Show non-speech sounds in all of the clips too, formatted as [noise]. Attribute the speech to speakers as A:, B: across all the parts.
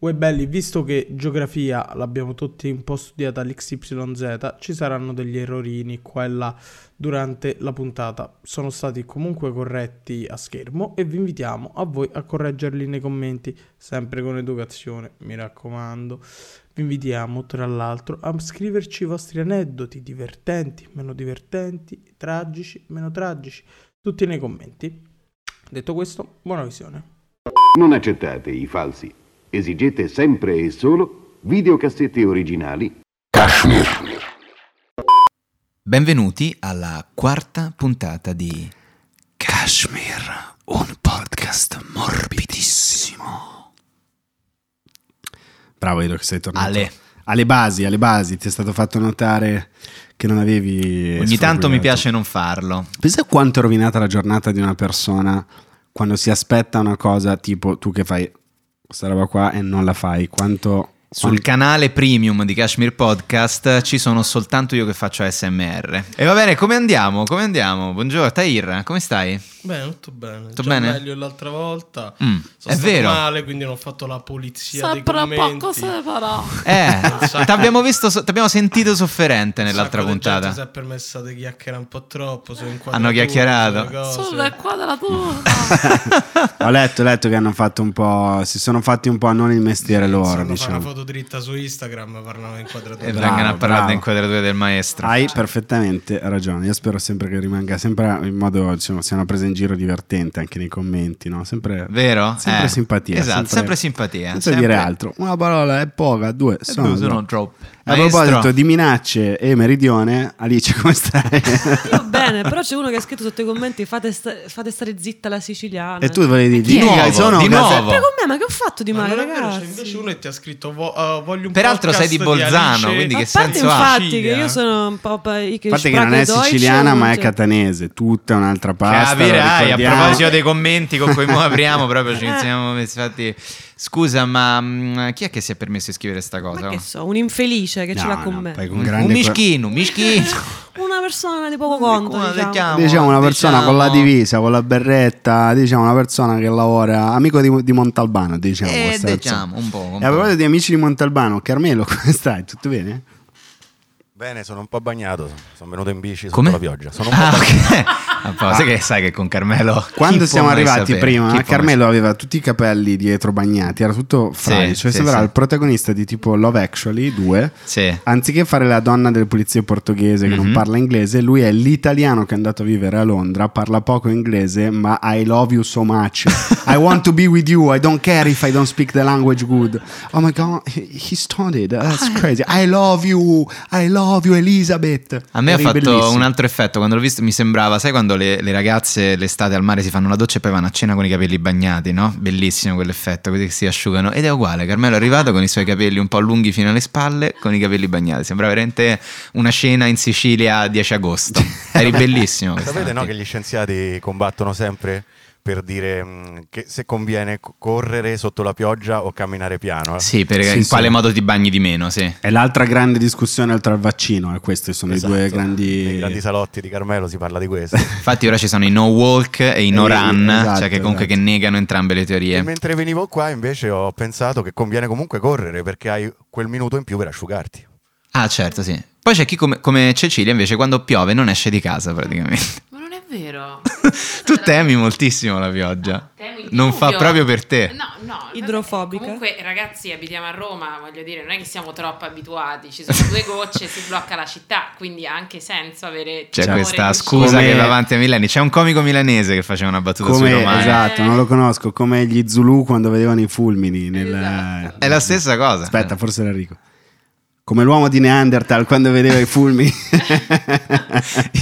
A: Uè belli, visto che geografia l'abbiamo tutti un po' studiata all'XYZ, ci saranno degli errorini qua e là durante la puntata. Sono stati comunque corretti a schermo e vi invitiamo a voi a correggerli nei commenti, sempre con educazione, mi raccomando. Vi invitiamo tra l'altro a scriverci i vostri aneddoti divertenti, meno divertenti, tragici, meno tragici, tutti nei commenti. Detto questo, buona visione.
B: Non accettate i falsi. Esigete sempre e solo videocassette originali. Kashmir.
C: Benvenuti alla quarta puntata di Kashmir, un podcast morbidissimo.
D: Bravo Edo che sei tornato.
C: Ale,
D: Alle basi, alle basi, ti è stato fatto notare che non avevi...
C: ogni tanto mi
D: sfragurato.
C: piace non farlo.
D: Pensa quanto è rovinata la giornata di una persona quando si aspetta una cosa tipo tu che fai questa roba qua e non la fai, quanto...
C: Sul canale premium di Kashmir Podcast ci sono soltanto io che faccio ASMR. E va bene, come andiamo? Come andiamo? Buongiorno, Tahir, come [laughs] stai?
E: Bene, tutto bene.
C: Tutto
E: Già
C: bene?
E: meglio l'altra volta.
C: Mm,
E: Sono
C: è
E: stato
C: vero.
E: male, quindi non ho fatto la polizia
F: Sempre
E: dei
F: un
E: commenti.
F: po' così però.
C: Eh,
E: sacco-
C: t'abbiamo visto, so- t'abbiamo sentito sofferente
E: Un
C: nell'altra
E: sacco di gente
C: puntata.
E: Si è permessa di chiacchierare un po' troppo. Su
C: Hanno chiacchierato.
F: Sulle quadrature.
D: Ho letto, ho letto che hanno fatto un po'... si sono fatti un po' non il mestiere loro,
E: Fanno fare una
D: diciamo.
E: foto dritta su Instagram parlano in quadratura.
C: E
D: Bravo,
C: vengono a parlare
D: bravo.
C: di inquadrature del maestro.
D: Hai perfettamente ragione, io spero sempre che rimanga sempre in modo, diciamo, sia una presa in giro divertente anche nei commenti, no? Sempre...
C: Vero?
D: Sempre
C: Eh,
D: simpatia.
C: Esatto, sempre, simpatia.
D: Senza
C: sempre-
D: dire altro. Una parola è poca, due
C: Eh,
D: sono.
C: due sono
D: tro-
C: troppe.
D: A
C: Maestro,
D: proposito di minacce e meridione, Alice, come stai?
F: Io bene, però c'è uno che ha scritto sotto i commenti fate, sta- fate stare zitta la siciliana.
D: e tu volevi
C: Di
D: dire
C: nuovo,
D: che sono
C: di nuovo.
F: Sempre con me, ma che ho fatto di
E: Ma
F: male,
E: non è vero, c'è
F: ragazzi?
E: invece uno che ti ha scritto "Vo- eh, voglio un
C: Peraltro
E: podcast
C: sei di Bolzano,
E: Alice".
C: quindi
F: A
C: che
F: parte
C: senso ha?
F: infatti che
E: Sicilia?
F: io sono un po' pa- ich-
D: eh. A parte che non è
F: Sprache Deutsche,
D: siciliana, ma è
F: cioè-
D: catanese, tutta un'altra pasta. lo
C: Capirai, a
D: ricordiamo.
C: proposito dei commenti con cui mo apriamo, proprio ci siamo messi fatti. Scusa, ma mm, chi è che si è permesso di scrivere sta cosa?
F: Ma che so, un infelice che
D: No,
F: ce l'ha con
D: no,
F: me. Eh,
D: poi con
C: un, un
D: grande
C: mischino, un
F: [laughs]
C: mischino.
F: Una persona di poco conto,
C: Una
F: diciamo.
D: [laughs]
C: diciamo.
D: Diciamo una persona con la
C: diciamo-
D: divisa, con la berretta, diciamo una persona che lavora, amico di, di Montalbano, diciamo.
C: Eh,
D: questa persona.
C: diciamo, un po', un
D: E a
C: po'.
D: proposito di amici di Montalbano, Carmelo, [laughs] come stai? Tutto bene?
G: Bene, sono un po' bagnato. Sono venuto in bici sotto
C: Come?
G: la pioggia. Sono un po'
C: Ah,
G: bagnato.
C: ok. [laughs] Ah, poi, sai, che, sai che con Carmelo. chi
D: Quando
C: può
D: siamo
C: mai
D: arrivati
C: sapere? Chi
D: prima, Eh,
C: può
D: Carmelo aveva tutti i capelli dietro bagnati, era tutto fragile, cioè
C: sì,
D: sembrava
C: sì.
D: il protagonista di tipo Love Actually 2.
C: mai- Sì.
D: Anziché fare la donna del polizie portoghese che non
C: Mhm.
D: parla inglese, lui è l'italiano che è andato a vivere a Londra, parla poco inglese, ma I love you so much. I want to be with you. I don't care if I don't speak the language good. Oh my god, he he studied. That's
C: Ah.
D: crazy. I love you. I love you Elizabeth.
C: A me ha
D: Eri
C: fatto
D: bellissimo.
C: un altro effetto, quando l'ho visto mi sembrava, sai quando le, le ragazze l'estate al mare si fanno la doccia e poi vanno a cena con i capelli bagnati, no? Bellissimo quell'effetto, così che si asciugano. Ed è uguale, Carmelo è arrivato con i suoi capelli un po' lunghi fino alle spalle, con i capelli bagnati. Sembra veramente una cena in Sicilia a 10 agosto.
D: [laughs]
C: Eri bellissimo. questa
G: Sapete no,
C: mattina.
G: che gli scienziati combattono sempre per dire mh, che se conviene co- correre sotto la pioggia o camminare piano. eh?
C: Sì, per
D: Sì,
C: in
D: sì.
C: quale modo ti bagni di meno, sì.
D: È l'altra grande discussione oltre al vaccino, e questi sono
G: Esatto.
D: i due grandi...
G: Nei grandi salotti di Carmelo si parla di
C: [laughs]
G: questo.
C: Infatti ora ci sono i no walk e i no
D: Eh,
C: run,
D: esatto,
C: cioè che comunque
D: esatto.
C: che negano entrambe le
G: e
C: teorie.
G: mentre venivo qua invece ho pensato che conviene comunque correre perché hai quel minuto in più per asciugarti.
C: Ah certo, sì. Poi c'è chi come, come Cecilia invece quando piove non esce di casa praticamente.
F: Ma non è vero.
C: Tu temi moltissimo la pioggia.
H: Temo il
C: Non
H: diluvio.
C: fa proprio per te.
H: No, no.
F: Idrofobica.
H: Comunque, ragazzi, abitiamo a Roma, voglio dire, non è che siamo troppo abituati. Ci sono due gocce, si blocca la città, quindi ha anche senso avere.
C: C'è
H: timore
C: questa
H: di
C: scusa
D: Diciamo Come-
C: che va avanti a Milani. C'è un comico milanese che faceva una battuta sui
D: Come,
C: romani.
D: esatto, non lo conosco, come gli Zulu quando vedevano i fulmini. Nel...
H: Esatto.
C: È la stessa cosa.
D: Aspetta, forse era Rico. Come l'uomo di Neanderthal quando vedeva i fulmini.
C: [laughs]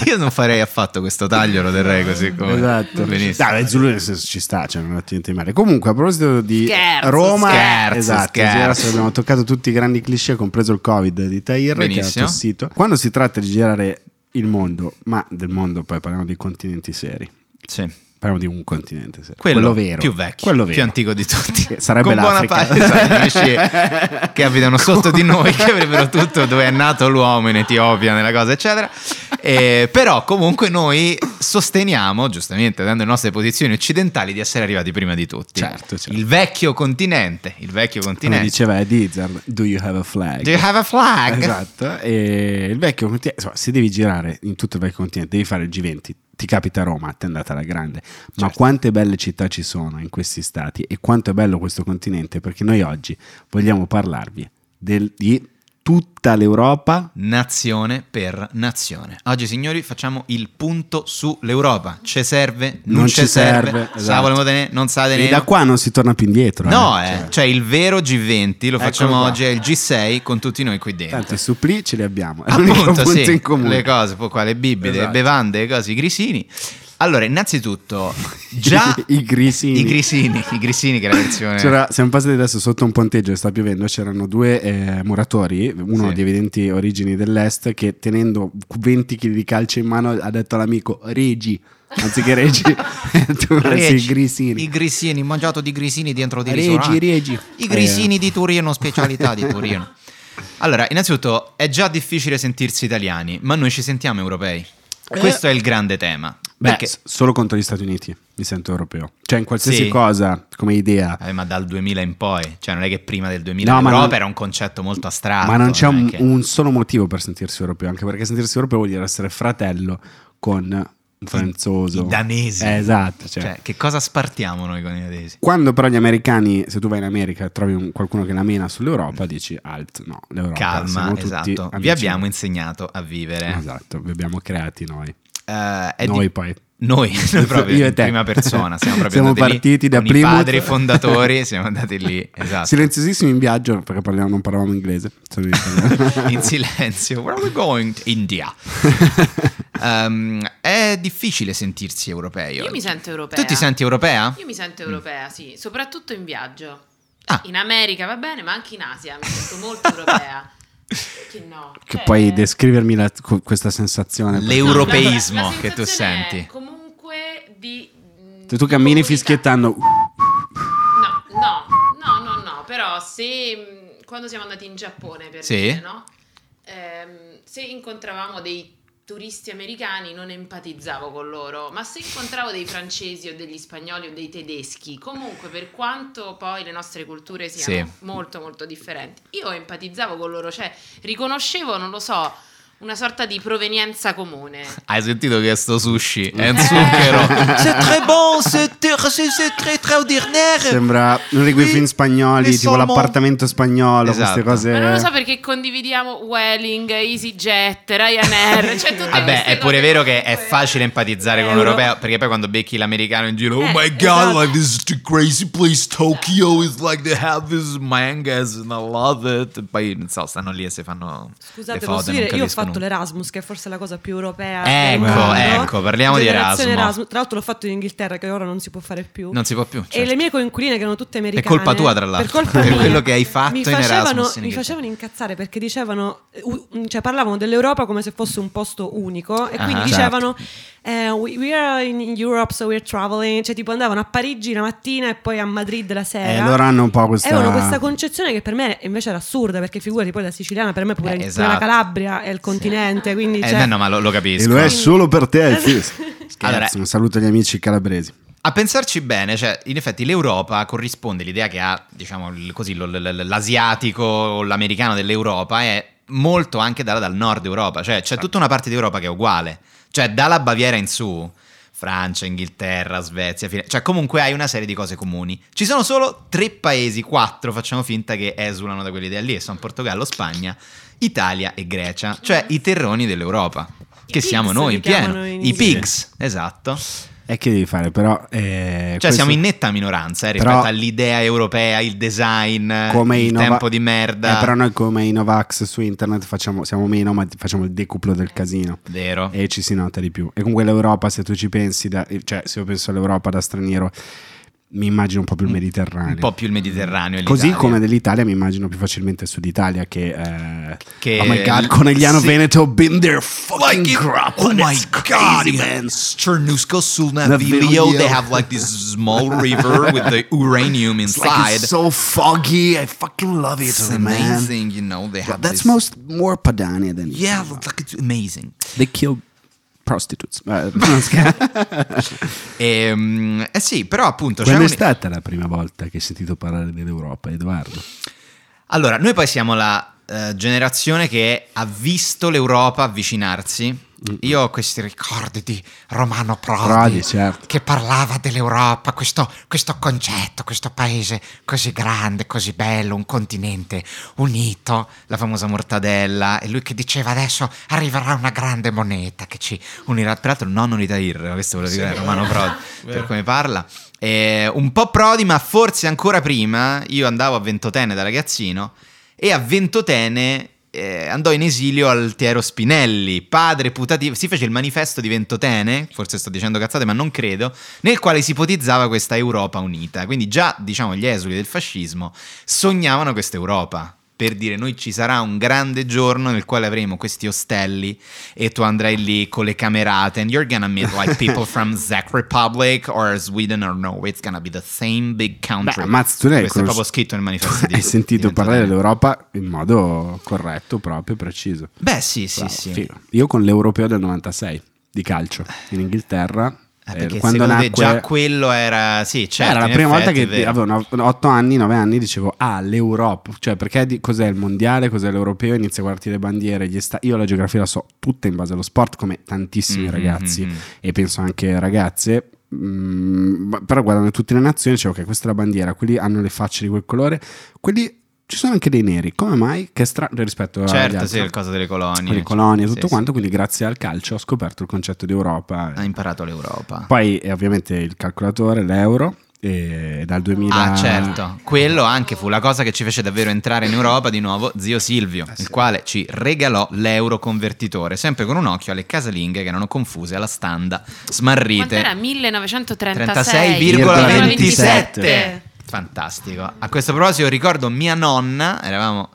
C: Io non farei affatto questo taglio, lo terrei così [laughs] come.
D: esatto.
C: Benissimo.
D: Dai, beh, Zulu nel senso ci sta, cioè non ha niente di male. Comunque, a proposito di
H: Scherzo,
D: Roma,
C: scherzo,
D: esatto,
C: scherzo.
D: adesso abbiamo toccato tutti i grandi cliché, compreso il Covid di Tahir, che
C: Benissimo.
D: ha tossito. Quando si tratta di girare il mondo, ma del mondo poi parliamo di continenti seri.
C: Sì.
D: Parliamo di un continente serio.
C: Quello,
D: vero.
C: più vecchio,
D: Quello vero.
C: più antico di tutti.
D: Che sarebbe
C: Con buona
D: l'Africa.
C: parte degli
D: [laughs]
C: amici che abitano sotto di noi, che avrebbero tutto dove è nato l'uomo in Etiopia, nella cosa, eccetera. Eh, però comunque noi sosteniamo, giustamente, dando le nostre posizioni occidentali, di essere arrivati prima di tutti.
D: Certo, certo.
C: Il vecchio continente, il vecchio
D: Come
C: continente.
D: diceva Eddie Izzard, do you have a flag?
C: Do you have a flag?
D: Esatto, e il vecchio continente, insomma, se devi girare in tutto il vecchio continente, devi fare il G20, ti capita Roma, te è andata alla grande, ma
C: Certo.
D: quante belle città ci sono in questi stati e quanto è bello questo continente, perché noi oggi vogliamo parlarvi del- di tutta l'Europa,
C: Nazione per nazione. Oggi, signori, facciamo il punto sull'Europa. Ce serve, non,
D: Non
C: ce
D: ci
C: serve.
D: serve,
C: Sa
D: esatto.
C: volemo tenere, non sa
D: e
C: tenere.
D: da qua non si torna più indietro.
C: No, eh,
D: eh,
C: cioè, il vero G20 lo facciamo
D: Ecco qua.
C: oggi, è il G6 con tutti noi qui dentro.
D: Tanto i suppli ce li abbiamo, [laughs] è l'unico
C: eh. [laughs] Appunto,
D: punto
C: sì,
D: in comune.
C: le cose, poi qua le bibite, le
D: Esatto.
C: bevande, le cose, i grisini. Allora,
D: [laughs]
C: innanzitutto, già
D: I grisini.
C: i grisini, i grisini che è la versione
D: C'era- siamo passati adesso sotto un ponteggio e sta piovendo. C'erano due eh, muratori, uno
C: Sì.
D: di evidenti origini dell'est, che tenendo 20 kg di calce in mano ha detto all'amico Regi,
C: [laughs]
D: anziché Regi, [laughs] tu
C: Regi.
D: anzi Grisini.
C: I grisini, mangiato di grisini dentro di
D: Regi,
C: ristoranti.
D: Regi.
C: I grisini
D: Eh.
C: di Torino, specialità
D: [laughs]
C: di Torino. Allora, innanzitutto è già difficile sentirsi italiani, ma noi ci sentiamo europei. Questo è il grande tema.
D: Eh. Beh,
C: perché,
D: s- solo contro gli Stati Uniti mi sento europeo. Cioè in qualsiasi
C: Sì.
D: cosa, come idea.
C: eh, ma dal 2000 in poi, cioè non è che prima del 2000
D: No, ma
C: l'Europa
D: non-
C: era un concetto molto astratto.
D: ma non c'è
C: è
D: un,
C: che-
D: un solo motivo per sentirsi europeo, anche perché sentirsi europeo vuol dire essere fratello con un franzoso.
C: i danesi.
D: Eh, esatto.
C: Cioè,
D: cioè,
C: che cosa spartiamo noi con i danesi?
D: Quando però gli americani, se tu vai in America e trovi un- qualcuno che la mena sull'Europa, dici alt, no, l'Europa
C: Calma,
D: siamo tutti
C: esatto.
D: amici.
C: Vi abbiamo insegnato a vivere.
D: Esatto, vi abbiamo creati noi.
C: Eh, è di-
D: noi poi. [laughs]
C: Noi, [laughs] noi proprio
D: Io e
C: in
D: te.
C: prima persona, siamo proprio
D: Siamo
C: andati lì
D: partiti da
C: con
D: Plymouth.
C: i padri fondatori, siamo andati
D: [laughs]
C: lì, esatto,
D: Silenziosissimi in viaggio, perché parliamo- non parlavamo inglese. solo in
H: [laughs]
D: italiano.
C: in silenzio. Where are we going? India. Ehm, è difficile sentirsi europei.
H: Io
C: oggi.
H: mi sento europea.
C: Tu ti senti europea? Mm.
H: Io mi sento europea, sì, soprattutto in viaggio.
C: Ah.
H: In America va bene, ma anche in Asia mi sento molto
C: [laughs]
H: europea. Perché no?
D: che
H: Cioè,
D: puoi descrivermi la- co- questa sensazione. perché-
H: no,
C: L'europeismo
H: la- la- la
C: che tu
H: sensazione è
C: senti.
H: Comunque di... mh,
D: Se tu
H: di
D: cammini
H: comunità.
D: fischiettando,
H: No, no, no, no, no, però se mh, quando siamo andati in Giappone, per
C: Sì.
H: dire, no? Ehm, se incontravamo dei turisti americani non empatizzavo con loro, ma se incontravo dei francesi o degli spagnoli o dei tedeschi, comunque per quanto poi le nostre culture siano
C: Sì.
H: molto molto differenti, io empatizzavo con loro, cioè riconoscevo, non lo so, una sorta di provenienza comune.
C: Hai sentito che sto
F: [laughs]
C: sushi è un zucchero?
H: C'est très bon, c'est
C: très ordinaire.
D: sembra non regui film spagnoli, tipo l'appartamento spagnolo,
C: Esatto.
D: queste cose.
H: Ma non lo so perché condividiamo Welling, EasyJet, Ryanair, cioè tutte
C: Vabbè,
H: queste
C: è pure
H: cose
C: vero che è
H: comunque-
C: facile empatizzare con l'europeo, perché poi quando becchi l'americano in giro, oh
H: Eh,
C: my god,
H: esatto.
C: like this is the crazy place,
F: Esatto.
C: Tokyo is like they have this mangas and I love it. E poi, non so, stanno lì e si fanno le
F: Scusate,
C: foto,
F: posso
C: non
F: dire, io ho
C: capiscono
F: fatto
C: nulla.
F: l'Erasmus, che è forse la cosa più europea.
C: Ecco,
F: del mondo.
C: ecco, parliamo di
F: Generazione
C: Erasmo.
F: Tra l'altro l'ho fatto in Inghilterra, che ora non si può fare più.
C: Non si può più,
F: E
C: certo.
F: le mie coinquiline, che erano tutte americane,
C: colpa tua, tra l'altro,
F: per, colpa
C: [laughs] per
F: mia,
C: quello che hai fatto
F: mi
C: in
F: facevano,
C: Erasmus in
F: Mi
C: Inghilterra.
F: facevano incazzare perché dicevano, u- cioè parlavano dell'Europa come se fosse un posto unico, e quindi
C: Ah,
F: dicevano. eh, we, we are in Europe, so we're traveling. Cioè, tipo, andavano a Parigi la mattina e poi a Madrid la
D: Eh,
F: sera.
D: loro hanno un po' questa-
F: E avevano questa concezione che per me invece era assurda, perché figurati poi la siciliana, per me pure,
C: Eh,
F: pure
C: esatto.
F: la Calabria è il continente. Quindi
C: Eh,
F: cioè-
C: no, ma lo, lo capisco.
D: E lo è solo per
C: [laughs]
D: te. Sì. Scherzo,
C: Allora-
D: un saluto agli amici calabresi.
C: A pensarci bene, cioè, in effetti l'Europa corrisponde all'idea che ha, diciamo, il- così, lo- l- l- l'asiatico o l'americano dell'Europa è molto anche dalla dal nord Europa, cioè
F: Esatto.
C: c'è tutta una parte d'Europa che è uguale, cioè dalla Baviera in su, Francia, Inghilterra, Svezia, Fina- cioè comunque hai una serie di cose comuni. Ci sono solo tre paesi, quattro facciamo finta che esulano da quell'idea lì, e sono Portogallo, Spagna, Italia e Grecia, cioè i terroni dell'Europa,
F: I
C: che
F: pigs
C: siamo noi
F: li
C: in pieno,
F: chiamano in
C: i
F: inglese.
C: pigs, esatto.
D: E che devi fare, però? eh,
C: Cioè
D: questo-
C: siamo in netta minoranza eh, rispetto
D: Però-
C: all'idea europea, il design,
D: come i
C: il
D: Nova-
C: tempo di merda.
D: Eh, però noi come i Novax su internet facciamo, siamo meno, ma facciamo il decuplo del casino.
C: Vero.
D: E ci si nota di più. E comunque l'Europa, se tu ci pensi, da- cioè se io penso all'Europa da straniero, mi immagino un po' più il Mediterraneo.
C: Mm, Un po' più il Mediterraneo. e
D: Così
C: l'Italia.
D: come dell'Italia mi immagino più facilmente il Sud Italia che, eh,
C: Che-
D: Oh my god, Conegliano
C: sì.
D: Veneto, been there fucking
C: Like it-
D: crap.
C: oh my
D: it's
C: god,
D: crazy,
C: man. Cernusco sul
D: Naviglio.
C: Naviglio, they have like this small river with the uranium
D: It's like
C: inside.
D: it's so foggy. I fucking love it,
C: It's
D: man.
C: amazing, you know, they
D: Yeah,
C: have
D: that's
C: this-
D: most more Padania than
C: Yeah, it's like it's amazing.
D: They killed [laughs] prostitutes. Eh, non scherzo.
C: Ehm, eh sì, però appunto... c'è
D: Quando è
C: un-
D: stata la prima volta che hai sentito parlare dell'Europa, Edoardo?
C: Allora, noi poi siamo la eh, generazione che ha visto l'Europa avvicinarsi. Io ho questi ricordi di Romano Prodi,
D: Prodi, certo.
C: che parlava dell'Europa, questo, questo concetto, questo paese così grande, così bello, un continente unito, la famosa mortadella, e lui che diceva adesso arriverà una grande moneta che ci unirà, peraltro il nonno di Tahir, questo volevo dire, Romano Prodi, per
E: Vero.
C: come parla. Eh, un po' prodi, ma forse ancora prima io andavo a Ventotene da ragazzino e a Ventotene eh, andò in esilio Altiero Spinelli, padre putativo. Si fece il manifesto di Ventotene, forse sto dicendo cazzate, ma non credo, nel quale si ipotizzava questa Europa unita. Quindi già, diciamo, gli esuli del fascismo sognavano questa Europa. Per dire, noi ci sarà un grande giorno nel quale avremo questi ostelli e tu andrai lì con le camerate and you're gonna meet like people
D: [laughs]
C: from Czech Republic or Sweden or Norway. It's gonna be the same big country.
D: Beh, ammazza, tu l'hai
C: Questo è
D: conos-
C: proprio scritto nel manifesto di
D: Hai sentito
C: di
D: parlare
C: Ventotene.
D: dell'Europa in modo corretto, proprio e preciso.
C: Beh, sì, sì,
D: Bravo,
C: sì.
D: figo. Io con l'Europeo del 96 di calcio in Inghilterra.
C: Eh,
D: eh,
C: perché
D: quando
C: secondo te
D: nacque,
C: già quello era... Sì, certo.
D: era la
C: in
D: prima volta
C: effetti,
D: che
C: è vero.
D: avevo 8 anni, 9 anni, dicevo, ah, l'Europa, cioè perché di- cos'è il mondiale, cos'è l'Europeo, inizio a guardarti le bandiere, gli sta- io la geografia la so tutta in base allo sport come tantissimi
C: Mhm,
D: ragazzi
C: mhm.
D: e penso anche ragazze. mm, ma- però guardano tutte le nazioni, dicevo ok, questa è la bandiera, quelli hanno le facce di quel colore, quelli ci sono anche dei neri, come mai? Che è strano rispetto agli
C: Certo, sì,
D: altri.
C: il coso delle colonie. cioè,
D: le colonie, tutto
C: Sì, sì. Ah,
D: quanto, quindi grazie al calcio ho scoperto il concetto di Europa.
C: Ha imparato l'Europa.
D: Poi eh, ovviamente il calcolatore, l'euro, e dal 2000...
C: Ah, certo. Quello anche fu la cosa che ci fece davvero entrare in Europa di nuovo zio Silvio, il quale ci regalò l'euro convertitore, sempre con un occhio alle casalinghe che erano confuse alla standa
H: Quanto era?
C: smarrite.
H: 1936,27.
C: 36,27. Fantastico. A questo proposito ricordo mia nonna, eravamo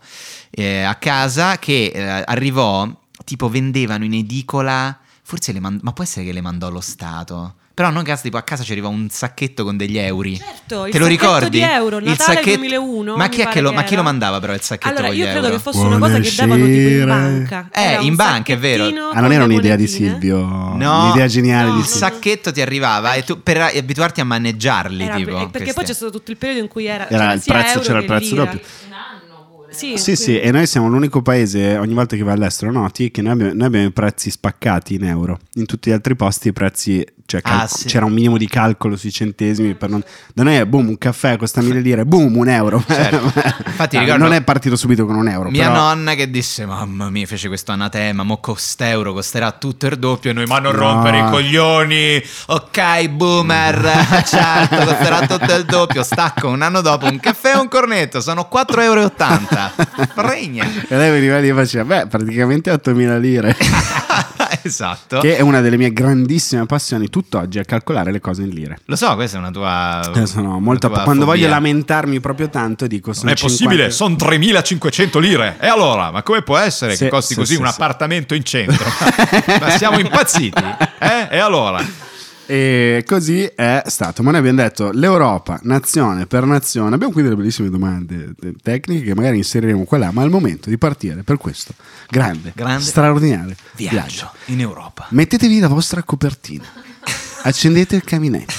C: eh, a casa, che eh, arrivò, tipo vendevano in edicola, forse le mandò, ma può essere che le mandò lo Stato. Però non casa, tipo a casa ci arriva un sacchetto con degli euro.
F: Certo, il
C: Te lo
F: sacchetto
C: ricordi?
F: di euro, Natale 2001,
C: Ma
F: mi
C: chi, è
F: pare
C: che lo,
F: che
C: ma chi lo
F: era.
C: mandava però il sacchetto
F: Allora,
C: con gli
F: io credo
C: euro?
F: che fosse una cosa che davano tipo in
D: Buonasera.
F: banca.
C: Eh,
F: Era un
C: in banca, è vero.
F: sacchettino
D: Ah, non
F: con
D: era
F: le
D: un'idea di
F: monetine.
D: Silvio,
C: No,
D: un'idea geniale
F: no.
D: di
C: Il
D: Silvio.
C: sacchetto ti arrivava e tu per abituarti a maneggiarli,
F: Era-
C: tipo.
F: eh, perché poi
C: queste-
F: c'è stato tutto il periodo in cui
C: cioè,
F: era,
D: Era
F: c'era
D: il
F: sia
D: prezzo,
F: euro
D: c'era il
F: che
D: prezzo
F: lira.
D: doppio.
H: Un anno pure.
C: Eh,
F: Sì,
D: Sì, sì,
F: quindi-
D: e noi siamo l'unico paese, ogni volta che vai all'estero, noti che noi abbiamo, noi abbiamo i prezzi spaccati in euro. In tutti gli altri posti i prezzi, cioè
C: Ah,
D: calco-
C: sì.
D: c'era un minimo di calcolo sui centesimi. Per non... Da noi è boom, un caffè costa mille lire, boom, un euro. [laughs]
C: Certo. Infatti
D: Ah,
C: ricordo-
D: non è partito subito con un euro.
C: Mia
D: però...
C: nonna che disse: Mamma mia, fece questo anatema. Mo cost'euro costerà tutto il doppio. E noi, ma non
D: No.
C: rompere i coglioni. Ok, boomer.
D: [laughs]
C: [laughs] certo, costerà tutto il doppio. Stacco un anno dopo un caffè e un cornetto. Sono 4,80 euro. Regna.
D: [laughs] E lei veniva lì e faceva, beh, praticamente 8.000 lire.
C: [laughs] esatto.
D: che è una delle mie grandissime passioni tutt'oggi, è calcolare le cose in lire.
C: Lo so, questa è una tua.
D: Eh, sono molto-
C: una tua
D: quando voglio
C: fobia.
D: lamentarmi proprio tanto dico sono
C: Non è possibile,
D: 50
C: sono 3500 lire. E allora, ma come può essere
D: Sì,
C: che costi
D: sì,
C: così
D: sì,
C: un
D: sì.
C: appartamento in
D: [laughs]
C: centro? ma siamo impazziti? Eh? E allora?
D: E così è stato. Ma noi abbiamo detto l'Europa, nazione per nazione. Abbiamo qui delle bellissime domande eh, tecniche che magari inseriremo qua e là, ma è il momento di partire per questo grande,
C: Grande
D: straordinario viaggio.
C: in Europa.
D: Mettetevi la vostra copertina, accendete il caminetto,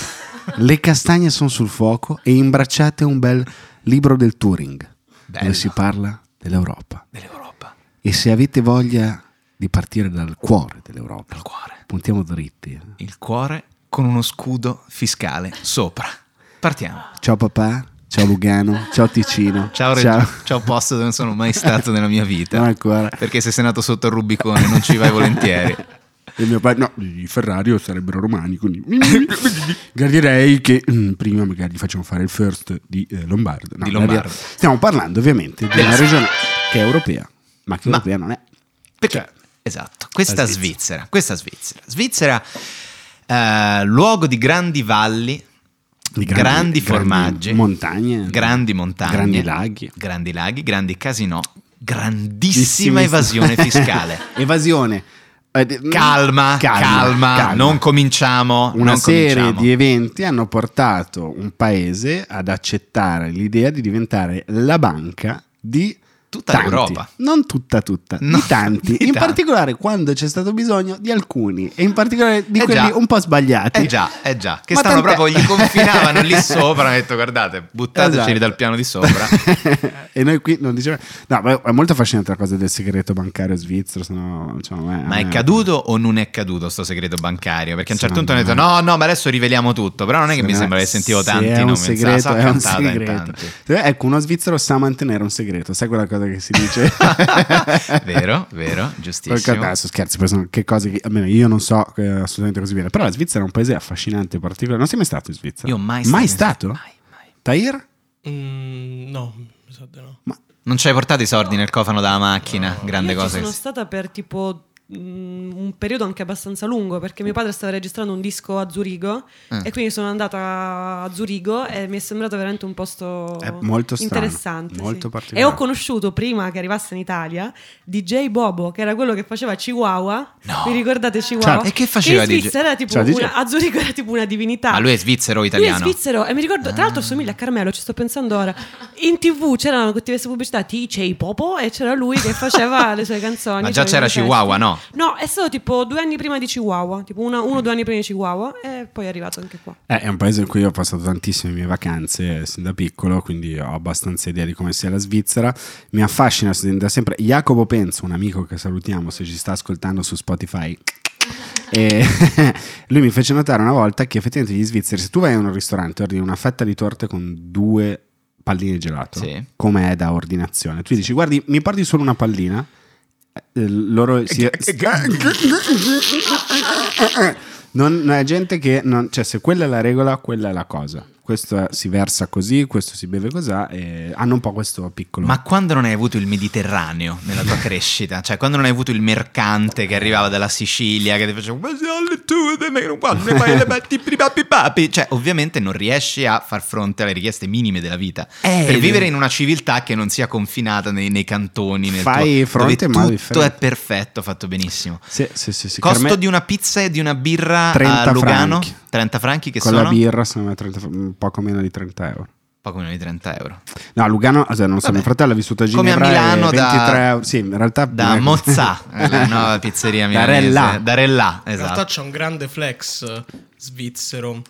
D: le castagne sono sul fuoco e imbracciate un bel libro del Turing
C: Bello.
D: dove si parla dell'Europa.
C: dell'Europa.
D: E se avete voglia di partire dal cuore dell'Europa,
C: Dal cuore.
D: puntiamo dritti.
C: Il cuore con uno scudo fiscale sopra. Partiamo.
D: Ciao papà, ciao Lugano, ciao Ticino.
C: Ciao, Reggio. ciao. posto dove non sono mai stato nella mia vita.
D: No, ancora.
C: Perché se sei nato sotto il Rubicone non ci vai
D: [laughs]
C: volentieri.
D: E mio padre, no, i Ferrari sarebbero romani, quindi guarderei che mm, prima magari gli facciamo fare il first di eh, Lombardo. No,
C: Di Lombardo.
D: guardia- Stiamo parlando ovviamente di una regione che è europea, ma che
C: Ma-
D: europea non è.
C: Perché?
D: Cioè,
C: esatto, questa
D: la
C: Svizzera.
D: Svizzera.
C: questa Svizzera. Svizzera, eh, luogo di grandi valli,
D: Di
C: grandi, formaggi,
D: montagne,
C: grandi montagne,
D: grandi laghi.
C: grandi laghi, grandi casinò, grandissima evasione fiscale.
D: [laughs] Evasione. Eh, d-
C: Calma, calma, non cominciamo.
D: Una
C: non
D: serie
C: cominciamo.
D: di eventi hanno portato un paese ad accettare l'idea di diventare la banca di
C: tutta
D: Tanti.
C: l'Europa.
D: Non tutta, tutta,
C: No,
D: di tanti.
C: [laughs] di
D: in
C: tanti.
D: particolare quando c'è stato bisogno di alcuni, e in particolare di
C: Eh
D: quelli
C: già.
D: un po' sbagliati.
C: Eh già, eh già, che
D: Ma
C: stanno
D: tant'è.
C: proprio, gli confinavano
D: [laughs]
C: lì sopra, hanno detto guardate, buttateceli
D: Esatto.
C: dal piano di
D: [laughs]
C: sopra.
D: e noi qui non dicevamo. No, ma è molto affascinante la cosa del segreto bancario svizzero. se no, diciamo, eh,
C: Ma
D: eh.
C: è caduto o non è caduto sto segreto bancario? Perché a un certo punto hanno
D: Secondo
C: detto no, no, ma adesso riveliamo tutto, però non è che mi
D: Secondo
C: sembra
D: me
C: che sentivo
D: se
C: tanti
D: è un
C: nomi,
D: segreto,
C: sa, sa
D: è un
C: cantata in
D: segreto.
C: tanti.
D: Ecco, uno svizzero sa mantenere un segreto, sai quella cosa che si dice?
C: [laughs] Vero, vero, giustissimo.
D: Perché, adesso scherzi, poi sono- che cose che almeno io non so eh, assolutamente così bene. Però la Svizzera è un paese affascinante, particolare. Non sei mai stato in Svizzera?
C: Io mai,
D: Mai
C: stato
D: stato?
C: in- Mai, mai.
D: Tahir?
E: Mm, no, mi sa di no.
C: Non ci hai portato i soldi nel cofano della macchina, grande
F: Io ci
C: cosa.
F: sono
C: che-
F: stata per tipo mm, un periodo anche abbastanza lungo perché mio padre stava registrando un disco a Zurigo
C: Ah.
F: e quindi sono andata a Zurigo e mi è sembrato veramente un posto
D: È molto strano,
F: interessante.
D: molto
F: sì. E
D: particolare.
F: ho conosciuto prima che arrivasse in Italia DJ Bobo, che era quello che faceva Chihuahua.
C: No. Cioè,
F: Vi ricordate Chihuahua?
C: E che faceva
F: in
C: DJ?
F: Svizzera era tipo
D: Cioè, DJ?
F: una- a Zurigo era tipo una divinità.
C: Ma lui è svizzero o
F: Lui è
C: italiano?
F: svizzero e mi ricordo, tra l'altro
C: Ah.
F: somiglia a Carmelo, ci sto pensando ora. In tv c'erano queste pubblicità, TJ Popo, e c'era lui che faceva le sue canzoni.
C: Ma già
F: cioè,
C: c'era
F: i suoi
C: Chihuahua,
F: testi.
C: no?
F: No, è stato tipo due anni prima di Chihuahua, tipo una- uno o due anni prima di Chihuahua e poi è arrivato anche qua.
D: Eh, è un paese in cui io ho passato tantissime mie vacanze eh, sin da piccolo, quindi ho abbastanza idea di come sia la Svizzera. Mi affascina da sempre Jacopo Penzo, un amico che salutiamo se ci sta ascoltando su Spotify. E [laughs] lui mi fece notare una volta che effettivamente gli svizzeri, se tu vai in un ristorante e ordini una fetta di torte con due palline di gelato,
C: Sì.
D: come è da ordinazione, tu gli dici guardi mi porti solo una pallina, Eh, loro si... Non, non è gente che non- cioè, se quella è la regola, quella è la cosa. Questo si versa così, questo si beve così. E hanno un po' questo piccolo.
C: Ma quando non hai avuto il Mediterraneo nella
D: [laughs]
C: tua crescita? Cioè, quando non hai avuto il mercante che arrivava dalla Sicilia che ti faceva "Ma se alle tue te ne guardi, ma
D: [laughs]
C: le metti per i papi papi?" Cioè, ovviamente non riesci a far fronte alle richieste minime della vita.
D: Eh,
C: per
D: eh,
C: vivere in una civiltà che non sia confinata nei, nei cantoni, nel
D: Fai
C: tuo,
D: fronte, ma
C: dove tutto
D: differente.
C: è perfetto, fatto benissimo.
D: Sì, sì, sì, sì,
C: Costo
D: per me
C: di una pizza e di una birra a
D: 30
C: Lugano?
D: franchi.
C: 30 franchi che
D: con
C: sono
D: la birra sono 30 fr- un poco meno di 30 euro.
C: poco meno di 30 euro.
D: No, a Lugano, cioè, non so,
C: Vabbè.
D: mio fratello ha vissuto a
C: Come
D: Ginevra
C: a Milano
D: e 23
C: da,
D: euro. Sì, in realtà ecco.
C: da
D: [laughs]
C: Mozzà,
D: Eh,
C: eh. la nuova pizzeria
D: Da
C: milanese.
D: Rellà.
C: Da Rellà,
E: In
C: esatto.
E: realtà c'è un grande flex eh, svizzero.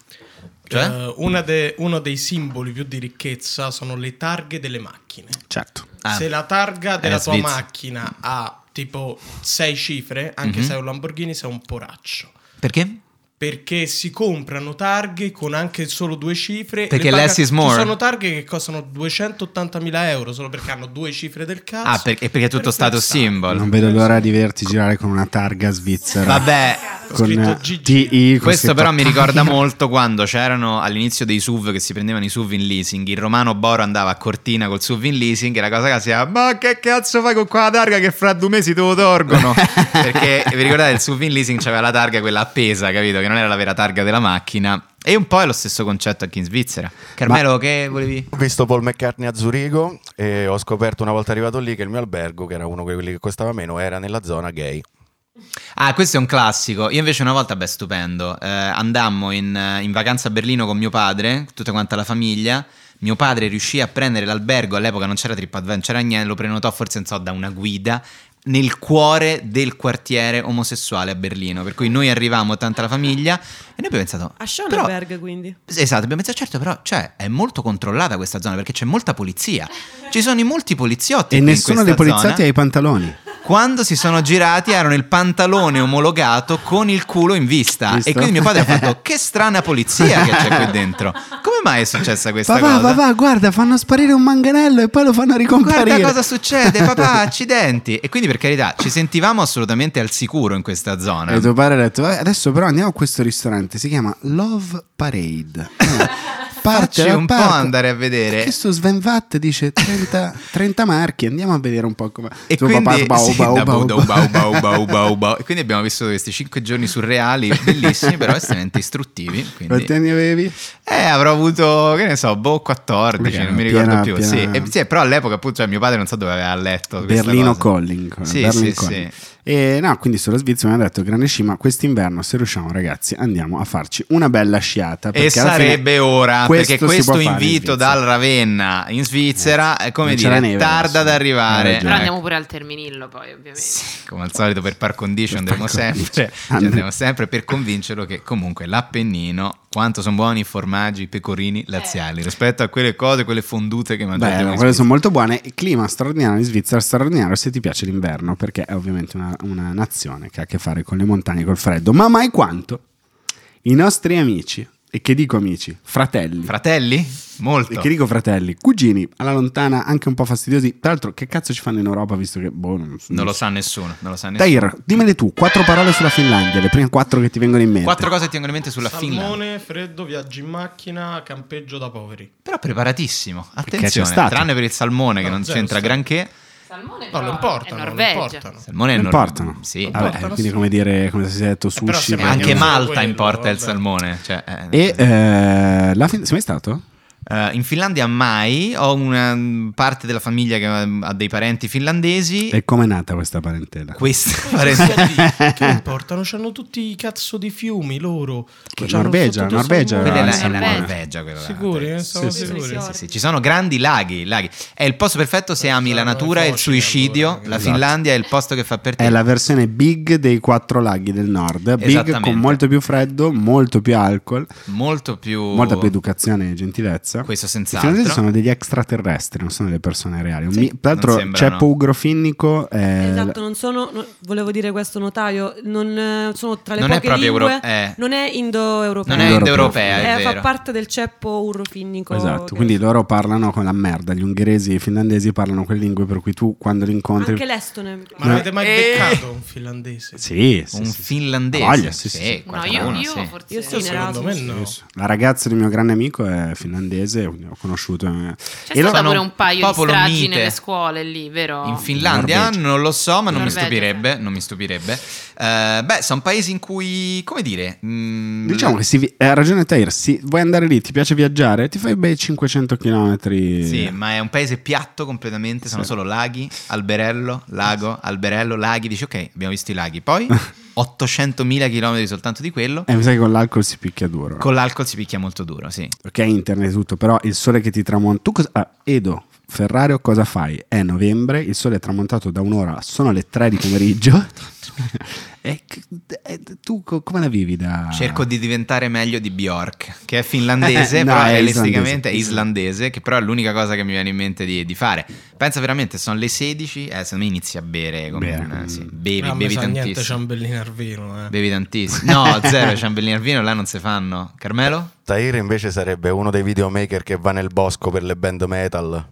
C: Cioè?
E: Eh, una de- uno dei simboli più di ricchezza sono le targhe delle macchine.
D: Certo.
C: Ah,
E: Se la targa della
C: eh,
E: tua
C: Svizzera.
E: macchina ha tipo 6 cifre, anche
C: Mhm.
E: se è un Lamborghini, sei un poraccio.
C: Perché?
E: Perché si comprano targhe con anche solo due cifre. e
C: Perché
E: le
C: less is more.
E: Ci sono targhe che costano 280.000 euro solo perché hanno due cifre del cazzo.
C: Ah, perché, perché è tutto
E: Per
C: stato
E: flexare.
C: simbolo.
D: Non vedo l'ora di vederti girare con una targa svizzera.
C: Vabbè,
E: Ho
D: Con
E: scritto
D: eh,
E: GG.
D: TI, con
C: questo
D: scritto-
C: però mi ricorda molto quando c'erano all'inizio dei SUV che si prendevano i SUV in leasing. Il romano Boro andava a Cortina col SUV in leasing e la cosa che era Ma che cazzo fai con quella targa che fra due mesi te lo torgono? Perché vi ricordate il SUV in leasing c'aveva la targa quella appesa, capito? Che non era la vera targa della macchina. E un po' è lo stesso concetto anche in Svizzera. Carmelo, che volevi?
G: Ho visto Paul McCartney a Zurigo e ho scoperto una volta arrivato lì che il mio albergo, che era uno di quelli che costava meno, era nella zona gay.
C: Ah, questo è un classico. Io invece una volta, beh, stupendo. eh, andammo in, eh, in vacanza a Berlino con mio padre, tutta quanta la famiglia. Mio padre riuscì a prendere l'albergo, all'epoca non c'era TripAdvisor, c'era niente, lo prenotò forse, non so, da una guida, nel cuore del quartiere omosessuale a Berlino. Per cui noi arrivavamo, tanta la famiglia, e noi abbiamo pensato...
F: A
C: però-
F: Schoenberg quindi.
C: Esatto, abbiamo pensato, certo, però cioè, è molto controllata questa zona perché c'è molta polizia. Ci sono i molti poliziotti.
D: E
C: qui in
D: nessuno dei
C: questa
D: poliziotti
C: zona.
D: ha i pantaloni.
C: Quando si sono girati erano il pantalone omologato con il culo in vista.
D: Visto?
C: E quindi mio padre ha
D: [laughs]
C: fatto: Che strana polizia che c'è qui dentro. Come mai è successa questa
D: Papà,
C: cosa?
D: papà, guarda, fanno sparire un manganello e poi lo fanno ricomparire.
C: Guarda cosa succede, papà, accidenti. E quindi, per carità, ci sentivamo assolutamente al sicuro in questa zona.
D: [laughs] E tuo padre ha detto, "Eh, adesso però andiamo a questo ristorante, si chiama Love Parade. Eh,
C: [laughs] Facci
D: la
C: un po'
D: parte-
C: andare a vedere.
D: Questo Sven Vatt
C: [laughs]
D: dice 30, 30 marchi, andiamo a vedere un po' come...
C: E
D: Tuo
C: quindi,
D: papà, bau,
C: sì,
D: bau,
C: da
D: bau,
C: bau,
D: bau.
C: dau, bau, bau, bau, bau, bau. E quindi abbiamo vissuto questi cinque giorni surreali, bellissimi, però estremamente
D: [laughs]
C: istruttivi. Quindi...
D: Quanti anni avevi?
C: Eh, avrò avuto, che ne so, boh, 14,
D: Mica,
C: non mi
D: piena-
C: ricordo più.
D: piena-
C: Sì, e- sì, però all'epoca appunto cioè, mio padre non so dove aveva letto. questa
D: Berlino
C: cosa.
D: Calling.
C: Sì,
D: Berlin
C: sì,
D: Calling.
C: sì.
D: E no, quindi sulla Svizzera mi ha detto grande sci, ma quest'inverno se riusciamo ragazzi andiamo a farci una bella sciata.
C: E
D: perché alla fine
C: sarebbe ora, perché
D: si può
C: questo
D: fare in
C: invito
D: Svizzera." Eh,
C: dal Ravenna in Svizzera è come
D: Non c'è la
C: dire
D: neve adesso.
C: tarda ad
D: Hai
C: arrivare.
D: ragione.
H: Però
D: Ecco.
H: andiamo pure al Terminillo poi, ovviamente.
C: Sì, come al solito per par condition
D: Per
C: andremo
D: par condition.
C: sempre, ci
D: Andremo.
C: andremo sempre per convincerlo che comunque l'Appennino, quanto sono buoni i formaggi, i pecorini laziali rispetto a quelle cose, quelle fondute che mangiate
D: Beh,
C: voi in
D: quelle sono
C: Svizzera.
D: molto buone. Il clima straordinario in Svizzera, straordinario se ti piace l'inverno, perché è ovviamente una, una nazione che ha a che fare con le montagne, col freddo. Ma mai quanto i nostri amici, e che dico amici, fratelli,
C: Fratelli?
D: e
C: Molto.
D: che dico fratelli, cugini, alla lontana, anche un po' fastidiosi. Tra l'altro, che cazzo ci fanno in Europa, visto che, boh, non,
C: Non lo sa nessuno, non lo sa nessuno.
D: Tair, dimmele tu, quattro parole sulla Finlandia, le prime quattro che ti vengono in mente.
C: Quattro cose ti tengono in mente sulla
E: Salmone,
C: Finlandia.
E: freddo, viaggi in macchina, campeggio da poveri.
C: Però preparatissimo,
D: c'è
C: attenzione,
D: stato.
C: tranne per il salmone che
E: No,
C: non
E: zero,
C: c'entra
E: zero.
C: granché.
H: Salmone
E: No,
H: però
E: lo
H: è
E: importano, lo
H: Norvegia.
E: importano.
C: Salmone
D: Non
C: non-
D: importano.
C: Sì, Eh,
D: Vabbè,
E: Importano,
D: quindi
E: sì.
D: come dire, come si è detto,
E: però
D: sushi.
E: se
D: ma-
E: mangi
C: anche
E: solo
C: Malta
E: quello,
C: importa il
E: vabbè.
C: salmone. cioè, eh,
D: E eh, la Fin- sei mai stato?
C: Eh, in Finlandia mai, ho una mm, parte della famiglia che mm, ha dei parenti finlandesi.
D: E com'è nata questa parentela?
C: Questa
E: [laughs] Sì,
C: parente- [laughs]
E: sì, che importano? C'hanno tutti i cazzo di fiumi loro.
D: Che
E: C'hanno
D: Norvegia,
E: sotto dei
D: Norvegia,
E: salmoni.
C: quella è la-
H: il
C: è la
H: salmone.
C: Norvegia. quella là.
E: Sicuri, eh? Stavo
D: Ah, Sì, sì,
E: sicuri.
H: sì, sì.
C: Sì, ci sono grandi laghi, laghi. È il posto perfetto se
E: Eh,
C: ami la
E: saranno
C: natura e il
E: foci, allora,
C: suicidio.
E: magari.
C: La
E: Esatto.
C: Finlandia è il posto che fa per te.
D: È la versione big dei quattro laghi del nord. Big
C: Esattamente.
D: con molto più freddo, molto più alcol,
C: Molto più.
D: molta più educazione e gentilezza.
C: Oh. Questo
D: I
C: senz'altro.
D: finlandesi sono degli extraterrestri, non sono delle persone reali. Un mi- Tra
C: non
D: l'altro
C: sembrano.
D: c'è Pugro Finnico. eh,
F: Esatto, non sono, no- volevo dire questo notaio, non eh, sono tra le
C: Non è
F: poche
C: proprio
F: lingue,
C: euro- eh.
F: non è indo-europeo.
C: Non è
D: Loro
C: indoeuropea, è
F: Eh, fa
C: vero.
F: parte del ceppo
H: Ecco,
F: urrofinnico.
D: esatto,
F: che-
D: quindi loro parlano con la merda. Gli ungheresi e i finlandesi parlano quelle lingue per cui tu quando li incontri.
F: Anche l'estone. mi
E: Ma
F: pare.
E: avete mai beccato un finlandese?
D: Sì, sì,
C: Un
D: sì, sì.
C: finlandese.
D: Ha voglia, sì, sì, sì.
H: No,
C: qualcuno,
H: io, io
C: sì.
H: forse Cioè,
F: Io
H: no.
F: sto in
E: Secondo me
F: Erasmus.
E: no.
D: La ragazza del mio grande amico è finlandese, quindi ho conosciuto. eh.
H: C'è
D: E loro-
H: stato
C: sono
H: pure un paio di
C: popolo
H: stragi
C: mite.
H: nelle scuole lì, vero? Cioè,
C: In Finlandia
D: Norvegia.
C: non lo so, ma non mi
H: Norvegia,
C: stupirebbe. Non mi stupirebbe. Eh, beh, sono paesi in cui, come dire, mm,
D: Diciamo che si, vi- eh, ha ragione Tair, si, vuoi andare lì, ti piace viaggiare, ti fai bei 500 km.
C: Sì, ma è un paese piatto completamente, sono
D: Sì.
C: solo laghi, alberello, lago, alberello, laghi, dici ok, abbiamo visto i laghi,
D: [laughs]
C: poi 800.000 km soltanto di quello,
D: E mi sa che con l'alcol si picchia duro.
C: con l'alcol si picchia molto duro, sì.
D: ok, internet e tutto, però il sole che ti tramonta... Tu cosa... ah, Edo, Ferrario, cosa fai? È novembre, il sole è tramontato da un'ora, sono le 3 di
C: [laughs]
D: pomeriggio. e, c- e tu co- come la vivi da...
C: Cerco di diventare meglio di Bjork, che è finlandese,
D: Eh, [laughs] no,
C: però
D: è
C: realisticamente
D: islandese.
C: è islandese, che però è l'unica cosa che mi viene in mente di, di fare. Pensa veramente, sono le 16, eh, secondo me inizi a bere, come
D: Bere.
C: una- sì,
E: Ah,
C: bevi,
E: mi
C: bevi
E: sa niente
C: tantissimo.
E: ciambellino al vino, eh.
C: Bevi tantissimo.
D: [laughs]
C: No, zero, i ciambellini al vino là non si fanno. Carmelo?
G: Tahir invece sarebbe uno dei videomaker che va nel bosco per le band metal.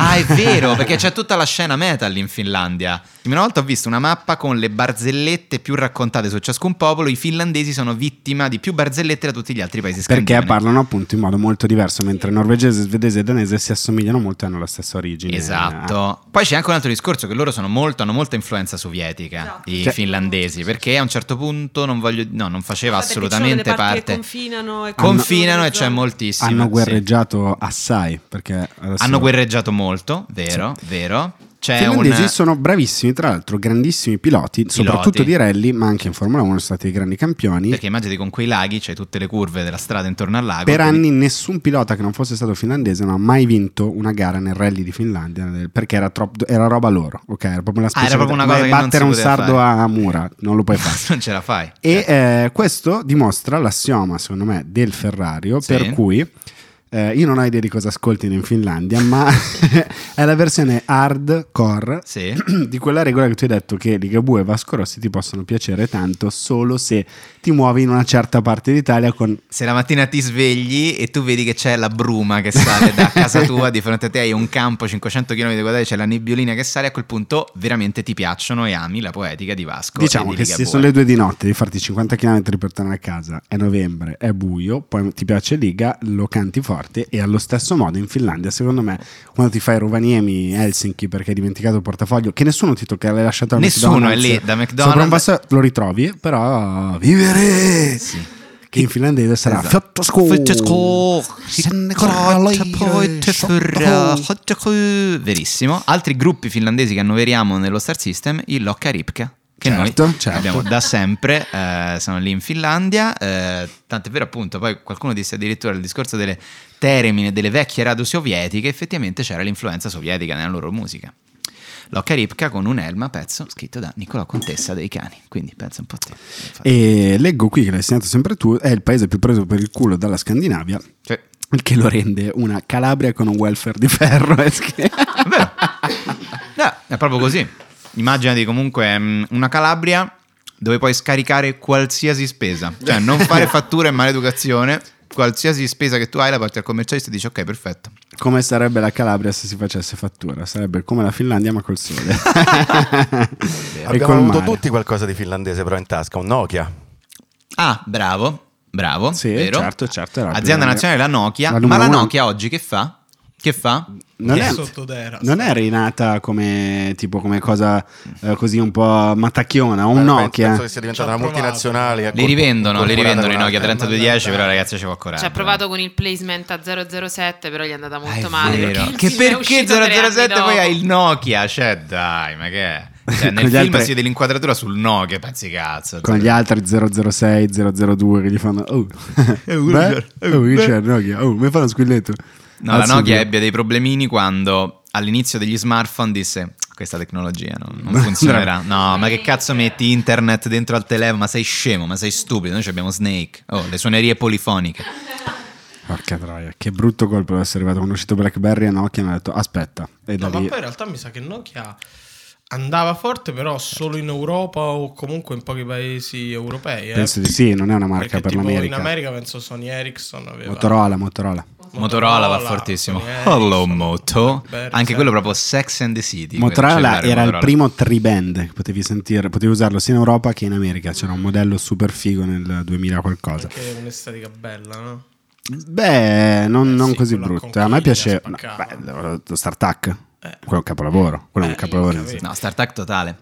C: Ah, è vero, perché c'è tutta la scena metal in Finlandia. Una volta ho visto una mappa con le barzellette più raccontate su ciascun popolo. I finlandesi sono vittima di più barzellette da tutti gli altri paesi
D: Perché
C: scandinavi.
D: parlano appunto in modo molto diverso, mentre norvegese, svedese e danese si assomigliano molto e hanno la stessa origine.
C: Esatto. Poi c'è anche un altro discorso che loro sono molto, hanno molta influenza sovietica,
F: Esatto.
C: i
D: Cioè-
C: finlandesi, perché a un certo punto non voglio no, non faceva
F: Vabbè, perché ci sono delle
C: assolutamente
F: parti che
C: parte.
F: confinano e-
C: Confinano e c'è
F: Hanno-
D: Ah,
C: moltissimo.
D: hanno
C: sì.
D: guerreggiato assai, perché adesso-
C: Hanno guerreggiato molto, vero, vero.
D: I
C: C'è un
D: finlandesi sono bravissimi, tra l'altro, grandissimi piloti, soprattutto di rally, ma anche in Formula 1 sono stati dei grandi campioni.
C: perché immaginate con quei laghi c'è tutte le curve della strada intorno al lago.
D: per
C: quindi-
D: anni nessun pilota che non fosse stato finlandese non ha mai vinto una gara nel rally di Finlandia nel- perché era, troppo, era roba loro, ok? Era proprio una
C: Ah, era
D: specialità.
C: proprio una
D: Vai
C: cosa che non
D: battere
C: si
D: un
C: poteva
D: sardo
C: fare.
D: a mura, non lo puoi fare.
C: [laughs] non ce la fai. Cioè,
D: E eh, questo dimostra l'assioma, secondo me, del Ferrario,
C: Sì.
D: per cui eh, io non ho idea di cosa ascoltino in Finlandia, ma [laughs] è la versione hardcore
C: Sì.
D: [clears throat] di quella regola che tu hai detto che Ligabue e Vasco Rossi ti possono piacere tanto solo se ti muovi in una certa parte d'Italia con...
C: Se la mattina ti svegli e tu vedi che c'è la bruma che sale da casa tua, di fronte a te hai un campo 500 km quadrati, c'è la nebbiolina che sale, a quel punto veramente ti piacciono e ami la poetica di Vasco.
D: Diciamo
C: e di
D: che se
C: Ligabue.
D: sono le due di notte, devi farti 50 km per tornare a casa, è novembre, è buio, poi ti piace Liga, lo canti forte e allo stesso modo in Finlandia, secondo me, quando ti fai Rovaniemi, Helsinki perché hai dimenticato il portafoglio, che nessuno ti tocca, l'hai lasciato al
C: Nessuno
D: McDonald's,
C: è lì, da McDonald's.
D: sopra un vaso lo ritrovi, però vivere!
C: Sì.
D: Che in finlandese sarà
C: Esatto.
D: Fötterskog.
C: Fötterskog.
D: Sennekorraloi.
C: Verissimo. Altri gruppi finlandesi che annoveriamo nello Star System, i Locca Ripka. che
D: Certo,
C: noi
D: certo.
C: abbiamo da sempre, eh, sono lì in Finlandia, eh, tant'è vero appunto, poi qualcuno disse addirittura il discorso delle termine delle vecchie radio sovietiche, effettivamente c'era l'influenza sovietica nella loro musica. Locca Ripka con un elma pezzo scritto da Nicolò Contessa dei Cani, quindi pensa un po' a te. Infatti.
D: E leggo qui che l'hai segnato sempre tu, è il paese più preso per il culo dalla Scandinavia,
C: Cioè,
D: il che lo rende una Calabria con un welfare di ferro. eh, è scher-
C: È vero. No, è proprio così. Immaginati comunque mm, una Calabria dove puoi scaricare qualsiasi spesa, cioè non fare fatture e maleducazione. Qualsiasi spesa che tu hai la porti al commercialista e dici ok perfetto.
D: [laughs] come sarebbe la Calabria se si facesse fattura? Sarebbe come la Finlandia ma col sole. [laughs] e
G: Abbiamo
D: col
G: avuto
D: mare.
G: tutti qualcosa di finlandese però in tasca, un Nokia.
C: Ah bravo, bravo,
D: Sì,
C: vero.
D: certo, certo, era la
C: Azienda
D: prima-
C: nazionale la Nokia,
D: la
C: ma
D: numero
C: la
D: uno.
C: Nokia oggi che fa? Che fa?
D: Non è,
E: Sottodera,
D: non è rinata come, tipo, come cosa eh, così un po' matacchiona, un
G: Penso-
D: Nokia.
G: Penso che sia diventata
E: Ci ha
G: una
E: provato.
G: multinazionale.
C: Li rivendono, li rivendono i Nokia
E: un'altra.
C: 3210, però ragazzi ci può coraggio.
H: Ci ha provato con il placement a 007, però gli è andata
C: Ah,
H: molto
C: è
H: male.
C: vero.
H: perché il
C: Che
H: film è
C: perché
H: uscito tre anni
C: 007 poi
H: dopo.
C: hai il Nokia? Cioè, dai, ma che è?
D: [laughs]
C: Cioè, nel
D: Con gli
C: film
D: altri-
C: si vede l'inquadratura sul Nokia, pazzi cazzo.
D: Con gli altri 006, 002 che gli fanno Oh,
C: Eh, Richard,
D: [laughs] beh,
C: eh,
D: oh,
C: beh.
D: Richard, Nokia, oh, mi fa lo squilletto
C: No, la
D: Alzo
C: Nokia
D: via.
C: ebbe dei problemini quando all'inizio degli smartphone disse questa tecnologia non,
D: [laughs]
C: non funzionerà. No, ma che cazzo metti internet dentro al telefono? Ma sei scemo, ma sei stupido. Noi abbiamo Snake, oh, le suonerie polifoniche.
D: Porca troia, che brutto colpo deve essere arrivato quando è uscito Blackberry e Nokia hanno detto aspetta e da
E: No, ma
D: lì
E: poi in realtà mi sa che Nokia andava forte, però solo in Europa o comunque in pochi paesi europei. eh.
D: penso di sì, non è una marca
E: Perché
D: per
E: tipo
D: l'America.
E: In America penso Sony Ericsson aveva
D: Motorola, Motorola.
C: Motorola, va fortissimo. [laughs]
E: Sony Ericsson, eh,
C: Hello Moto.
E: Blackberry,
C: Anche
E: sì.
C: quello proprio Sex and the City. quel
D: Motorola
C: cellulare
D: era il
C: Motorola.
D: primo tri-band che potevi sentire, potevi usarlo sia in Europa che in America, c'era un modello super figo nel 2000 qualcosa.
E: Anche un'estetica bella, no?
D: Beh, non,
E: Eh
D: non
E: sì,
D: così
E: quella
D: brutto. A me
E: conchiglia
D: piace no,
E: spaccava.
D: beh, lo Star Trek, quello è un capolavoro, quello è un
E: Eh,
D: capolavoro.
E: capito.
C: No, startup totale.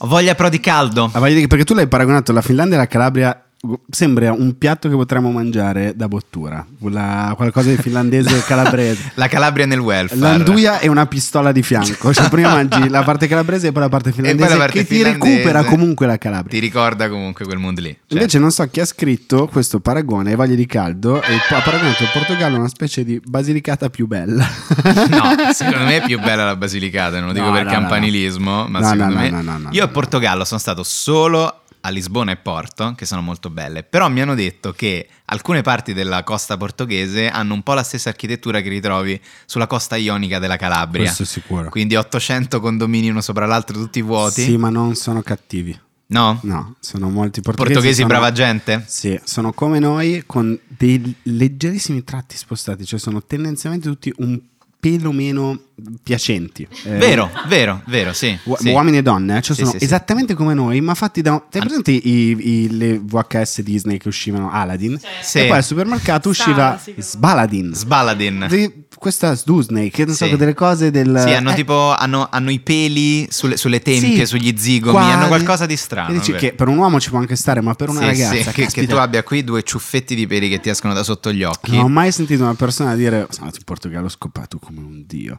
C: Ho voglia però di caldo.
D: Ma voglio dire, perché tu l'hai paragonato alla Finlandia e alla Calabria. gu- Sembra un piatto che potremmo mangiare da bottura, Quella- qualcosa di finlandese e
E: [laughs]
D: calabrese.
C: [laughs] La Calabria nel welfare.
D: L'anduia è una pistola di fianco,
C: [laughs]
D: cioè prima mangi la parte calabrese e poi la parte
C: E
D: finlandese
C: poi la parte
D: che ti
C: finlandese
D: recupera comunque la Calabria.
C: Ti ricorda comunque quel mondo lì. Cioè,
D: Invece non so chi ha scritto questo paragone ai voglie di caldo e ha paragonato il Portogallo a una specie di basilicata più bella.
C: [laughs] No,
D: [laughs]
C: secondo me è più bella la Basilicata, non lo dico
D: No,
C: per
D: no,
C: campanilismo,
D: no.
C: ma
D: No,
C: secondo
D: no, no,
C: me...
D: no, no, no,
C: io a
D: no.
C: Portogallo sono stato solo a Lisbona e Porto, che sono molto belle, però mi hanno detto che alcune parti della costa portoghese hanno un po' la stessa architettura che ritrovi sulla costa ionica della Calabria.
D: Questo è sicuro.
C: Quindi 800 condomini uno sopra l'altro tutti vuoti.
D: Sì, ma non sono cattivi.
C: No?
D: No, sono molti portoghesi.
C: Portoghesi
D: sono-
C: brava gente?
D: Sì, sono come noi con dei leggerissimi tratti spostati, cioè sono tendenzialmente tutti un pelo meno piacenti. Eh,
C: Vero, vero, vero, sì.
D: Ua-
C: sì.
D: Uomini e donne, eh, cioè
C: Sì,
D: sono
C: sì, sì.
D: esattamente come noi, ma fatti da. Hai presente i- i- le VHS Disney che uscivano Aladdin?
C: Sì.
D: E poi al supermercato usciva
F: Sala, Certo. sì, che-
D: Sbaladin.
C: Sbaladin.
D: Di- questa Disney, che non so,
C: Sì.
D: che delle cose del.
C: Sì, hanno
D: eh,
C: tipo hanno, hanno i peli sulle, sulle
D: sì,
C: tempie, sugli zigomi,
D: quadri.
C: hanno qualcosa di
D: E
C: strano.
D: dici
C: vero.
D: che per un uomo ci può anche stare, ma per una
C: Sì,
D: ragazza.
C: sì, [laughs] che, che
D: caspita,
C: tu abbia qui due ciuffetti di peli che ti escono da sotto gli occhi.
D: Non ho mai sentito una persona dire sono andato in Portogallo ho scopato come un dio.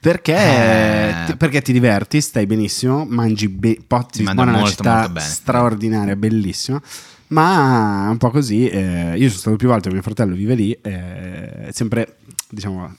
D: Perché,
C: Eh.
D: ti, perché ti diverti, stai benissimo, mangi be- potti,
C: mangia
D: Lisbona è una
C: molto,
D: città
C: molto bene.
D: straordinaria, bellissima. Ma è un po' così, eh, io sono stato più volte, mio fratello vive lì, eh, è sempre diciamo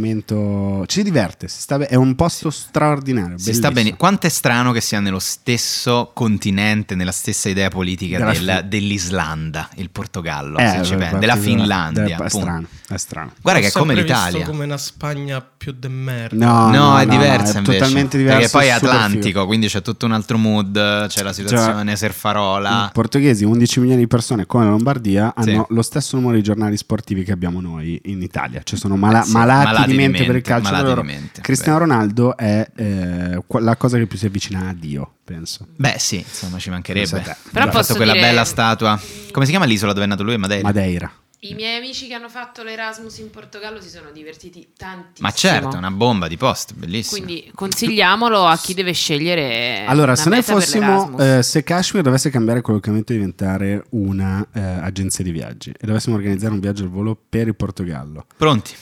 D: l'argomento ci si diverte, si sta be- è un posto straordinario.
C: Si sta
D: bellissimo.
C: bene. Quanto è strano che sia nello stesso continente, nella stessa idea politica
D: Della
C: del-
D: Fin-
C: dell'Islanda, il Portogallo,
D: Eh,
C: se ci
D: beh,
C: pensi,
D: beh,
C: della
D: beh,
C: Finlandia.
D: È
C: appunto.
D: strano, è strano.
C: Guarda che è
E: Ho
C: come
E: sempre visto
C: l'Italia.
E: come una Spagna più de merda.
D: No,
C: No,
D: no,
C: è
D: no,
C: diversa
D: no, è
C: invece.
D: totalmente diverso.
C: Perché poi è
D: super figo.
C: Atlantico, quindi c'è tutto un altro mood, c'è la situazione
D: I Mm.
C: Serfarola.
D: portoghesi, 11 milioni di persone come la Lombardia,
C: Sì.
D: hanno lo stesso numero di giornali sportivi che abbiamo noi in Italia. Cioè sono mala-
C: Eh sì,
D: malati, di mente, per il calcio.
C: malati
D: loro-
C: di mente,
D: Cristiano
C: vero.
D: Ronaldo è eh, qua- la cosa che più si avvicina a Dio, penso.
C: Beh, sì, insomma, ci
D: Pensa a
C: mancherebbe.
D: te.
H: Però
C: Ha fatto
H: posso
C: quella
H: dire-
C: bella statua. Come si chiama l'isola dove è nato lui? Madeira.
D: Madeira.
H: I miei amici che hanno fatto l'Erasmus in Portogallo si sono divertiti tantissimo.
C: Ma certo, è una bomba di post, bellissimo.
H: Quindi consigliamolo a chi deve scegliere.
D: Allora,
H: una
D: se noi
H: meta per
D: fossimo,
H: l'Erasmus.
D: eh, se Kashmir dovesse cambiare collocamento e diventare una eh, agenzia di viaggi e dovessimo organizzare un viaggio al volo per il Portogallo,
C: Pronti?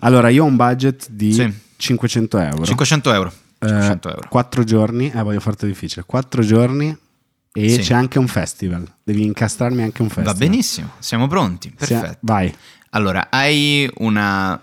D: allora io ho un budget di
C: Sì.
D: 500 euro.
C: 500 euro. 500 euro.
D: 4 Eh, giorni, eh, voglio farti difficile, 4 giorni e
C: Sì.
D: c'è anche un festival, devi incastrarmi anche un festival.
C: Va benissimo, siamo pronti.
D: Sì, eh,
C: Perfetto.
D: vai.
C: Allora, hai una.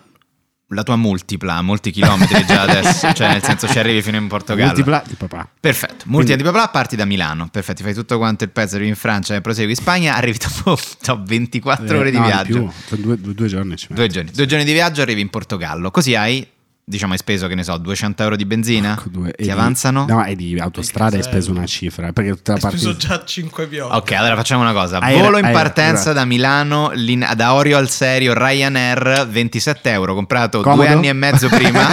C: La tua multipla, molti chilometri
D: [laughs]
C: già adesso, cioè nel senso ci arrivi fino in Portogallo.
D: Multipla di papà.
C: Perfetto, multipla di papà, parti da Milano, perfetto, ti fai tutto quanto il pezzo, arrivi in Francia, e prosegui in Spagna, [laughs] arrivi dopo dopo 24
D: Eh,
C: ore di
D: no,
C: viaggio.
D: più, sono due, due- due giorni ci
C: Due
D: metto.
C: giorni. Due giorni di viaggio arrivi in Portogallo. Così hai, diciamo, hai speso, che ne so, 200 euro di benzina?
D: Ecco, due. E
C: Ti
D: di-
C: avanzano?
D: No, e di autostrada hai speso una cifra, eh, perché tutta la
E: Ho
D: parte...
E: speso già 5 piogge.
C: Ok, allora facciamo una cosa.
D: Hai-
C: Volo in
D: hai-
C: partenza
D: allora.
C: da Milano, lin- da Orio al Serio, Ryanair, 27 euro, comprato
D: Comodo.
C: due anni e mezzo
D: [laughs]
C: prima.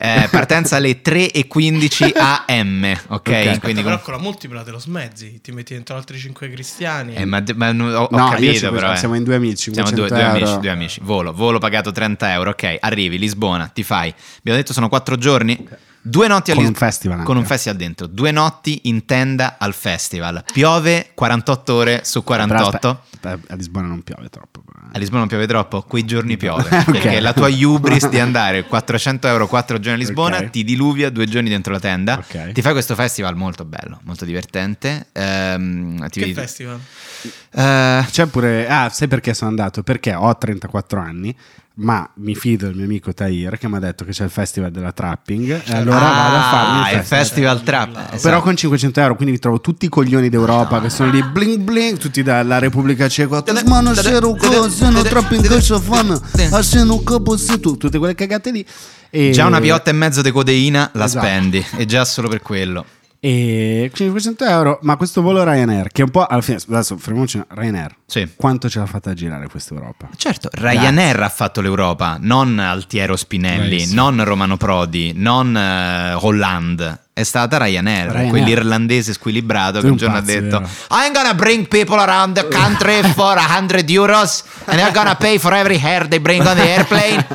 C: Eh, partenza alle 3.15 am, ok?
D: Ok.
C: Quindi
E: però
C: con-
E: con la multipla te lo smezzi, ti metti dentro altri 5 cristiani.
C: eh, ma, ma non- ho, ho
D: No, io ci
C: capito
D: penso,
C: però. eh.
D: siamo in due amici,
C: Siamo due,
D: 500
C: due
D: euro.
C: amici, due amici. Volo, volo pagato 30 euro, ok. Arrivi, Lisbona, ti fai. Abbiamo detto sono quattro giorni. Due notti a
D: Con
C: Lis-
D: un festival anche.
C: Con un festival dentro. Due notti in tenda al festival. Piove 48 ore su 48.
D: Però aspe- aspe- a Lisbona non piove troppo. però. eh.
C: A Lisbona non piove troppo, quei giorni piove.
D: [laughs] Ok.
C: Perché la tua hubris di andare 400 euro 4 giorni a Lisbona
D: Ok.
C: ti diluvia due giorni dentro la tenda.
D: Ok.
C: Ti fai questo festival molto bello, molto divertente. Ehm, ti
E: che
C: vedi-
E: festival?
C: Eh,
D: C'è pure, ah, sai perché sono andato? Perché ho 34 anni, ma mi fido del mio amico Tahir che mi ha detto che c'è il festival della trapping. E Eh, allora
C: ah,
D: vado a farmi il
C: il
D: festival.
C: festival trap. Eh,
D: Però
C: esatto.
D: con 500 euro, quindi ritrovo tutti i coglioni d'Europa che sono lì bling bling, tutti dalla Repubblica Ceca. Ma non c'ero cosa, non trapping cosa fanno, ah, se non capo se tu, tutte quelle cagate lì. E-
C: Già una piotta e mezzo di codeina la
D: Esatto.
C: spendi, e già solo per quello.
D: E 500 euro, ma questo volo Ryanair, che è un po' alla fine, adesso fermiamoci, Ryanair,
C: Sì.
D: quanto ce l'ha fatta a girare questa Europa?
C: Certo, Ryanair ha fatto l'Europa, non Altiero Spinelli,
D: Bravissimo.
C: non Romano Prodi, non eh, Holland. È stata Ryanair,
D: Ryanair.
C: quell'irlandese squilibrato
D: Tu
C: che un
D: un
C: giorno ha
D: pazzo,
C: detto I'm gonna bring people around the country for 100 euros and they're gonna pay for every hair they bring on the
D: [laughs]
C: airplane.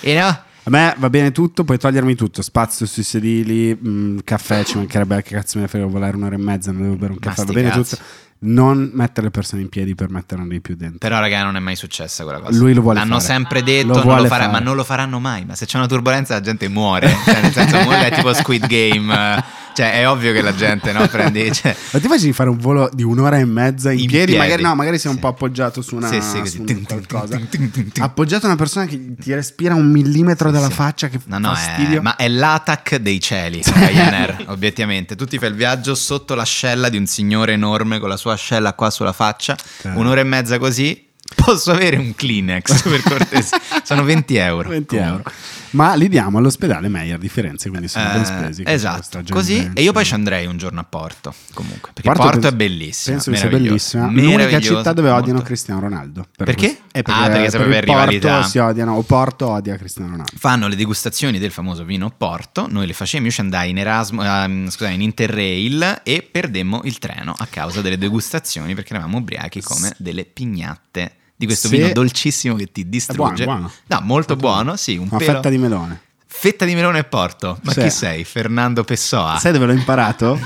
C: You know?
D: A me va bene tutto, puoi togliermi tutto, spazio sui sedili, mh, caffè, ci mancherebbe anche cazzo me ne frega volare un'ora e mezza, non devo bere un
C: Ma
D: caffè, va
C: sti
D: bene
C: cazzi.
D: tutto. Non mettere le persone in piedi per metterne di più dentro.
C: Però raga non è mai successa quella cosa.
D: Lui lo vuole
C: L'hanno
D: fare.
C: sempre
D: Lo
C: detto, non
D: vuole
C: lo farà-
D: fare.
C: ma non lo faranno mai. Ma se c'è una turbolenza la gente muore. Cioè, nel
D: [laughs]
C: senso muore è tipo Squid Game. eh. Cioè è ovvio che la gente no, prendi... cioè,
D: Ma ti faccio fare un volo di un'ora e mezza in,
C: In
D: piedi?
C: piedi.
D: Magari, no, magari sei un
C: Sì.
D: po' appoggiato su una,
C: Sì, sì, così.
D: su un
C: Tin, tin,
D: qualcosa.
C: tin, tin, tin, tin.
D: Appoggiato a una persona che ti respira un millimetro dalla
C: Sì.
D: faccia, che
C: No, no,
D: fastidio.
C: è, ma è l'atac dei cieli, Ryanair, obiettivamente. Tu ti fai il viaggio sotto l'ascella di un signore enorme con la sua ascella qua sulla faccia,
D: Cioè.
C: un'ora e mezza così. Posso avere un Kleenex per
D: [laughs]
C: cortesia? Sono 20 euro.
D: 20 euro. Ma li diamo all'ospedale Meyer di Firenze, quindi sono ben
C: Eh,
D: spesi. che
C: esatto,
D: sono stagione-
C: così. E io poi ci andrei un giorno a Porto. Comunque, perché
D: Porto
C: Porto,
D: penso-
C: è bellissima.
D: Penso che sia
C: meravigliosa,
D: bellissima. L'unica
C: meravigliosa,
D: città dove odiano
C: molto.
D: Cristiano Ronaldo. Per
C: Perché?
D: questo. Eh, perché,
C: Ah, perché
D: per
C: sapeva
D: il
C: rivalità.
D: Porto si odiano, o Porto odia Cristiano Ronaldo.
C: Fanno le degustazioni del famoso vino Porto. Noi le facemmo. Io ci andai in Erasmus, ehm, scusate, in Interrail e perdemmo il treno a causa delle degustazioni perché eravamo ubriachi come delle pignatte di questo
D: Se-
C: vino dolcissimo che ti distrugge.
D: buono, buono.
C: No, molto buono, sì, un
D: Una
C: pelo-
D: fetta di melone.
C: Fetta di melone e Porto. Ma
D: Sì.
C: chi sei? Fernando Pessoa.
D: Sai dove l'ho imparato?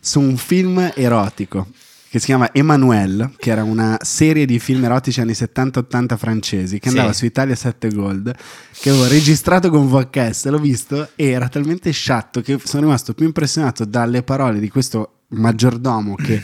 D: Su un film erotico che si chiama Emmanuel, che era una serie di film erotici anni 70-80 francesi che
C: Sì.
D: andava su Italia 7 Gold, che avevo registrato con VHS, l'ho visto e era talmente sciatto che sono rimasto più impressionato dalle parole di questo maggiordomo che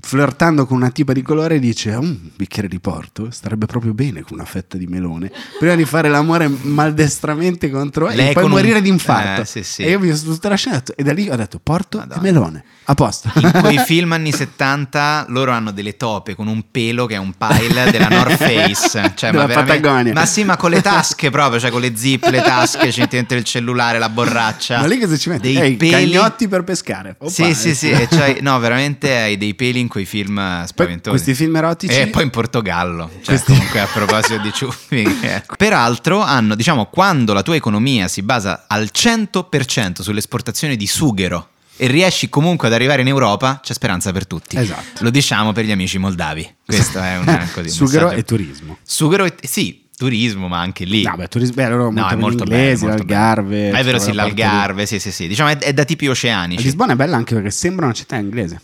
D: flirtando con una tipa di colore dice "Mm, un bicchiere di porto starebbe proprio bene con una fetta di melone prima di fare l'amore maldestramente contro
C: Lei
D: e poi
C: con un-
D: morire di infarto
C: Eh, sì, sì.
D: e io mi sono tutta la scena e ho detto- e da lì ho detto porto
C: Madonna.
D: e melone a posto
C: In
D: [laughs]
C: quei film anni 70 loro hanno delle tope con un pelo che è un pile della North Face. Cioè,
D: Della
C: ma veramente-
D: Patagonia.
C: Ma sì, ma con le tasche proprio, cioè con le zip, le tasche, c'è dentro il cellulare, la borraccia.
D: ma lì cosa ci metti?
C: Dei
D: Eh, i
C: peli.
D: cagnotti per pescare Oppa,
C: Sì, sì, sì, e c'hai- no, veramente hai dei peli in quei film eh,
D: Poi
C: spaventosi.
D: questi film erotici
C: E poi in Portogallo, cioè
D: Questi-
C: comunque a proposito di
D: [laughs]
C: ciuffi. eh. Peraltro hanno, diciamo, quando la tua economia si basa al 100% sull'esportazione di sughero e riesci comunque ad arrivare in Europa, c'è speranza per tutti.
D: Esatto.
C: Lo diciamo per gli amici moldavi. Questo è
D: [laughs]
C: un così. un
D: sughero
C: messaggio.
D: e turismo
C: Sughero e sì, turismo, ma anche lì.
D: No, beh, turismo- beh, loro
C: No,
D: molto
C: è molto
D: bene gli inglesi,
C: bello, molto
D: l'Algarve,
C: bello. Ma È vero, sì,
D: tutta quella parte
C: l'Algarve, sì, sì, sì. Diciamo è, è da tipi
D: A
C: oceanici.
D: Lisbona è bella anche perché sembra una città inglese.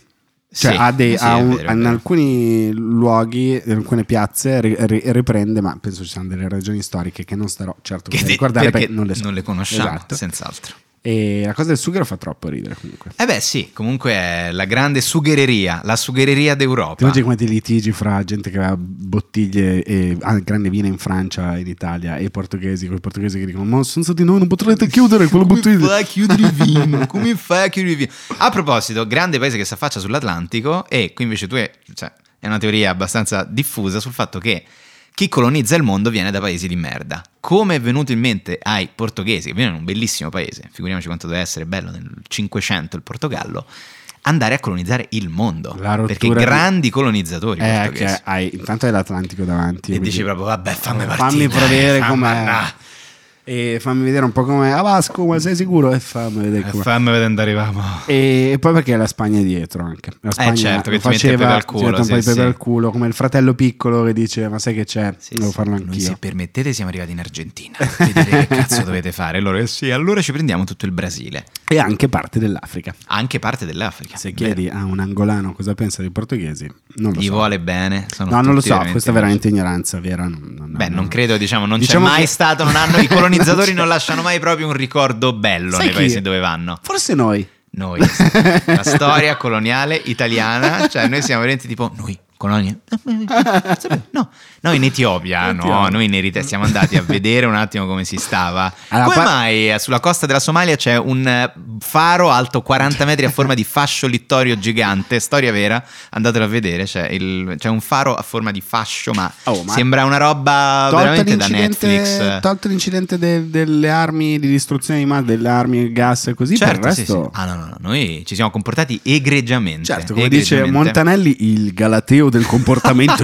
D: Cioè,
C: Sì,
D: ha dei-
C: sì,
D: ha
C: è
D: un-
C: vero, è
D: in
C: vero.
D: alcuni luoghi, in alcune piazze, ri- ri- riprende, ma penso ci siano delle ragioni storiche che non starò certo a
C: Che-
D: ricordare
C: perché
D: perché non le, so.
C: conosciamo,
D: Esatto.
C: senz'altro.
D: E la cosa del sughero fa troppo ridere comunque.
C: Eh beh sì, comunque è la grande sughereria, la sughereria
D: Ti
C: d'Europa.
D: immagini quanti litigi fra gente che aveva bottiglie e ah, grande vino in Francia e in Italia e i portoghesi, quei portoghesi che dicono ma senza di noi non potrete chiudere quella
C: Come
D: bottiglia.
C: fai a chiudere
D: [laughs]
C: il vino? Come fai a chiudere il vino? A proposito, grande paese che si affaccia sull'Atlantico e qui invece tu è, cioè, è una teoria abbastanza diffusa sul fatto che chi colonizza il mondo viene da paesi di merda. Come è venuto in mente ai portoghesi, che viene da un bellissimo paese, figuriamoci quanto deve essere bello nel 500 il Portogallo, andare a colonizzare il mondo.
D: La rottura
C: Esatto. Perché
D: di-
C: grandi colonizzatori
D: Eh,
C: portoghesi.
D: che hai, intanto hai l'Atlantico davanti.
C: E
D: quindi- Eh,
C: dici proprio, vabbè, fammi partire.
D: Fammi provare
C: fammi
D: com'è.
C: andà.
D: E fammi vedere un po' com'è. Ah Vasco, ma sei sicuro? E fammi vedere
C: Eh,
D: com'è.
C: Fammi vedere dove arriviamo.
D: E poi perché la Spagna è dietro anche. La Spagna
C: certo, che ti mette il
D: faceva
C: pepe al culo,
D: certo, un po'
C: sì,
D: di pepe
C: sì.
D: al culo, come il fratello piccolo che dice "Ma sai che c'è?
C: Sì,
D: Devo
C: sì.
D: farlo
C: Noi, se
D: anch'io".
C: permettete, siamo arrivati in Argentina. Vedete che cazzo dovete fare? Allora, eh sì, allora ci prendiamo tutto il Brasile,
D: E anche parte dell'Africa.
C: anche parte dell'Africa.
D: Se chiedi a un angolano cosa pensa dei portoghesi, non
C: Vero.
D: lo
C: gli
D: so.
C: vuole bene. sono
D: No, non lo
C: tutti
D: so, questa è
C: veramente-
D: veramente ignoranza vera. Non, non-
C: Beh, non credo, diciamo, non
D: Diciamo
C: c'è mai
D: che-
C: stato, non
D: [laughs]
C: hanno, i colonizzatori
D: c'è.
C: non lasciano mai proprio un ricordo bello
D: Sai
C: nei
D: chi?
C: paesi dove vanno.
D: Forse noi.
C: Noi, la storia coloniale italiana, cioè noi siamo veramente tipo noi, colonia. No, noi in Etiopia, no,
D: Etiopia.
C: noi in Eritrea siamo andati a vedere un attimo come si stava.
D: Allora,
C: come
D: par-
C: mai eh, sulla costa della Somalia c'è un eh, faro alto 40 metri a forma di fascio littorio gigante? Storia vera, andatelo a vedere, c'è, il- c'è un faro a forma di fascio, ma,
D: Oh, ma-
C: sembra una roba Ah, veramente da Netflix.
D: tolto l'incidente de- delle armi di distruzione di mare, delle armi gas e così, per il
C: Certo, sì,
D: resto
C: sì. Ah, no, no, no, noi ci siamo comportati egregiamente.
D: Certo, come dice
C: egregiamente.
D: Montanelli, il galateo del comportamento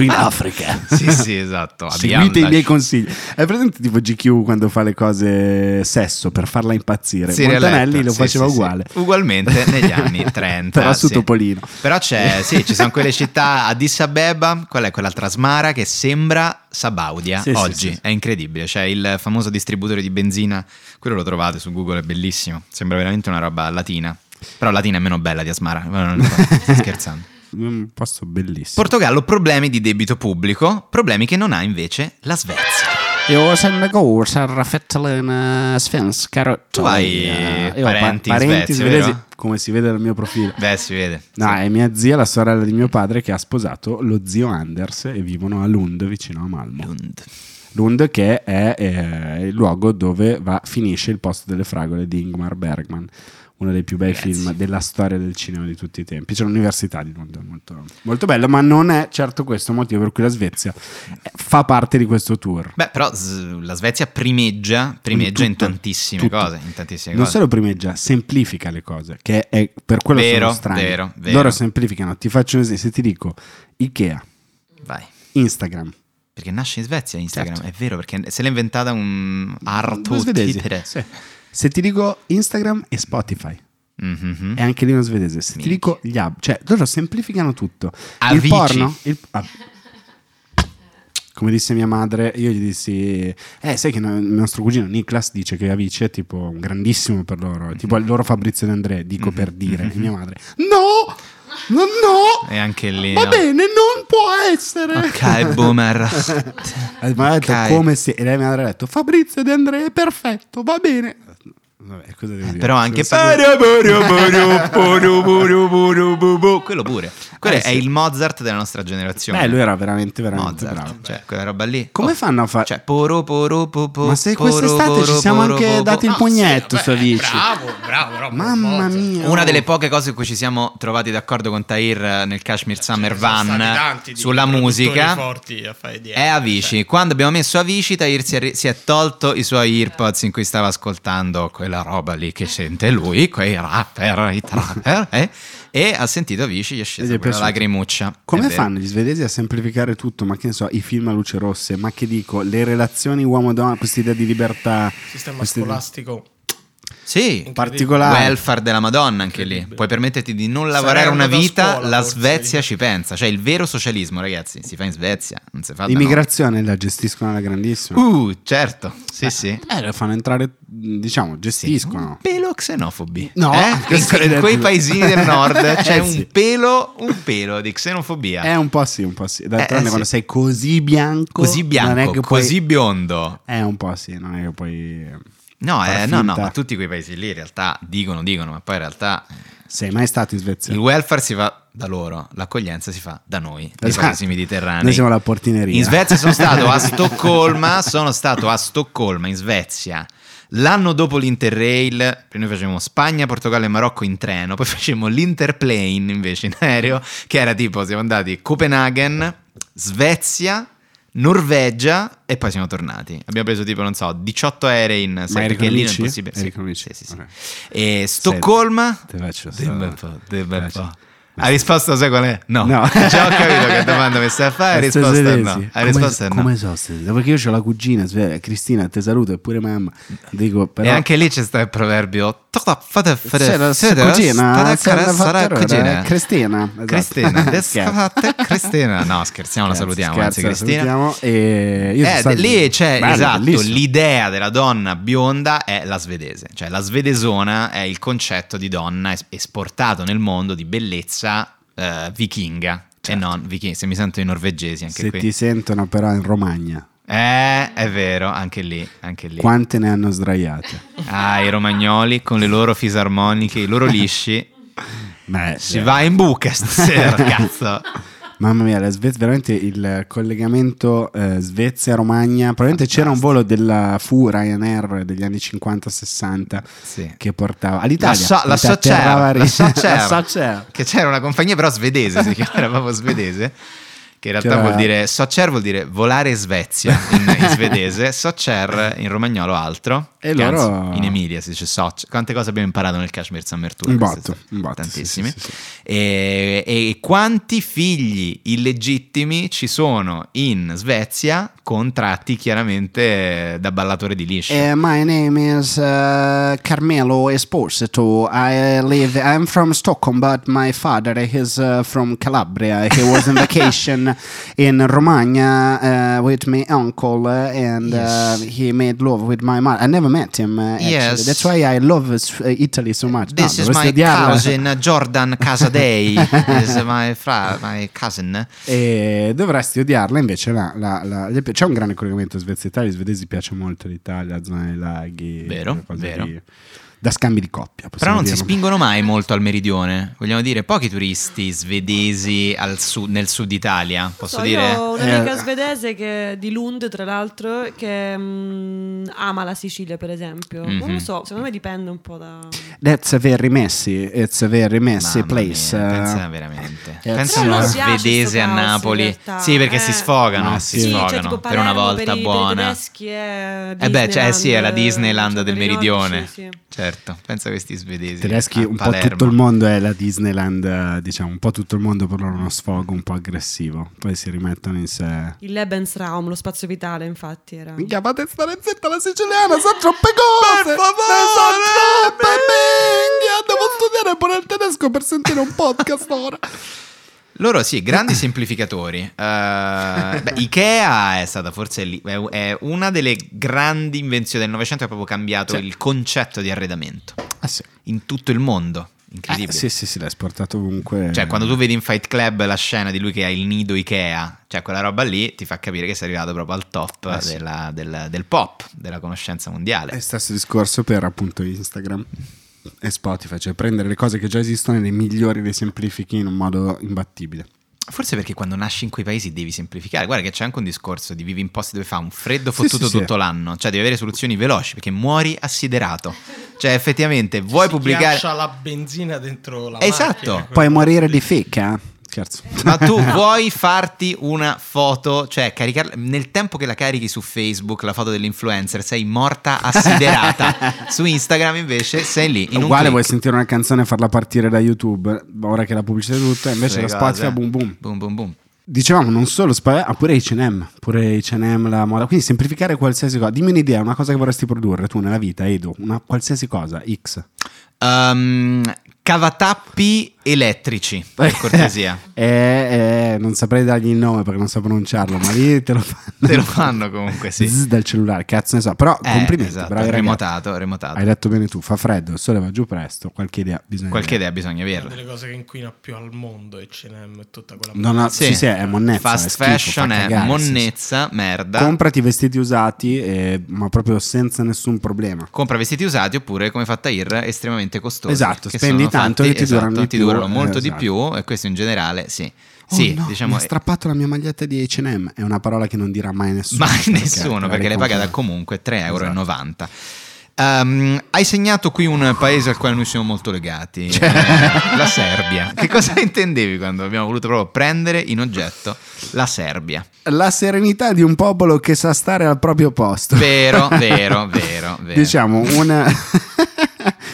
C: [laughs]
D: in Africa.
C: Sì, sì, esatto.
D: Seguite i miei
C: consigli.
D: consigli. È presente tipo GQ quando fa le cose sesso per farla impazzire. Montanelli lo faceva uguale.
C: Ugualmente
D: [laughs]
C: negli anni 30.
D: Però su
C: sì.
D: Topolino.
C: Però c'è, sì, ci sono quelle città, Addis Abeba, qual è quell'altra smara che sembra Sabaudia
D: Sì, sì,
C: oggi.
D: sì, sì.
C: È incredibile, c'è il famoso distributore di benzina, quello lo trovate su Google, è bellissimo, sembra veramente una roba latina. Però latina è meno bella di Asmara, non
D: [laughs]
C: sto scherzando.
D: [laughs] Un posto bellissimo.
C: Portogallo problemi di debito pubblico, problemi che non ha invece la Svezia.
I: Eu sen går så raffettade en svensk karot.
C: Tu hai
D: eh, Io ho pa-
C: parenti,
D: parenti
C: in Svezia,
D: svedesi,
C: vero?
D: come si vede dal mio profilo.
C: Beh, si vede.
D: No,
C: Sì.
D: è mia zia, la sorella di mio padre, che ha sposato lo zio Anders e vivono a Lund, vicino a Malmo.
C: Lund.
D: Lund che è eh, il luogo dove va- finisce il posto delle fragole di Ingmar Bergman, uno dei più bei
C: Grazie.
D: film della storia del cinema di tutti i tempi. C'è l'università di Londra, molto, molto bello, ma non è certo questo il motivo per cui la Svezia eh, fa parte di questo tour.
C: Beh, però s- la Svezia primeggia, primeggia in,
D: tutto,
C: tantissime
D: tutto.
C: cose. In tantissime
D: Non
C: cose.
D: solo primeggia, semplifica le cose, che è per quello che
C: Vero,
D: sono strani.
C: vero, vero.
D: Loro semplificano, ti faccio un esempio, se ti dico Ikea,
C: Vai.
D: Instagram,
C: Perché nasce in Svezia Instagram,
D: Certo.
C: è vero, perché se l'è inventata un
D: Due
C: Arto
D: svedesi,
C: Titere.
D: sì. se ti dico Instagram e Spotify.
C: Mhm.
D: è anche lì uno svedese. Se ti
C: Minchia.
D: dico gli hub, cioè loro semplificano tutto.
C: Avicii.
D: Il porno, il- ah. come disse mia madre, io gli dissi, eh, sai che no- il nostro cugino Niklas dice che Avicii è tipo un grandissimo per loro, è tipo
C: Mhm.
D: il loro Fabrizio De André, dico per dire, e mia madre, no, no, no,
C: E anche lì.
D: va
C: no?
D: bene, non può essere. [laughs]
C: Ok, boomer.
D: Eh, Ma ha detto
C: Ok.
D: come se, e lei mi ha detto, Fabrizio De André è perfetto, va bene. Vabbè, cosa devo dire?
C: Eh,
D: Cioè,
C: Però anche
D: Sono sicuro-
C: quello pure. Quello
D: Eh,
C: è
D: sì.
C: il Mozart della nostra generazione.
D: Beh, lui era veramente, veramente
C: Mozart,
D: bravo. eh.
C: cioè quella roba lì.
D: Come fanno a fare-
C: Cioè, poro, poro, po, po,
D: Ma se
C: poro,
D: quest'estate ci
C: poro,
D: siamo
C: poro,
D: anche
C: po,
D: dati
C: po-
D: il
C: No,
D: pugnetto
E: vabbè,
D: su Avicii.
E: Bravo, bravo, bravo.
D: Mamma
E: Mozart.
D: mia.
C: Una delle poche cose su cui ci siamo trovati d'accordo con Tahir eh, nel Kashmir Summer
E: Cioè, Ci sono stati
C: Van
E: tanti di
C: sulla
E: produttori
C: musica
E: forti a fare di-
C: è Avicii. Quando abbiamo messo Avicii, Tahir si è, ri- si è tolto i suoi earpods in cui stava ascoltando quella roba lì che sente lui, quei rapper, i trapper,
E: [laughs]
C: eh, e ha sentito Avicii gli è
D: Ed
C: scesa
D: è
C: quella
D: piaciuto.
C: lacrimuccia. È
D: Come
C: vero.
D: fanno gli svedesi a semplificare tutto? Ma che ne so, i film a luce rosse, ma che dico, le relazioni uomo-donna, questa idea di libertà.
E: Sistema
D: questa idea-
E: scolastico.
C: Sì,
D: Particolare.
C: welfare della Madonna anche lì.
E: Incredibile.
C: Puoi permetterti di non lavorare
E: Salerno
C: una
E: da
C: vita,
E: scuola,
C: la
E: forse.
C: Svezia ci pensa. Cioè il vero socialismo, ragazzi, si fa in Svezia, non si fa da
D: L'immigrazione la gestiscono alla grandissima.
C: noi. Uh, certo, sì sì.
D: Eh, la fanno entrare, diciamo, gestiscono.
C: Un pelo xenofobi.
D: No,
C: Eh? In,
D: questo
C: que-
D: l'hai
C: in quei
D: detto.
C: paesini del nord c'è
D: [laughs] Eh,
C: un
D: sì.
C: pelo, un pelo di xenofobia.
D: È un po' sì, un po' sì. D'altronde
C: Eh, eh,
D: quando
C: sì.
D: sei così bianco,
C: così
D: non è
C: bianco,
D: che puoi- Eh,
C: così biondo.
D: È un po' sì, non è che poi
C: No,
D: Far
C: eh, no, no,
D: finta.
C: ma tutti quei paesi lì in realtà dicono, dicono, ma poi in realtà
D: Sei mai stato in Svezia?
C: il welfare si fa da loro, l'accoglienza si fa da noi, dai
D: Esatto.
C: paesi mediterranei.
D: Noi siamo la portineria.
C: In Svezia sono stato
D: [laughs]
C: a Stoccolma, sono stato a Stoccolma in Svezia. L'anno dopo l'Interrail, poi noi facevamo Spagna, Portogallo e Marocco in treno, poi [laughs] facevamo l'Interplane invece in aereo, che era tipo siamo andati a Copenaghen, Svezia, Norvegia e poi siamo tornati. Abbiamo preso tipo, non so, 18 aerei in
D: Ma eri
C: perché
D: con
C: lì non è
D: amici?
C: possibile.
D: Eri
C: Sì,
D: con amici?
C: sì, sì, sì.
D: Ok.
C: E Stoccolma?
D: Te faccio
C: Dimmi un
D: sta-
C: po', dimmi un
D: Grazie.
C: po'. La risposta sai qual è? No.
D: No.
C: Già ho capito che domanda mi stai a fare, la
D: Sto
C: risposta è no.
D: svedesi.
C: La risposta è
D: come,
C: no.
D: Come so svedese? Perché io ho la cugina, sve- Cristina, te saluto, e pure mamma. Dico, però...
C: E anche lì c'è sta il proverbio "Tota fate fare-
D: Sì, la sua
C: sede-
D: cugina,
C: stare
D: sarà
C: cara- sarà
D: fatta
C: cugina".
D: ora, Cristina, esatto. [laughs]
C: Cristina,
D: Scherzo.
C: descate Cristina. No, scherziamo, la
D: Scherzo,
C: salutiamo, anzi
D: scherzo,
C: Cristina.
D: salutiamo, e io sono
C: Eh,
D: stato-
C: lì c'è
D: Bello,
C: esatto,
D: bellissimo.
C: l'idea della donna bionda è la svedese, cioè la svedesona è il concetto di donna es- esportato nel mondo di bellezza eh, vichinga. E non vichinga, se mi sento i norvegesi anche
D: Certo. Se
C: qui.
D: ti sentono però in Romagna,
C: Eh, è vero, anche lì, anche lì.
D: quante ne
C: [laughs]
D: hanno sdraiate?
C: Ah, i romagnoli con le loro fisarmoniche, i loro lisci.
D: Beh,
C: Si
D: eh,
C: va in buca stasera, cazzo.
D: Mamma mia, la Svezia, veramente il collegamento eh, Svezia-Romagna. Probabilmente c'era un
C: Fantastico.
D: volo della FU Ryanair degli anni 50-60
C: Sì.
D: che portava all'Italia.
C: La, so, la
D: Quindi atterrava
C: Socer,
D: a Ri-
C: la Socer,
D: [laughs] la Socer.
C: Che c'era una compagnia però svedese, si chiamava proprio svedese. Che in realtà
D: C'era-
C: vuol dire Socer vuol dire volare in Svezia in,
D: [laughs]
C: in svedese, Socer in romagnolo altro.
D: E
C: che
D: loro-
C: anzi, in Emilia si dice Socer. Quante cose abbiamo imparato nel Kashmir San Merturo?
D: Un
C: queste
D: botto,
C: storie.
D: un botto. sì,
C: Tantissime.
D: sì, sì, sì.
C: E, e quanti figli illegittimi ci sono in Svezia con tratti chiaramente da ballatore di liscio?
I: Uh, my name is uh, Carmelo Esposito. I live. I'm from Stockholm, but my father is uh, from Calabria. He
C: [laughs]
I: was on vacation in Romagna uh, with my uncle, uh, and
C: Yes.
I: uh, he made love with my mother. I never met him. Uh, actually.
C: Yes.
I: that's why I love uh, Italy so much. No,
C: This
I: [laughs]
C: is
I: dovresti
C: my
I: odiarla.
C: cousin
D: [laughs]
I: [laughs]
C: Jordan Casadei. is my, fra- my cousin.
D: E dovresti odiarla invece. la- la- la- gli pi- c'è un grande collegamento Svezia-Italia. I svedesi piace molto l'Italia, la zona dei laghi,
C: Vero,
D: quelle cose
C: vero.
D: lì. da scambi di coppia.
C: Però
D: possiamo
C: non si
D: dirlo.
C: spingono mai molto al meridione. Vogliamo dire, pochi turisti svedesi al sud- nel sud Italia. Posso
F: So,
C: dire?
F: Io ho un'amica
D: Eh.
F: svedese che, di Lund, tra l'altro, che mm, ama la Sicilia, per esempio. Non
C: Mhm.
F: lo so, secondo me dipende un po' da...
D: That's a very messy, it's a very messy
C: Mamma
D: place.
C: mia,
D: uh,
C: pensa veramente.
D: Yes.
C: Pensa a
D: Però
C: uno
D: loro
F: piace
C: svedese
F: sto
C: a
F: caos, in
C: Napoli.
F: realtà.
C: Sì, perché si
F: Eh.
C: sfogano.
D: Ma
C: si
D: sì. Sì, cioè,
C: sfogano.
F: tipo
C: per una
F: Palermo,
C: volta
F: per i- per i
C: buona.
F: tedeschi è
C: Eh beh, cioè, sì, è la
F: Disneyland,
C: Disneyland
F: cioè,
C: del
F: per i
C: meridione.
F: nordici, sì.
C: Certo, pensa a questi svedesi.
D: tedeschi,
C: a
D: un po'
C: Palermo.
D: tutto il mondo è la Disneyland, eh, diciamo, un po' tutto il mondo per loro è uno sfogo un po' aggressivo. Poi si rimettono in sé.
F: Il Lebensraum, lo spazio vitale, infatti, era...
D: Minchia, fate stare zitta la siciliana, sono troppe cose!
C: Per favore,
D: Sono troppe, minchia! Devo studiare pure il tedesco per sentire un podcast ora.
C: Loro sì, grandi semplificatori. Eh, beh, Ikea è stata forse lì- è- è una delle grandi invenzioni del Novecento che ha proprio cambiato
D: Sì.
C: il concetto di arredamento
D: Ah sì.
C: in tutto il mondo. Incredibile.
D: Eh, sì, sì, sì, l'hai esportato ovunque.
C: Ah, Cioè, quando tu vedi in Fight Club la scena di lui che ha il nido Ikea, cioè quella roba lì ti fa capire che sei arrivato proprio al top
D: Eh, sì. Eh,
C: della- del, del pop, della conoscenza mondiale.
D: È stesso discorso per appunto Instagram e Spotify, cioè prendere le cose che già esistono e le migliori le semplifichi in un modo imbattibile.
C: Forse perché quando nasci in quei paesi devi semplificare. Guarda che c'è anche un discorso di vivi in posti dove fa un freddo
D: Sì,
C: fottuto
D: sì, sì.
C: tutto l'anno, cioè devi avere soluzioni veloci perché muori assiderato. Cioè effettivamente vuoi
E: Si
C: pubblicare...
E: ghiaccia la benzina dentro la
C: Esatto.
E: macchina,
D: Puoi morire di feca? Scherzo.
C: [laughs] Ma tu vuoi farti una foto, cioè caricarla nel tempo che la carichi su Facebook, la foto dell'influencer, sei morta assiderata.
D: [laughs]
C: su Instagram invece sei lì in un
D: Uguale
C: click.
D: vuoi sentire una canzone e farla partire da YouTube, ora che la pubblicità è tutta, invece
C: Le
D: la Spotify
C: cose.
D: boom boom.
C: Boom boom boom.
D: Dicevamo non solo Spotify, ma pure H&M, pure H&M la moda, quindi semplificare qualsiasi cosa. Dimmi un'idea, una cosa che vorresti produrre tu nella vita, Edo, una qualsiasi cosa, X.
C: Ehm, cavatappi elettrici, per cortesia.
D: [laughs] Eh, eh, non saprei dargli il nome perché non so pronunciarlo, ma lì te lo fanno.
C: Te lo fanno comunque,
D: [laughs]
C: sì.
D: Zzz, dal cellulare, cazzo ne so. Però
C: Eh,
D: complimenti,
C: esatto,
D: bravi ragazzi.
C: remotato, remotato.
D: Hai detto bene tu, fa freddo, il sole va giù presto, qualche idea bisogna
C: Qualche idea bisogna
E: Una
C: averla.
E: delle cose che inquina più al mondo è H&M e tutta quella
D: Non ha-
C: Sì.
D: sì. sì, è monnezza.
C: Fast
D: è schifo,
C: fashion
D: fa
C: è
D: cagare, sì, sì.
C: monnezza, merda.
D: Comprati vestiti usati, eh, ma proprio senza nessun problema.
C: Compra vestiti usati oppure, come fatta IR, estremamente costosi.
D: Esatto,
C: che
D: spendi
C: sono
D: tanto
C: fatti-
D: e ti durano
C: esatto,
D: di
C: ti
D: più,
C: durano
D: eh,
C: molto di
D: esatto.
C: più e questo in generale, sì.
D: Oh
C: sì,
D: no,
C: diciamo...
D: mi
C: [laughs]
D: ha strappato la mia maglietta di H&M, è una parola che non dirà mai nessuno.
C: Mai nessuno,
D: la
C: perché l'hai
D: ricompro-
C: pagata comunque 3,90
D: Esatto.
C: euro. Ehm, hai segnato qui un paese al quale noi siamo molto legati,
D: Cioè.
C: eh, la Serbia. Che cosa [laughs] intendevi quando abbiamo voluto proprio prendere in oggetto la Serbia?
D: La serenità di un popolo che sa stare al proprio posto. [laughs]
C: Vero, vero, vero, vero.
D: Diciamo una... [laughs]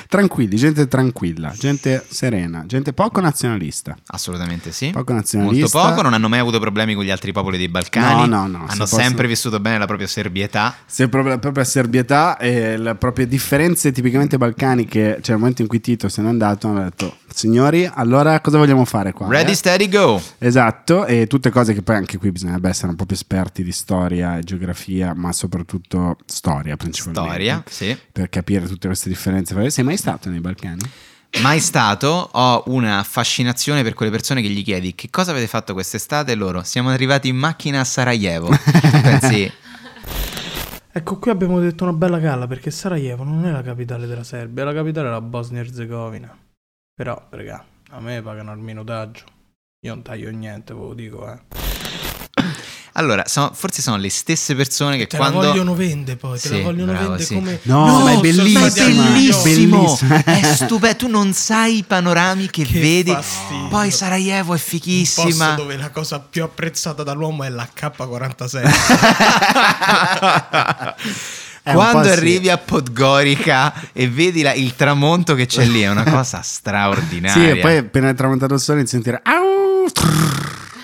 D: Tranquilli, gente tranquilla, gente serena, gente poco nazionalista.
C: Assolutamente sì.
D: Poco nazionalista.
C: Molto poco, non hanno mai avuto problemi con gli altri popoli dei Balcani.
D: No, no, no, se
C: Hanno
D: possono-
C: sempre vissuto bene la propria serbietà.
D: Se proprio la propria serbietà e le proprie differenze tipicamente balcaniche, cioè il momento in cui Tito se n'è andato, hanno detto signori, allora cosa vogliamo fare qua?
C: Ready,
D: eh?"
C: steady, go.
D: Esatto, e tutte cose che poi anche qui bisognerebbe essere un po' più esperti di storia e geografia, ma soprattutto storia principalmente.
C: Storia, sì.
D: Per capire tutte queste differenze. Sei mai stato nei Balcani?
C: Mai stato, ho una fascinazione per quelle persone che gli chiedi che cosa avete fatto quest'estate e loro siamo arrivati in macchina a
D: [laughs]
C: Sarajevo. Tu pensi,
A: Ecco, qui abbiamo detto una bella galla perché Sarajevo non è la capitale della Serbia, la capitale è la Bosnia Herzegovina. Però, raga, a me pagano il minutaggio. Io non taglio niente, ve lo dico, eh.
C: Allora, so- forse sono le stesse persone che
E: Te
C: quando...
E: la vogliono vendere poi, te
C: Sì,
E: la vogliono
C: bravo,
E: vendere
C: sì.
E: come...
D: No, ma è
E: sono
D: bellissima,
E: stati a New York.
C: bellissimo,
D: Bellissimo.
C: è stupendo. Tu non sai i panorami che,
E: Che
C: vedi.
E: fastidio.
C: Poi Sarajevo è
E: Un posto
C: fichissima.
E: dove la cosa più apprezzata dall'uomo è la
D: [laughs]
E: K47.
C: [laughs]
D: È un po'
C: Quando
D: sì.
C: arrivi a Podgorica e vedi la- il tramonto che c'è lì, è una cosa straordinaria.
D: Sì, e poi appena è tramontato il sole inizi a sentire... "Au!"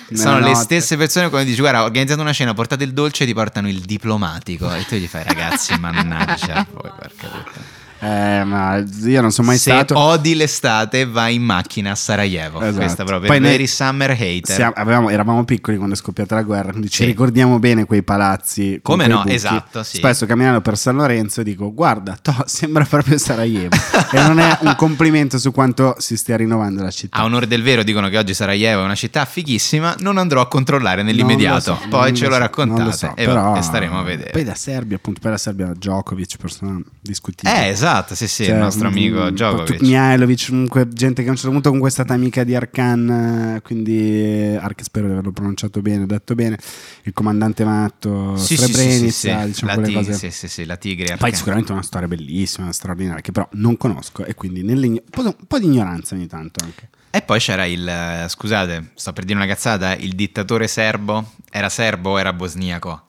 D: Nella
C: Sono le
D: notte.
C: stesse persone quando dici guarda ho organizzato una cena, portate il dolce e ti portano il diplomatico e tu gli fai ragazzi mannaggia a voi, porca puttana.
D: Eh, ma io non sono mai
C: Se
D: stato...
C: odi l'estate vai in macchina a Sarajevo,
D: Esatto.
C: Oh, questa proprio
D: Poi
C: i
D: noi
C: veri summer hater.
D: Siamo- avevamo- eravamo piccoli quando è scoppiata la guerra, quindi ci
C: Sì.
D: ricordiamo bene quei palazzi. con
C: Come
D: quei
C: no,
D: buchi.
C: esatto, sì.
D: Spesso camminando per San Lorenzo dico, guarda, to, [laughs] sembra proprio Sarajevo. e non è un complimento su quanto si stia rinnovando la città.
C: A onore del vero dicono che oggi Sarajevo è una città fighissima, non andrò a controllare nell'immediato,
D: Non lo so,
C: poi
D: non
C: ce lo
D: so,
C: raccontate
D: non lo so,
C: e, va-
D: però-
C: e staremo a vedere.
D: Poi da Serbia, appunto, poi la Serbia Djokovic, persona discutibile.
C: Eh, esatto, sì sì,
D: Cioè,
C: il nostro
D: mm,
C: amico Djokovic.
D: Patut- Mihailovic, comunque gente che a un certo punto comunque è stata amica di Arkan, eh, quindi Arkan spero di averlo pronunciato bene, detto bene, il comandante matto,
C: Sì, sì, sì,
D: Srebrenica,
C: sì, sì,
D: diciamo
C: la
D: quelle
C: ti-
D: cose.
C: sì, sì, sì, la tigre.
D: Poi
C: arcana.
D: sicuramente una storia bellissima, straordinaria, che però non conosco e quindi nell'igno- un po' di- un po' di ignoranza ogni tanto anche.
C: E poi c'era il, eh, scusate, sto per dire una cazzata, il dittatore serbo, era serbo o era bosniaco?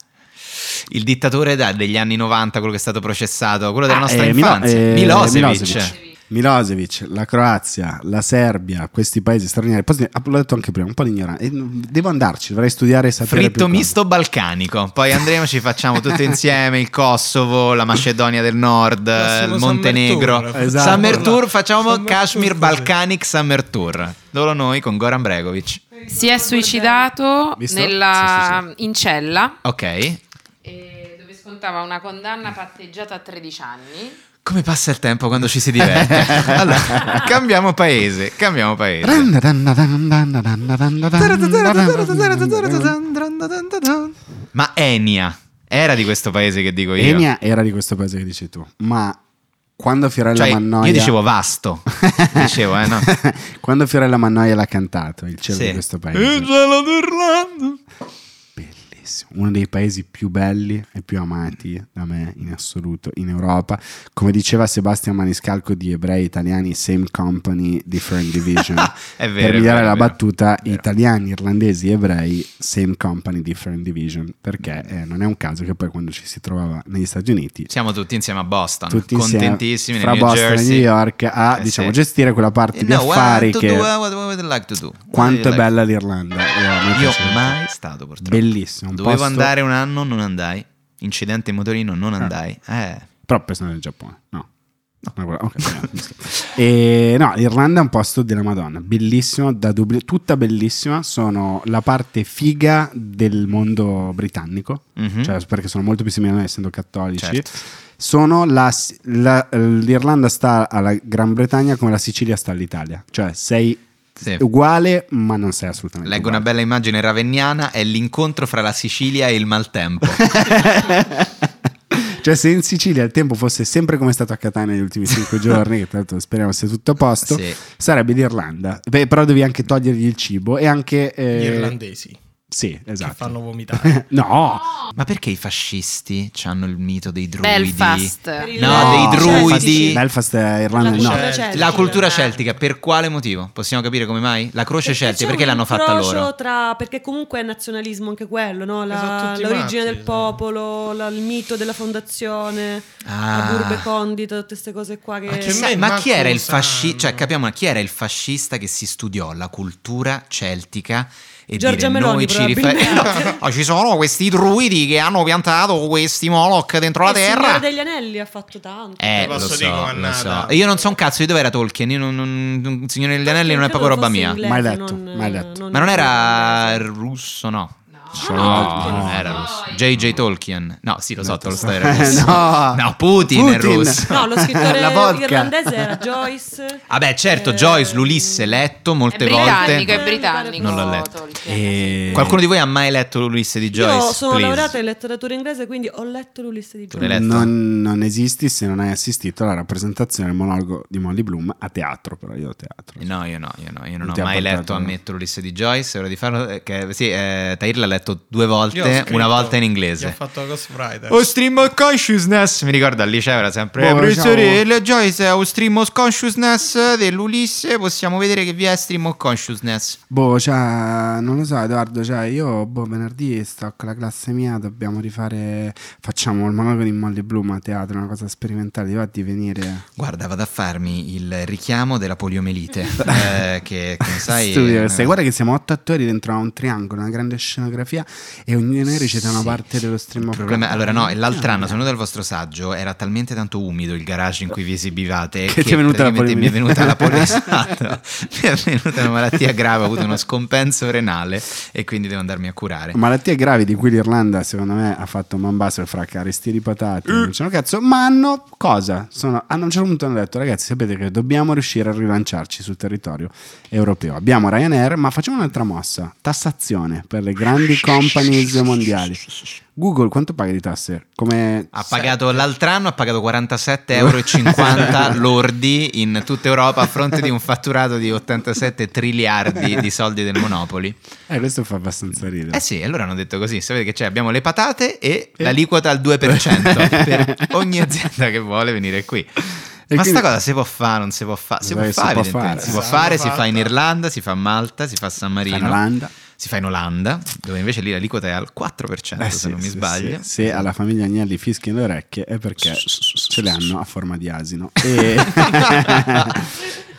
C: Il dittatore da- degli anni 90, quello che è stato processato, quello della
D: Ah,
C: nostra
D: eh, Milo-
C: infanzia,
D: eh,
C: Milosevic.
D: Milosevic. Milosevic, la Croazia, la Serbia, questi paesi stranieri, poi, ah, l'ho detto anche prima, un po' di ignoranza, Eh, devo andarci, dovrei studiare e sapere più
C: Fritto
D: cose.
C: misto balcanico, poi andremo ci facciamo tutti insieme il Kosovo, la Macedonia del Nord,
E: Prossimo
C: il
E: Summer
C: Montenegro.
E: Tour.
D: Esatto.
C: Summer Tour, facciamo
E: Summer Tour
C: Kashmir
E: così.
C: Balkanic Summer Tour, solo noi con Goran Bregovic.
H: Si è suicidato
D: Visto?
H: nella
D: Sì,
H: in cella
C: Ok,
H: eh, dove scontava una condanna patteggiata a 13 anni.
C: Come passa il tempo quando ci si diverte?
D: [laughs]
C: Allora, cambiamo paese, cambiamo paese. Ma Enia era di questo paese che dico io.
D: Enia era di questo paese che dici tu, ma quando Fiorella
C: cioè,
D: Mannoia...
C: io dicevo vasto. Dicevo,
D: [laughs]
C: eh no.
D: quando Fiorella Mannoia l'ha cantato, il cielo
C: Sì. Eh,
D: di questo
C: Il
D: paese.
C: cielo d'Orlando.
D: Bellissimo. Uno dei paesi più belli e più amati da me in assoluto in Europa. Come diceva Sebastian Maniscalco di Ebrei Italiani, same company, different division.
C: [laughs] È vero.
D: per
C: è vero,
D: migliorare
C: è
D: la
C: vero.
D: battuta,
C: Vero.
D: italiani, irlandesi, ebrei, same company, different division. Perché eh, non è un caso che poi quando ci si trovava negli Stati Uniti
C: Siamo tutti insieme a Boston,
D: tutti insieme,
C: contentissimi
D: fra
C: nel New
D: Boston
C: Jersey.
D: e New York a
C: Eh,
D: diciamo,
C: sì.
D: gestire quella parte
C: Eh,
D: di
C: no, what
D: affari
C: to
D: che
C: do, uh, what would you like to do? What would
D: quanto
C: you
D: è
C: like
D: bella l'Irlanda eh, a me
C: Io
D: piace molto.
C: mai stato purtroppo.
D: bellissimo un
C: Dovevo
D: posto- Ah.
C: andare un anno, non andai. Incidente in motorino, non andai. Eh.
D: però pensando nel Giappone no ma guarda, ok, no, mi scherzo. [laughs] e, no, Irlanda è un posto della Madonna, bellissimo, da Dublino, tutta bellissima, sono la parte figa del mondo britannico,
C: Mhm.
D: cioè, perché sono molto più simili a noi essendo cattolici.
C: Certo.
D: Sono la- la- l'Irlanda sta alla Gran Bretagna come la Sicilia sta all'Italia, cioè sei
C: Sì.
D: uguale ma non sei assolutamente
C: Eh. Leggo una
D: uguale.
C: bella immagine ravenniana, è l'incontro fra la Sicilia e il
D: [laughs]
C: maltempo.
D: Cioè, se in Sicilia il tempo fosse sempre come è stato a Catania negli ultimi
C: [laughs]
D: 5 giorni, che tra l'altro speriamo sia tutto a posto,
C: Sì.
D: sarebbe l'Irlanda. Beh, però devi anche togliergli il cibo e anche. eh,
E: Gli irlandesi
D: Sì, esatto.
E: che fanno vomitare.
D: [laughs] No,
C: Ma perché i fascisti hanno il mito dei druidi?
F: Per
H: Belfast.
F: il-
C: No,
D: cioè,
C: dei
E: cioè,
C: druidi.
D: Belfast è Irlanda del
E: La
D: Nord.
E: cucina-
C: La cultura celtica, per quale motivo? Possiamo capire come mai? La croce celtica, Cioè, certo, perché l'hanno fatta loro?
F: Tra, perché comunque è nazionalismo anche quello, no? La-
E: Sono
D: Esatto,
E: tutti
F: l'origine
E: matti,
F: del
E: sì.
F: popolo, la- il mito della fondazione,
C: Ah.
F: la burbe condita, tutte queste cose qua che...
E: Ma che
C: Chissà,
E: me
C: ma
E: manco
C: chi era il
E: lo
C: fascista?
E: sanno.
C: Cioè, capiamo, chi era il fascista che si studiò la cultura celtica e
F: Giorgia
C: dire
F: Meloni,
C: noi ci
F: probabilmente.
C: [laughs] riferiamo. ci sono questi druidi che hanno piantato questi Moloch dentro la
F: Il Signore
C: terra.
F: degli Anelli ha fatto tanto.
C: Eh, lo
E: Posso
C: so,
E: dire
C: lo
E: comannata?
C: so. E io non so un cazzo di dove era Tolkien. Io non, non- non- Signore degli Anelli non è proprio roba mia.
D: Mai letto, mai letto.
C: Ma non era russo, no.
H: No,
F: Ah,
C: No,
H: no,
C: non era
H: no.
C: russo. JJ Tolkien. No, sì, lo so, Tolstoi era
D: Eh,
F: [laughs]
C: russo.
D: no.
C: No, Putin, è
D: Putin.
C: russo.
F: No, lo
D: [laughs]
F: scrittore
D: La vodka.
F: irlandese era Joyce.
C: Vabbè, certo,
F: Eh,
C: Joyce, l'Ulisse, letto
H: È
C: molte
H: britannico,
C: volte.
H: è britannico.
C: Non l'ho letto.
H: Tolkien.
D: E-
C: Qualcuno di voi ha mai letto l'Ulisse di Joyce?
F: Io sono
C: Please.
F: laureata in letteratura inglese, quindi ho letto l'Ulisse di
C: Tu
F: Joyce.
C: l'hai letto?
D: Non, non esisti se non hai assistito alla rappresentazione del monologo di Molly Bloom a teatro, però io a teatro.
C: Eh, No, io no, io no, io non
D: Non
C: ho
D: ti ha
C: mai
D: portato,
C: letto,
D: no.
C: ammetto, l'Ulisse di Joyce, è ora di farlo, eh, che- sì, eh, Tahir l'ha letto due
E: Io ho
C: volte,
E: scritto-
C: eh, una volta in
E: Gli ho
C: inglese.
E: fatto la Ghostwriter.
C: O stream of consciousness, mi ricordo al liceo era sempre
D: Boh,
C: professore,
D: ciao."
C: il Joyce è o stream of consciousness dell'Ulisse, possiamo vedere che vi è stream of consciousness.
D: Boh, cioè, non lo so, Edoardo. Cioè, io boh, venerdì sto con la classe mia. Dobbiamo rifare. Facciamo il monologo di Molly Bloom a teatro, una cosa sperimentale. Ti va di venire.
C: Guarda, vado a farmi il richiamo della
D: [laughs]
C: poliomelite, eh, che come sai...
D: Studio,
C: eh,
D: sai, guarda che siamo otto attori dentro a un triangolo, una grande scenografia e ognuno di noi recita una
C: Sì.
D: parte dello
C: Il
D: stream Ah, of Eh,
C: problema,
D: consciousness.
C: allora no, e l'altro anno sono venuto al vostro saggio, era talmente tanto umido il garage in cui vi esibivate
D: Che ti è venuta la
C: praticamente mi è venuta la
D: [laughs] poliomielite.
C: poliomelite. mi è venuta una malattia grave, ho avuto uno scompenso renale e quindi devo andarmi a curare.
D: Malattie gravi di cui l'Irlanda, secondo me, ha fatto un bambasso fra caristi di patate.
C: Eh.
D: Non c'è un cazzo, ma hanno cosa? Sono, hanno a un certo punto hanno detto, ragazzi, sapete che dobbiamo riuscire a rilanciarci sul territorio europeo. Abbiamo Ryanair, ma facciamo un'altra mossa: tassazione per le
C: Ah,
D: grandi companies mondiali. Google quanto paga di tasse? Come
C: Ha pagato l'altro anno, ha pagato 47,50
D: [laughs]
C: euro lordi in tutta Europa a fronte di un fatturato di 87 triliardi di soldi del Monopoli.
D: eh, questo fa abbastanza ridere.
C: Eh sì, e allora hanno detto così, sapete che c'è, abbiamo le patate e l'aliquota al
D: [laughs]
C: 2% per ogni azienda che vuole venire qui.
D: E
C: Ma
D: quindi- Eh,
C: sta cosa si può fare, non si può fare? Si,
D: Dai,
C: può fare, evidentemente. si può
E: Sì,
C: fare,
E: l'hanno
C: si fa in
E: fatta.
C: Irlanda, si fa a Malta, si fa a San Marino,
D: certo. in Olanda.
C: si fa in Olanda, dove invece lì l'aliquota è al 4%
D: Eh
C: se
D: sì,
C: non mi
D: sì,
C: sbaglio.
D: sì. Se alla famiglia Agnelli fischiano le orecchie è perché ce le hanno a forma
C: [laughs]
D: di asino. E... [laughs]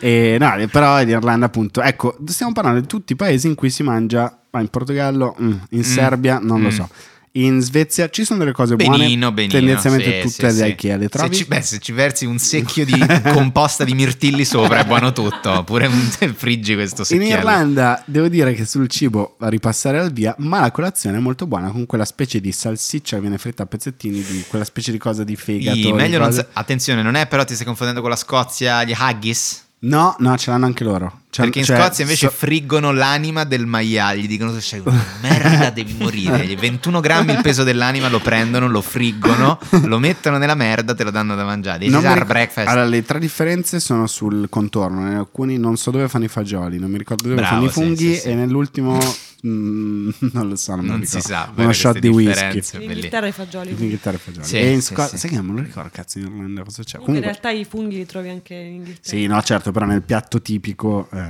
D: e no, però in Irlanda appunto, ecco, stiamo parlando di tutti i paesi in cui si mangia, ma in Portogallo, mm, in Serbia, non lo
C: mm.
D: so. In Svezia ci sono delle cose buone,
C: Benino, benino.
D: tendenzialmente
C: sì,
D: tutte
C: sì,
D: le
C: sì.
D: Ikea le
C: Se
D: trovi.
C: ci, beh, se ci versi un secchio
D: [laughs]
C: di composta di mirtilli sopra è buono tutto, oppure un, [laughs] friggi questo
D: In
C: secchiello.
D: Irlanda devo dire che sul cibo a ripassare al via, ma la colazione è molto buona con quella specie di salsiccia che viene fritta a pezzettini, di quella specie di cosa di fegato.
C: I-
D: di
C: meglio non
D: cose-
C: sa- attenzione, non è però ti stai confondendo con la Scozia, gli haggis?
D: No, no, ce l'hanno anche loro. C'ha-
C: Perché in
D: cioè,
C: Scozia invece
D: so-
C: friggono l'anima del maiale, gli dicono tu sei una merda, devi morire. Gli 21 grammi il peso dell'anima lo prendono, lo friggono, lo mettono nella merda, te lo danno da mangiare. This
D: non
C: is
D: mi
C: our
D: ric-
C: breakfast.
D: Allora, le tre differenze sono sul contorno. In alcuni non so dove fanno i fagioli, non mi ricordo dove
C: Bravo,
D: fanno i
C: sì,
D: funghi.
C: sì, sì.
D: E nell'ultimo, [laughs] mm, non lo so, non, me lo
C: non si
D: ricordo.
C: sa. guarda
D: Uno
C: queste
D: shot di whisky.
C: differenze,
F: In
C: bellissimo.
F: Inghilterra i fagioli.
D: In Inghilterra i fagioli.
C: Sì,
D: e in
C: sì,
D: Sco-
C: sì.
D: Sai che non me lo ricordo, cazzo, in Irlanda cosa c'è.
F: Comunque,
D: Comunque,
F: in realtà i funghi li trovi anche in Inghilterra.
D: sì, no, certo, però nel piatto tipico, eh,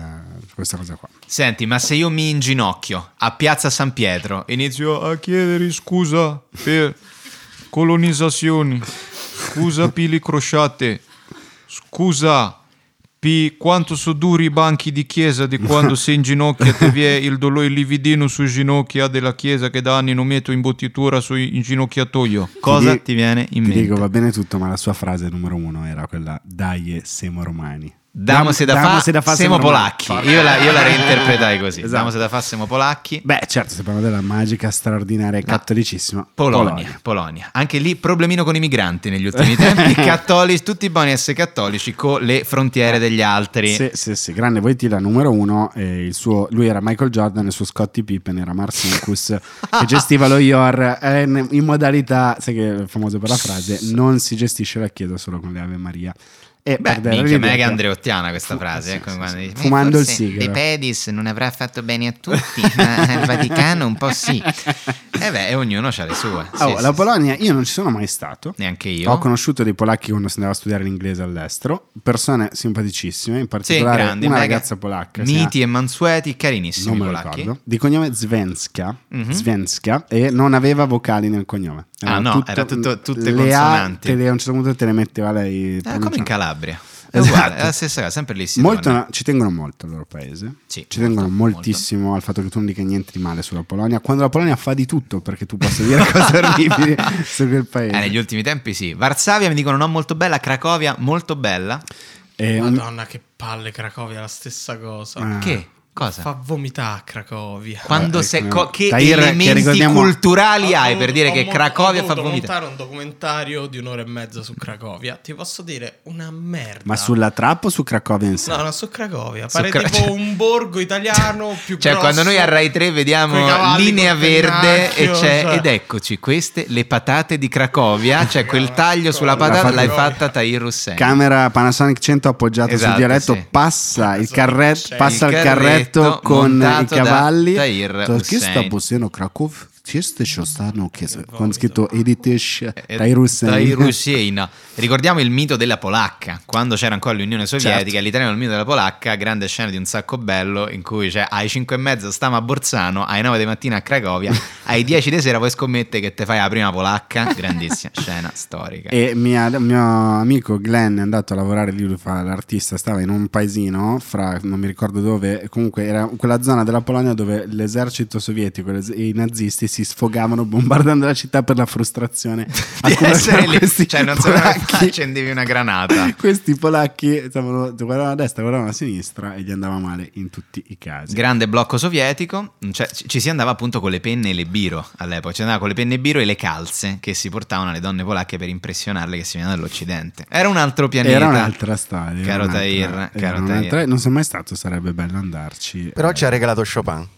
D: questa cosa qua.
C: Senti, ma se io mi inginocchio a Piazza San Pietro inizio a chiedere scusa per colonizzazioni, scusa pili crociate, scusa P. Quanto so duri i banchi di chiesa di quando si inginocchia te vi è il dolore lividino sui ginocchia della chiesa che da anni non metto in bottitura sui inginocchiatoio. Cosa ti,
D: di-
C: viene in
D: ti
C: mente?
D: dico, va bene tutto, ma la sua frase numero uno era quella: Dai, eh, siamo romani.
C: Damo se da fa, Esatto.
D: se da fa,
C: siamo
D: romani. Esatto.
C: polacchi. Io la, io la reinterpretai così. Damo se da fa, siamo polacchi.
D: Beh, certo, si parla della magica, straordinaria, e cattolicissima
C: Polonia, Polonia, Anche lì problemino con i migranti negli
D: [laughs]
C: ultimi tempi. cattolici, tutti buoni a essere cattolici con le frontiere degli altri.
D: Sì, sì, sì, grande Voitila numero uno. eh, il suo- lui era Michael Jordan, il suo Scottie Pippen
C: [laughs]
D: era Marcinkus che gestiva lo IOR eh, in in modalità, sai che è famoso per la frase, non si gestisce la chiesa solo con le Ave Maria. E
C: Beh,
D: per dare
C: minchia,
D: l'idea-
C: mega andreottiana questa
D: Fu-
C: frase.
D: sì,
C: eh, come
D: sì,
C: quando
D: sì.
C: dici,
D: Fumando
C: "Eh,
D: il
C: forse
D: sigaro.
C: De Pedis non avrà fatto bene a tutti, ma al Vaticano un po'
D: [laughs]
C: sì. E beh, ognuno ha le sue. Sì,
D: Oh,
C: sì,
D: la
C: sì.
D: Polonia io non ci sono mai stato.
C: Neanche io.
D: Ho conosciuto dei polacchi quando si andava a studiare l'inglese all'estero, persone simpaticissime, in
C: Sì,
D: particolare
C: grandi,
D: una
C: mega-
D: ragazza polacca. si chiama-
C: Miti e mansueti, carinissimi
D: non me lo
C: polacchi.
D: ricordo. Di cognome Zvenska,
C: Mhm.
D: Zvenska, e non aveva vocali nel cognome.
C: Ah, no, era tutto- tutte
D: le A
C: consonanti.
D: te le- a un certo punto te le metteva lei.
C: Eh, come in
D: pronunciando.
C: Calabria. È
D: Esatto.
C: uguale, è la stessa cosa, sempre lì si
D: Molto-
C: torna.
D: ci tengono molto al loro paese.
C: Sì,
D: ci tengono
C: molto,
D: moltissimo al fatto che tu non dica niente di male sulla Polonia. Quando la Polonia fa di tutto perché tu possa dire [laughs] cose orribili su quel
C: Eh,
D: paese.
C: negli ultimi tempi sì. Varsavia mi dicono no, molto bella, Cracovia molto bella.
D: E un-
E: Madonna, che palle, Cracovia, la stessa cosa.
D: Ah.
C: Che cosa?
E: Fa vomitare a Cracovia.
C: Quando
D: Eh,
C: se,
D: eh,
C: co- che
D: Tahir, che
C: elementi
D: ricordiamo-
C: culturali
E: Ho
C: hai
E: dovuto-
C: per dire
E: Ah, ho
C: che
E: mon-
C: Cracovia
E: ho
C: fa
E: dovuto
C: vomitare?
E: montare un documentario di un'ora e mezza su Cracovia. Ti posso dire una merda.
D: Ma sulla trappa o su Cracovia in sé?
E: No, no, su Cracovia.
C: Su
E: Pare
C: Cra-
E: tipo un borgo italiano più
C: Cioè,
E: grosso,
C: quando noi a Rai 3
E: coi
C: vediamo
E: cavalli,
C: linea
E: col
C: verde e
E: pennacchio,
C: c'è,
E: cioè.
C: ed eccoci queste, le patate di Cracovia, cioè quel taglio sulla
E: La
C: patata
D: fatta-
C: l'hai fatta Tahir Hussein.
D: Camera Panasonic 100 appoggiata
C: Esatto,
D: sul dialetto,
C: sì.
D: passa, il carre-
E: Sì.
D: passa
C: Il
D: il carretto,
C: carretto
D: con i
C: montato da
D: cavalli.
C: Tahir
D: To- Chi sta
C: Hussein.
D: possiano Krakow? Ci sta ci stanno che con scritto Editesh
C: Eh,
D: Tahir Hussein. [laughs]
C: Tahir Hussein. Ricordiamo il mito della polacca. Quando c'era ancora l'Unione
D: Certo.
C: Sovietica, l'italiano è il mito della polacca, grande scena di un sacco bello in cui cioè, ai 5 e mezza stiamo a Borzano, alle 9 di mattina a
D: [laughs]
C: Cracovia, ai 10 di sera poi scommette che te fai la prima polacca.
D: [laughs]
C: Grandissima scena storica.
D: E mia- mio amico Glenn è andato a lavorare lì, lui fa l'artista, stava in un paesino, fra, non mi ricordo dove, comunque era quella zona della Polonia dove l'esercito sovietico e les- e i nazisti si sfogavano bombardando la città per
C: [laughs]
D: la frustrazione.
C: Di
D: accumulata
C: essere
D: da
C: lì.
D: questi
C: Cioè, non sapevi
D: polacchi.
C: fare, accendevi una granata.
D: [laughs] questi polacchi stavano, guardavano a destra, guardavano a sinistra e gli andava male in tutti i casi.
C: Grande blocco sovietico, cioè, ci ci si andava appunto con le penne e le biro all'epoca, ci andava con le penne e biro e le calze che si portavano alle donne polacche per impressionarle che si venivano dall'Occidente. Era un altro pianeta.
D: Era un'altra storia. era
C: Caro
D: un'altra-
C: Tahir,
D: era
C: caro
D: un'altra-
C: Tahir.
D: Non sono mai stato, sarebbe bello andarci.
G: Però
D: Eh,
G: ci ha regalato Chopin.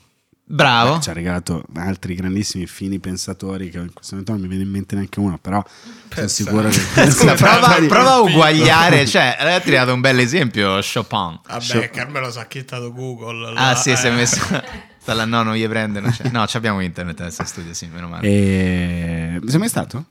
C: Bravo.
D: Beh, certo. ci ha regalato altri grandissimi fini pensatori che in questo momento non mi viene in mente neanche uno, però sono sicuro
C: [laughs]
D: che...
C: Scusa, prova,
E: Bravo.
C: prova a
D: Eh,
C: uguagliare, cioè, lei ha tirato un bel esempio Chopin.
E: Vabbè, Carmelo si è acchittato Google.
C: Ah
E: la-
C: sì, si è
E: eh.
C: messo... [laughs] Dalla no, non gli prendono. cioè- No, ci abbiamo internet adesso in studio, sì, meno
D: Eh.
C: male. cioè.
D: E... Sei mai stato?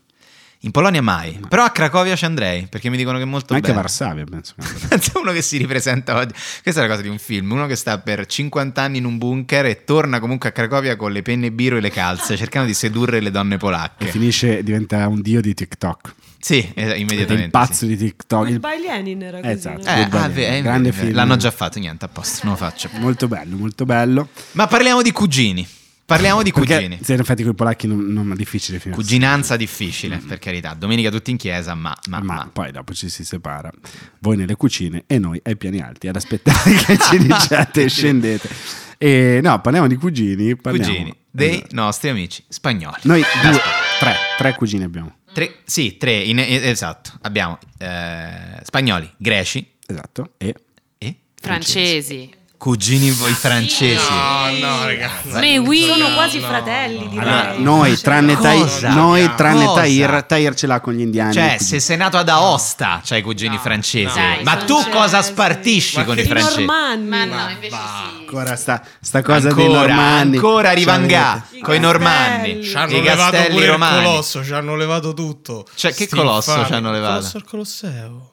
C: In Polonia mai. Però a Cracovia ci andrei, perché mi dicono che è molto
D: Anche a
C: bello. [laughs]
D: Varsavia, penso. che-
C: Pensa uno che si ripresenta oggi. Questa è la cosa di un film. Uno che sta per 50 anni in un bunker e torna comunque a Cracovia con le penne biro e le calze, cercando di sedurre le donne
D: E
C: polacche.
D: finisce, diventa un dio di TikTok.
C: Sì, eh, immediatamente.
D: Il pazzo
C: sì.
D: di TikTok. il-
F: Goodbye Lenin era così.
D: Esatto.
F: no?
C: Eh,
D: Goodbye,
C: ah, beh, eh,
D: grande
C: eh,
D: film.
C: L'hanno già fatto, niente, a posto, non lo faccio.
D: Molto bello, molto bello.
C: Ma parliamo di cugini. Parliamo di
D: Perché,
C: cugini.
D: se in effetti con i polacchi non, non è difficile finire.
C: Cuginanza difficile, per carità. Domenica tutti in chiesa, ma... ma,
D: ma
C: ma.
D: poi dopo ci si separa. Voi nelle cucine e noi ai piani alti ad aspettare [laughs] che ci diciate e scendete. E no, parliamo di cugini. Parliamo,
C: Cugini dei
D: Esatto.
C: nostri amici spagnoli.
D: Noi due, tre, tre cugini abbiamo.
C: Tre- sì, tre, in- esatto. Abbiamo eh, spagnoli, greci,
D: Esatto. E
C: E?
H: Francesi.
C: Cugini voi francesi.
E: No, no, ragazzi.
H: Mais oui.
F: Sono quasi fratelli, direi.
D: allora, noi, tranne,
C: Cosa?
D: Tahir, noi, tranne
C: Cosa?
D: Tahir, Tahir ce l'ha con gli indiani.
C: Cioè,
D: quindi-
C: se sei nato ad Aosta, c'hai i cugini
E: No,
C: francesi.
E: no.
H: Dai,
C: Ma tu
H: francesi.
C: cosa spartisci
E: Ma
C: con
E: che-
C: i
F: I
C: francesi?
F: normanni.
H: Ma
E: Ma
H: no, invece
E: va.
H: sì.
D: ancora sta, sta cosa dei Cioè,
C: ancora,
D: normanni.
C: ancora Rivangà
F: vedete.
C: con i
F: I
C: normanni,
F: castelli.
E: Ci hanno
C: i
E: levato
C: castelli
E: pure
C: romani.
E: il colosso, ci hanno levato tutto.
C: Cioè, che
E: Sti
C: colosso
E: infami.
C: ci hanno levato?
E: Colosso al Colosseo.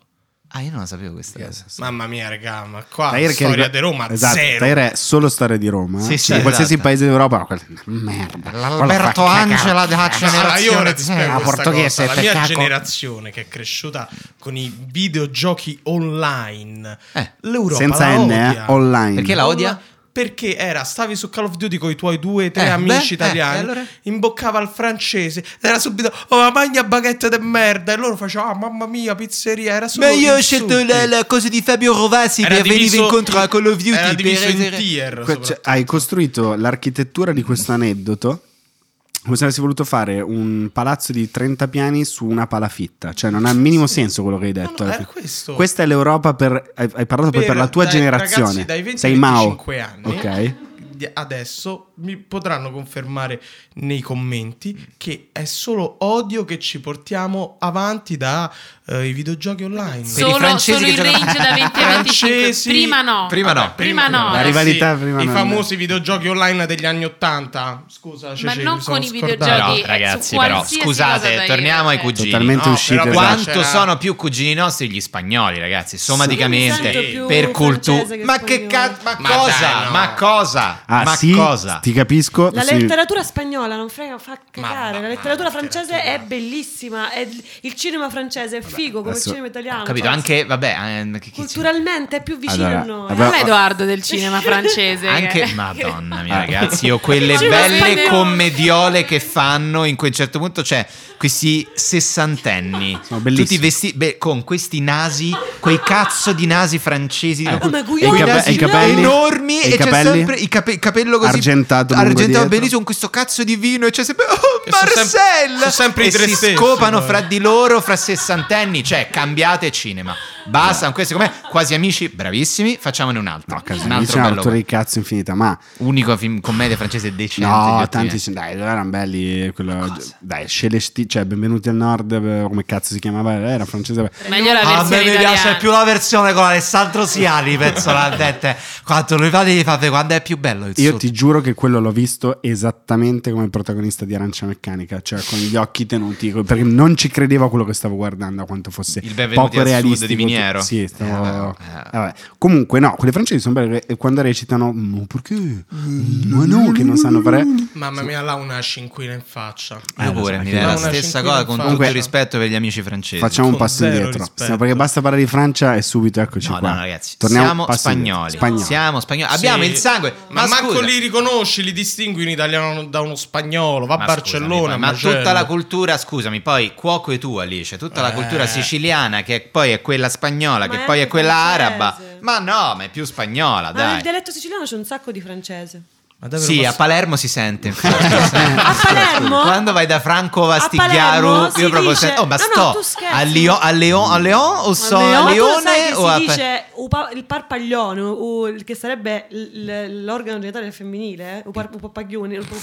C: Ah, io non la sapevo questa cosa.
E: Mamma mia, raga, ma qua
D: Tahir che
E: Ah, storia
D: ricorda-
E: di Roma
D: esatto,
E: zero.
D: Tahir è solo storia di Roma. eh.
C: Sì, sì,
D: di qualsiasi
C: esatto.
D: paese d'Europa. no, quella- Merda.
C: L'Alberto Angela della
E: Allora, Ah, cioè, io ora
C: generazione
E: ti spiego
C: zero.
E: questa
C: portoghese
E: cosa. La mia
C: peccaco.
E: generazione che è cresciuta con i videogiochi online,
C: Eh,
E: l'Europa
D: Senza
E: la
D: N, eh,
E: odia.
D: online.
C: Perché la odia?
E: Perché era, stavi su Call of Duty con i tuoi due, tre
C: Eh,
E: amici
C: beh, eh,
E: italiani,
C: e allora?
E: imboccava il francese, ed era subito, oh, ma magna baguette de merda, e loro facevano, ah, mamma mia, pizzeria, era solo insulti.
C: cosa di Fabio Rovasi
E: Era diviso- era diviso in tier,
D: Que-
E: soprattutto.
D: cioè, hai costruito l'architettura di questo aneddoto come se avessi voluto fare un palazzo di 30 piani su una palafitta. Cioè, non ha il minimo senso quello che hai detto.
C: eh.
E: No, no,
D: alla
E: era
D: fine.
E: questo.
D: Questa è l'europa per. Hai, hai parlato poi per la tua
E: dai-
D: generazione.
E: Ragazzi, dai 20
D: Sei
E: ai
D: Mao.
E: 25 anni.
D: Ok.
E: di- Adesso mi potranno confermare nei commenti che è solo odio che ci portiamo avanti da eh, i videogiochi online.
C: Per i
H: Solo,
C: francesi
H: solo
C: che
H: il
C: giocano-
H: range da 20 a 25.
E: Francesi-
H: Prima no.
C: Prima no.
H: Prima no.
D: La
H: eh.
D: rivalità prima
E: I
D: non-
E: famosi videogiochi online degli anni 80. Scusa,
H: Ma
E: Cece, mi
H: non
E: sono
H: con i
E: scordato.
H: videogiochi.
C: Però, ragazzi,
H: Cioè, Su
C: però,
H: qualsiasi
C: scusate,
H: cosa da
C: torniamo ai
H: dire, eh.
C: cugini.
D: Totalmente
E: No,
D: uscite.
E: però
D: da-
E: qua-
C: Quanto
E: c'era-
C: sono più cugini nostri gli spagnoli, ragazzi?
F: Io mi
C: Somaticamente,
F: sento
C: per
F: più
C: cultura.
F: francese che
C: Ma che
F: spagnola.
C: cazzo? Ma,
E: Ma
C: cosa?
E: dai, no.
C: Ma cosa?
D: Ah,
C: ma
D: sì,
C: cosa?
D: Ti capisco.
F: La
D: sì.
F: letteratura spagnola non frega, fa cagare.
E: ma-
F: la letteratura
E: ma-
F: francese è bellissima. è l- il cinema francese è figo come
D: adesso-
F: il cinema italiano.
C: Ho capito,
F: cioè,
C: anche, vabbè, eh, che- che-
F: Culturalmente è più vicino
D: Allora,
F: a noi.
D: vabbè,
H: Non è Edoardo del
F: [laughs]
H: cinema francese.
C: Anche,
H: che-
C: madonna
D: Ah.
C: mia ragazzi, io quelle
F: Ci
C: belle
F: mancheremo.
C: commediole che fanno in cui a un certo punto c'è questi sessantenni,
D: Sono bellissimi.
C: tutti vestiti beh, con questi nasi, quei cazzo di nasi francesi,
D: Eh,
C: con
F: ma
C: quei
F: Guglielmo,
C: quei nasi
F: i capelli-
C: enormi
D: e i
C: e c'è
D: capelli?
C: sempre il cape- capello così
D: Argentato lungo
C: argentato
D: dietro.
C: bellissimo con questo cazzo di vino e c'è sempre oh
E: E sono sem-
C: Marcel
E: sono sempre
C: e
E: i tre
C: si
E: stessi,
C: scopano
E: poi.
C: fra di loro, fra sessantenni, cioè cambiate cinema. Basta, questo com'è? Quasi amici, bravissimi, facciamone un altro.
D: No,
C: un
D: casino.
C: altro
D: C'è
C: bello.
D: un'autore di cazzo infinita, ma
C: Unico film commedia francese decente. degli
D: No,
C: ultimi
D: tanti
C: anni.
D: sì, dai, erano belli. quello- dai, Celesti, cioè, benvenuti al nord. eh, Come cazzo si chiamava? Era francese.
H: Meglio la
J: A me
H: versione
J: mi piace
H: italiana.
J: più la versione con Alessandro Siani, personalmente. Quanto lui fa gli fate quando è più bello il
D: Io
J: sud.
D: ti giuro che quello l'ho visto esattamente come il protagonista di Arancia Meccanica, cioè con gli occhi tenuti, co- perché non ci credevo a quello che stavo guardando, a quanto fosse
C: Il benvenuti
D: poco
C: al sud
D: realistico.
C: di Miniero.
D: Sì, stavo-
C: Eh, vabbè, eh.
D: vabbè. Comunque, no, quelli francesi sono belli eh, quando recitano, ma perché? Ma no, che non sanno fare.
E: Mamma mia, là una cinquina in faccia.
D: Eh,
C: Io Ah, pure, mi
D: anche
C: viene
D: io.
C: la
E: Ma una
C: stessa cosa
E: cinquina in
C: con
E: faccia.
C: tutto il
E: Comunque-
C: rispetto per gli amici francesi.
D: Facciamo un
E: Con
D: passo
E: zero
D: indietro.
E: rispetto.
D: Siamo- perché basta parlare di Francia e subito eccoci
C: No,
D: qua.
C: no, ragazzi,
D: Torniamo
C: siamo
D: passo indietro.
C: spagnoli.
D: Spagnoli.
C: Siamo spagnoli. Abbiamo
E: Sì.
C: il sangue.
E: Ma, manco
C: scusa.
E: li riconosci, li distingui in italiano da uno spagnolo. Va a
C: Ma
E: Barcellona,
C: scusami, ma
E: Magello.
C: tutta la cultura, scusami, poi cuoco e tu Alice, tutta la
E: Eh.
C: cultura siciliana che poi è quella spagnola,
F: Ma
C: che
F: è
C: poi è
F: anche
C: quella araba.
F: francese.
C: Ma no, ma è più spagnola,
F: Ma nel
C: dai.
F: dialetto siciliano c'è un sacco di
D: [laughs]
F: francese.
E: Ma davvero
C: Sì,
E: posso-
C: a Palermo si
E: [laughs]
C: sente.
F: A Palermo?
C: Quando vai da Franco
F: A
C: Vastigliaro,
F: Palermo si
C: io proprio
F: dice-
C: sento. Oh, ma
F: no,
C: sto
F: no, tu scherzi.
C: a, Lio- a Leon, a Leon o so
F: Ma
C: a
F: tu lo sai
C: Leone
F: che
C: o a.
F: si
C: Pa-
F: dice upa- il parpaglione, u- il- che sarebbe l- l- l'organo genitale femminile, eh? upar- upapaglione, upa-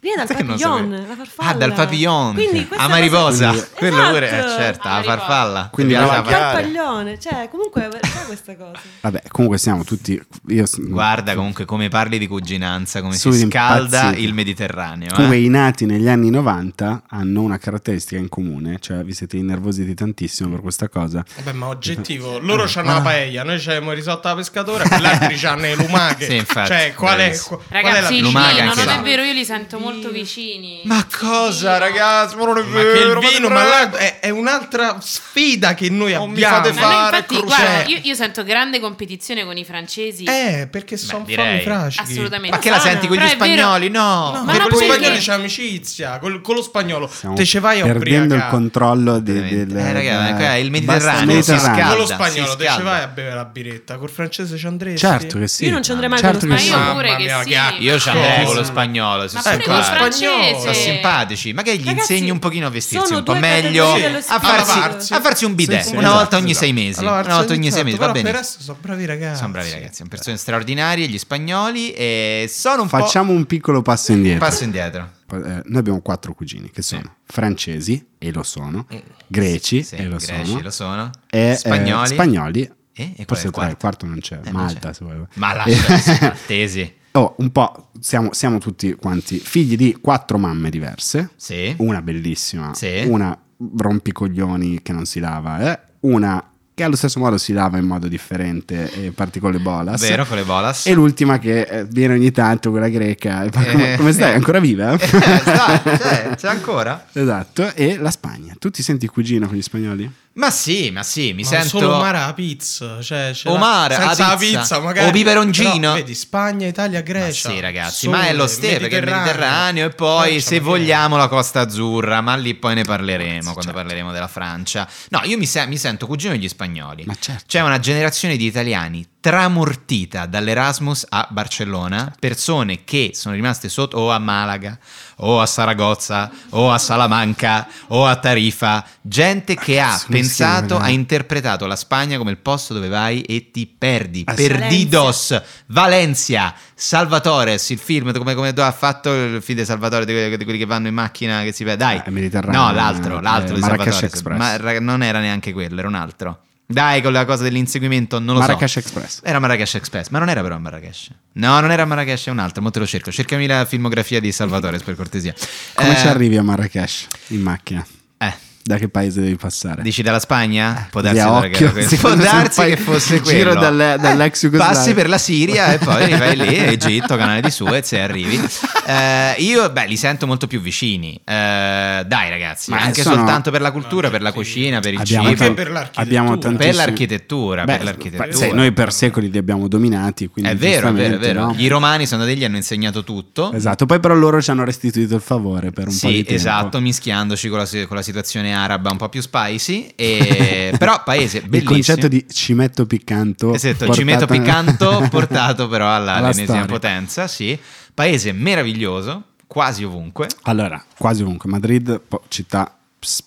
F: viene dal
C: Sai che non
F: papillon,
C: sapevo?
F: la farfalla.
C: Ah, dal papillon.
F: Quindi
C: a
F: questa
C: Mariposa.
F: cosa-
C: [laughs] Quello
F: Esatto.
C: pure, eh, certo,
H: A
C: a
H: Mariposa.
C: farfalla.
D: Quindi
C: Ti
D: la
C: piace
F: Il
C: la farfalla?
F: parpaglione, cioè, comunque c'è questa cosa.
D: Vabbè, comunque siamo tutti. Io s-
C: Guarda comunque come parli di cuginanza, come si
D: Sono
C: scalda
D: impazziti.
C: il Mediterraneo. eh.
D: Comunque i nati negli anni 90 hanno una caratteristica in comune, cioè vi siete innervositi tantissimo per questa cosa.
E: Vabbè, ma oggettivo,
C: Mm.
E: loro hanno la paella, noi c'abbiamo il risotto alla pescatore, [laughs] quegli altri c'hanno le lumache.
C: Sì, infatti,
E: cioè, qual è,
C: bravissimo.
E: qual è la
H: Ragazzi, il
C: Lumaca
H: vino,
C: anche
H: non
C: là.
H: è vero, io li sento molto vicini.
C: Ma cosa, ragazzi? Ma non è
E: Ma che
C: vero.
E: il vino, ma là è, è un'altra sfida che noi
C: Non mi
E: abbiamo.
C: fate
H: Ma noi
C: fare
H: infatti,
C: cruce.
H: guarda, io, io sento grande competizione con i francesi.
E: Eh, perché sono
C: direi.
E: fami frasci.
H: assolutamente.
C: Ma che la
H: Sana,
C: senti con gli
H: però è vero-
C: spagnoli? No.
E: No, ma
H: Ma no,
E: con gli
H: perché?
E: spagnoli c'è amicizia, col- con lo spagnolo
D: Stiamo
E: te ce vai a
D: perdendo il
E: ubriacare.
D: controllo de-
C: Veramente.
D: del
C: Eh, raga,
D: del-
C: qua è il
D: basta
C: Mediterraneo, si scalda.
E: Con lo
C: si
E: spagnolo te ce
C: scalda.
E: vai a bere la biretta, col francese ci andresti.
D: Certo che sì.
F: Io non ci andrei mai
D: certo
F: con
D: che sì.
F: lo
H: Ma io pure
E: Mamma
H: che
E: mia,
H: sì.
E: che-
C: Io ci
E: Cosa?
C: andrei con lo ecco, spagnolo. se
H: Ma
E: sono
H: pure con lo
E: simpatici.
C: simpatici.
H: francese.
C: Oh, Sono simpatici. Magari gli
F: Eh, Ragazzi,
C: insegni un pochino a vestirsi
F: sono
C: un po'
F: due
C: meglio.
F: categorie dello
C: A
E: stile.
C: farsi, a farsi un bidet
D: Sì, sì,
C: una
D: esatto,
C: volta ogni
D: esatto.
C: sei mesi.
E: Allora,
C: una volta ogni sei
E: certo,
C: mesi, va
E: però
C: bene.
E: Per adesso sono bravi ragazzi.
C: Sono bravi ragazzi, sono persone straordinarie, gli spagnoli e sono un
D: Facciamo un piccolo passo
C: po'
D: indietro.
C: passo indietro.
D: Eh, noi abbiamo quattro cugini che sono francesi e lo sono, greci
C: Mm. Sì,
D: e lo
C: greci
D: sono.
C: lo sono.
D: E, eh,
C: spagnoli.
D: spagnoli.
C: e qual è
D: forse
C: il
D: tre,
C: quarto?
D: il quarto non c'è,
C: Eh, non
D: Malta
C: c'è.
D: se vuoi. [laughs]
C: Ma lascia, sì, maltesi.
D: Oh, un po' siamo, siamo tutti quanti figli di quattro mamme diverse.
C: Sì.
D: Una bellissima,
C: Sì.
D: una rompicoglioni che non si lava, eh, una che allo stesso modo si lava in modo differente, e parti con le bolas.
C: Vero, con le bolas.
D: E l'ultima che eh, viene ogni tanto, quella greca. E fa, Come,
C: Eh,
D: come stai?
C: eh.
D: Ancora [laughs] viva?
C: [laughs] Eh, sta, c'è, c'è ancora?
D: esatto, e la Spagna. Tu ti senti cugino con gli spagnoli?
C: Ma sì, ma sì, mi
E: Ma
C: sento...
E: solo Mara a pizza, cioè, c'è la-
C: Omar, a
E: senza la
C: pizza.
E: pizza magari.
C: O biperoncino.
E: Però, vedi, Spagna, Italia, Grecia.
C: Sì, ragazzi,
E: Sole,
C: ma è lo stesso perché è il Mediterraneo e poi
E: Francia,
C: se
E: ma che-
C: vogliamo la Costa Azzurra, ma lì poi ne parleremo quando
E: certo.
C: parleremo della Francia. No, io mi, se- mi sento cugino degli spagnoli.
D: Ma certo.
C: C'è una generazione di italiani tramortita dall'Erasmus a
D: Certo.
C: Barcellona, persone che sono rimaste sotto o a Malaga, o a Saragozza, o a Salamanca, o a Tarifa, gente che ha
D: Cazzo, mi
C: pensato,
D: sembra.
C: ha interpretato la Spagna come il posto dove vai e ti perdi,
D: Ah, sì.
C: perdidos, Valencia, Salvatore, il film come, come ha fatto il film di Salvatore di quelli, di quelli che vanno in macchina che si vede, dai.
D: Eh, Mediterraneo.
C: No, l'altro, l'altro
D: Eh,
C: di
D: Marrakesh
C: Salvatore.
D: Express.
C: Ma ra- non era neanche quello, era un altro. Dai, con la cosa dell'inseguimento, non lo
D: Marrakesh
C: so.
D: Express.
C: Era Marrakesh Express, ma non era però Marrakesh. No, non era Marrakesh, è un altro, mo te lo cerco. Cercami la filmografia di Salvatore, per cortesia.
D: Come
C: Eh,
D: ci arrivi a Marrakesh in macchina?
C: Eh,
D: Da che paese devi passare?
C: dici dalla Spagna? Può darsi,
D: Via
C: allora che era
D: Eh, occhio.
C: questo. Può
D: [laughs] Se
C: darsi
D: fai
C: che fosse
D: il
C: quello. Eh,
D: giro dal- dall'ex Jugoslavia.
C: Passi per la Siria e
D: [laughs]
C: poi vai lì, Egitto, canale di Suez e arrivi. Eh, io, beh, li sento molto più vicini. Eh, dai, ragazzi,
D: Ma
C: anche
D: sono-
C: soltanto per la cultura, per la cucina, per il cibo.
E: Anche
D: tan-
E: per l'architettura.
D: abbiamo tantissimi-
C: Per l'architettura, per
D: Beh,
C: l'architettura.
D: sai, noi per secoli li abbiamo dominati, quindi
C: È vero, è vero, è
D: giustamente,
C: vero.
D: no?
C: Gli romani sono andati lì, hanno insegnato tutto.
D: Esatto, poi però loro ci hanno restituito il favore per un po' di
C: Sì,
D: tempo.
C: esatto, mischiandoci con la, si- con la situazione araba un po' più spicy, e- però paese
D: [laughs] Il
C: bellissimo.
D: concetto di cimetto piccanto.
C: Esatto,
D: portato-
C: cimento
D: [laughs]
C: piccanto portato però alla- all'ennesima
D: storia.
C: potenza, sì. Paese meraviglioso, quasi ovunque.
D: Allora, quasi ovunque. Madrid, po- città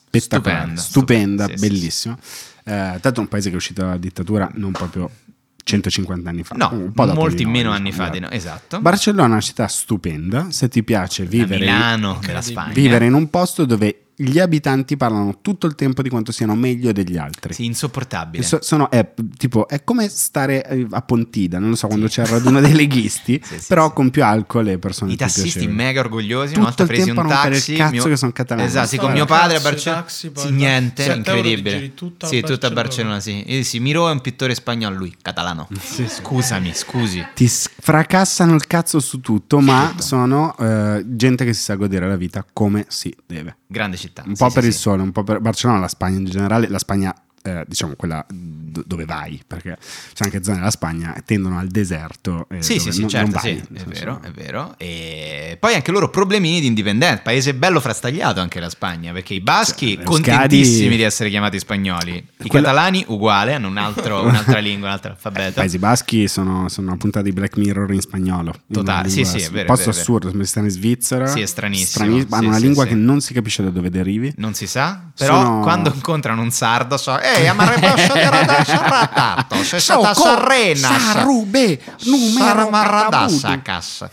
D: spettacolare,
C: Stupenda,
D: stupenda,
C: stupenda, sì, sì,
D: bellissima. Eh, tanto è un paese che è uscito dalla dittatura non proprio 150 anni fa.
C: No,
D: un po' dopo
C: molti
D: di noi,
C: meno
D: diciamo,
C: anni fa di
D: esatto.
C: noi, esatto.
D: Barcellona è una città stupenda, se ti piace
C: A
D: vivere
C: Milano, eh. della Spagna.
D: vivere in un posto dove gli abitanti parlano tutto il tempo di quanto siano meglio degli altri.
C: Sì, insopportabile.
D: So- sono, è, tipo, è come stare eh, a Pontida, non lo so, quando c'è il raduno dei leghisti,
C: [laughs] Sì, sì,
D: però
C: sì.
D: con più alcol e persone
C: I
D: più
C: tassisti
D: piacevoli.
C: mega orgogliosi,
D: Tutto
C: una volta
D: il
C: presi
D: tempo
C: un
D: a rompere il
C: taxi,
D: cazzo che sono catalani.
C: Esatto, sì, con mio
E: Cazzo,
C: padre a Barcellona,
E: taxi, poi
C: sì,
E: taxi.
C: niente,
E: Sette euro ti
C: incredibile.
E: giri tutto a
C: sì, tutto a Barcellona,
E: Barcellona.
C: sì. Eh, sì, Miro è un pittore spagnolo lui,
D: [laughs]
C: catalano. Scusami, scusi.
D: Ti s- fracassano il cazzo su tutto, ma
C: Certo.
D: sono eh, gente che si sa godere la vita come si deve.
C: Grande città.
D: Un
C: sì,
D: po'
C: sì,
D: per il
C: sì.
D: sole, un po' per Barcellona, la Spagna in generale, la Spagna, eh, diciamo quella do- dove vai, perché c'è anche zone della Spagna che tendono al deserto. eh,
C: Sì, sì,
D: dove
C: sì,
D: non- non
C: certo,
D: vai,
C: sì,
D: nel
C: è
D: senso-
C: vero, è vero. E poi anche loro problemini di indipendenza, paese bello frastagliato anche la Spagna, perché i baschi
D: Cioè,
C: contentissimi
D: Euskadi-
C: di essere chiamati spagnoli, i
D: Quella-
C: catalani uguale, hanno un
D: [laughs]
C: altro- un'altra lingua, un altro
D: I
C: alfabeto.
D: Paesi Baschi sono, sono una puntata di Black Mirror in spagnolo. in
C: Totale,
D: una
C: Tota-, sì,
D: lingua-
C: sì, è vero, è
D: Posto
C: vero, è vero.
D: assurdo, stanno in Svizzera.
C: Sì, è stranissimo,
D: strani- hanno
C: sì,
D: una
C: sì,
D: lingua
C: sì.
D: che non si capisce da dove derivi.
C: Non si sa, però
D: Sono-
C: quando incontrano un sardo so, ehi, amareboscio di radaratato, sei stata
D: Soco-
C: sarrena,
D: Sarube, numero
C: sarmaradassa,
D: catabudu.
C: cassa.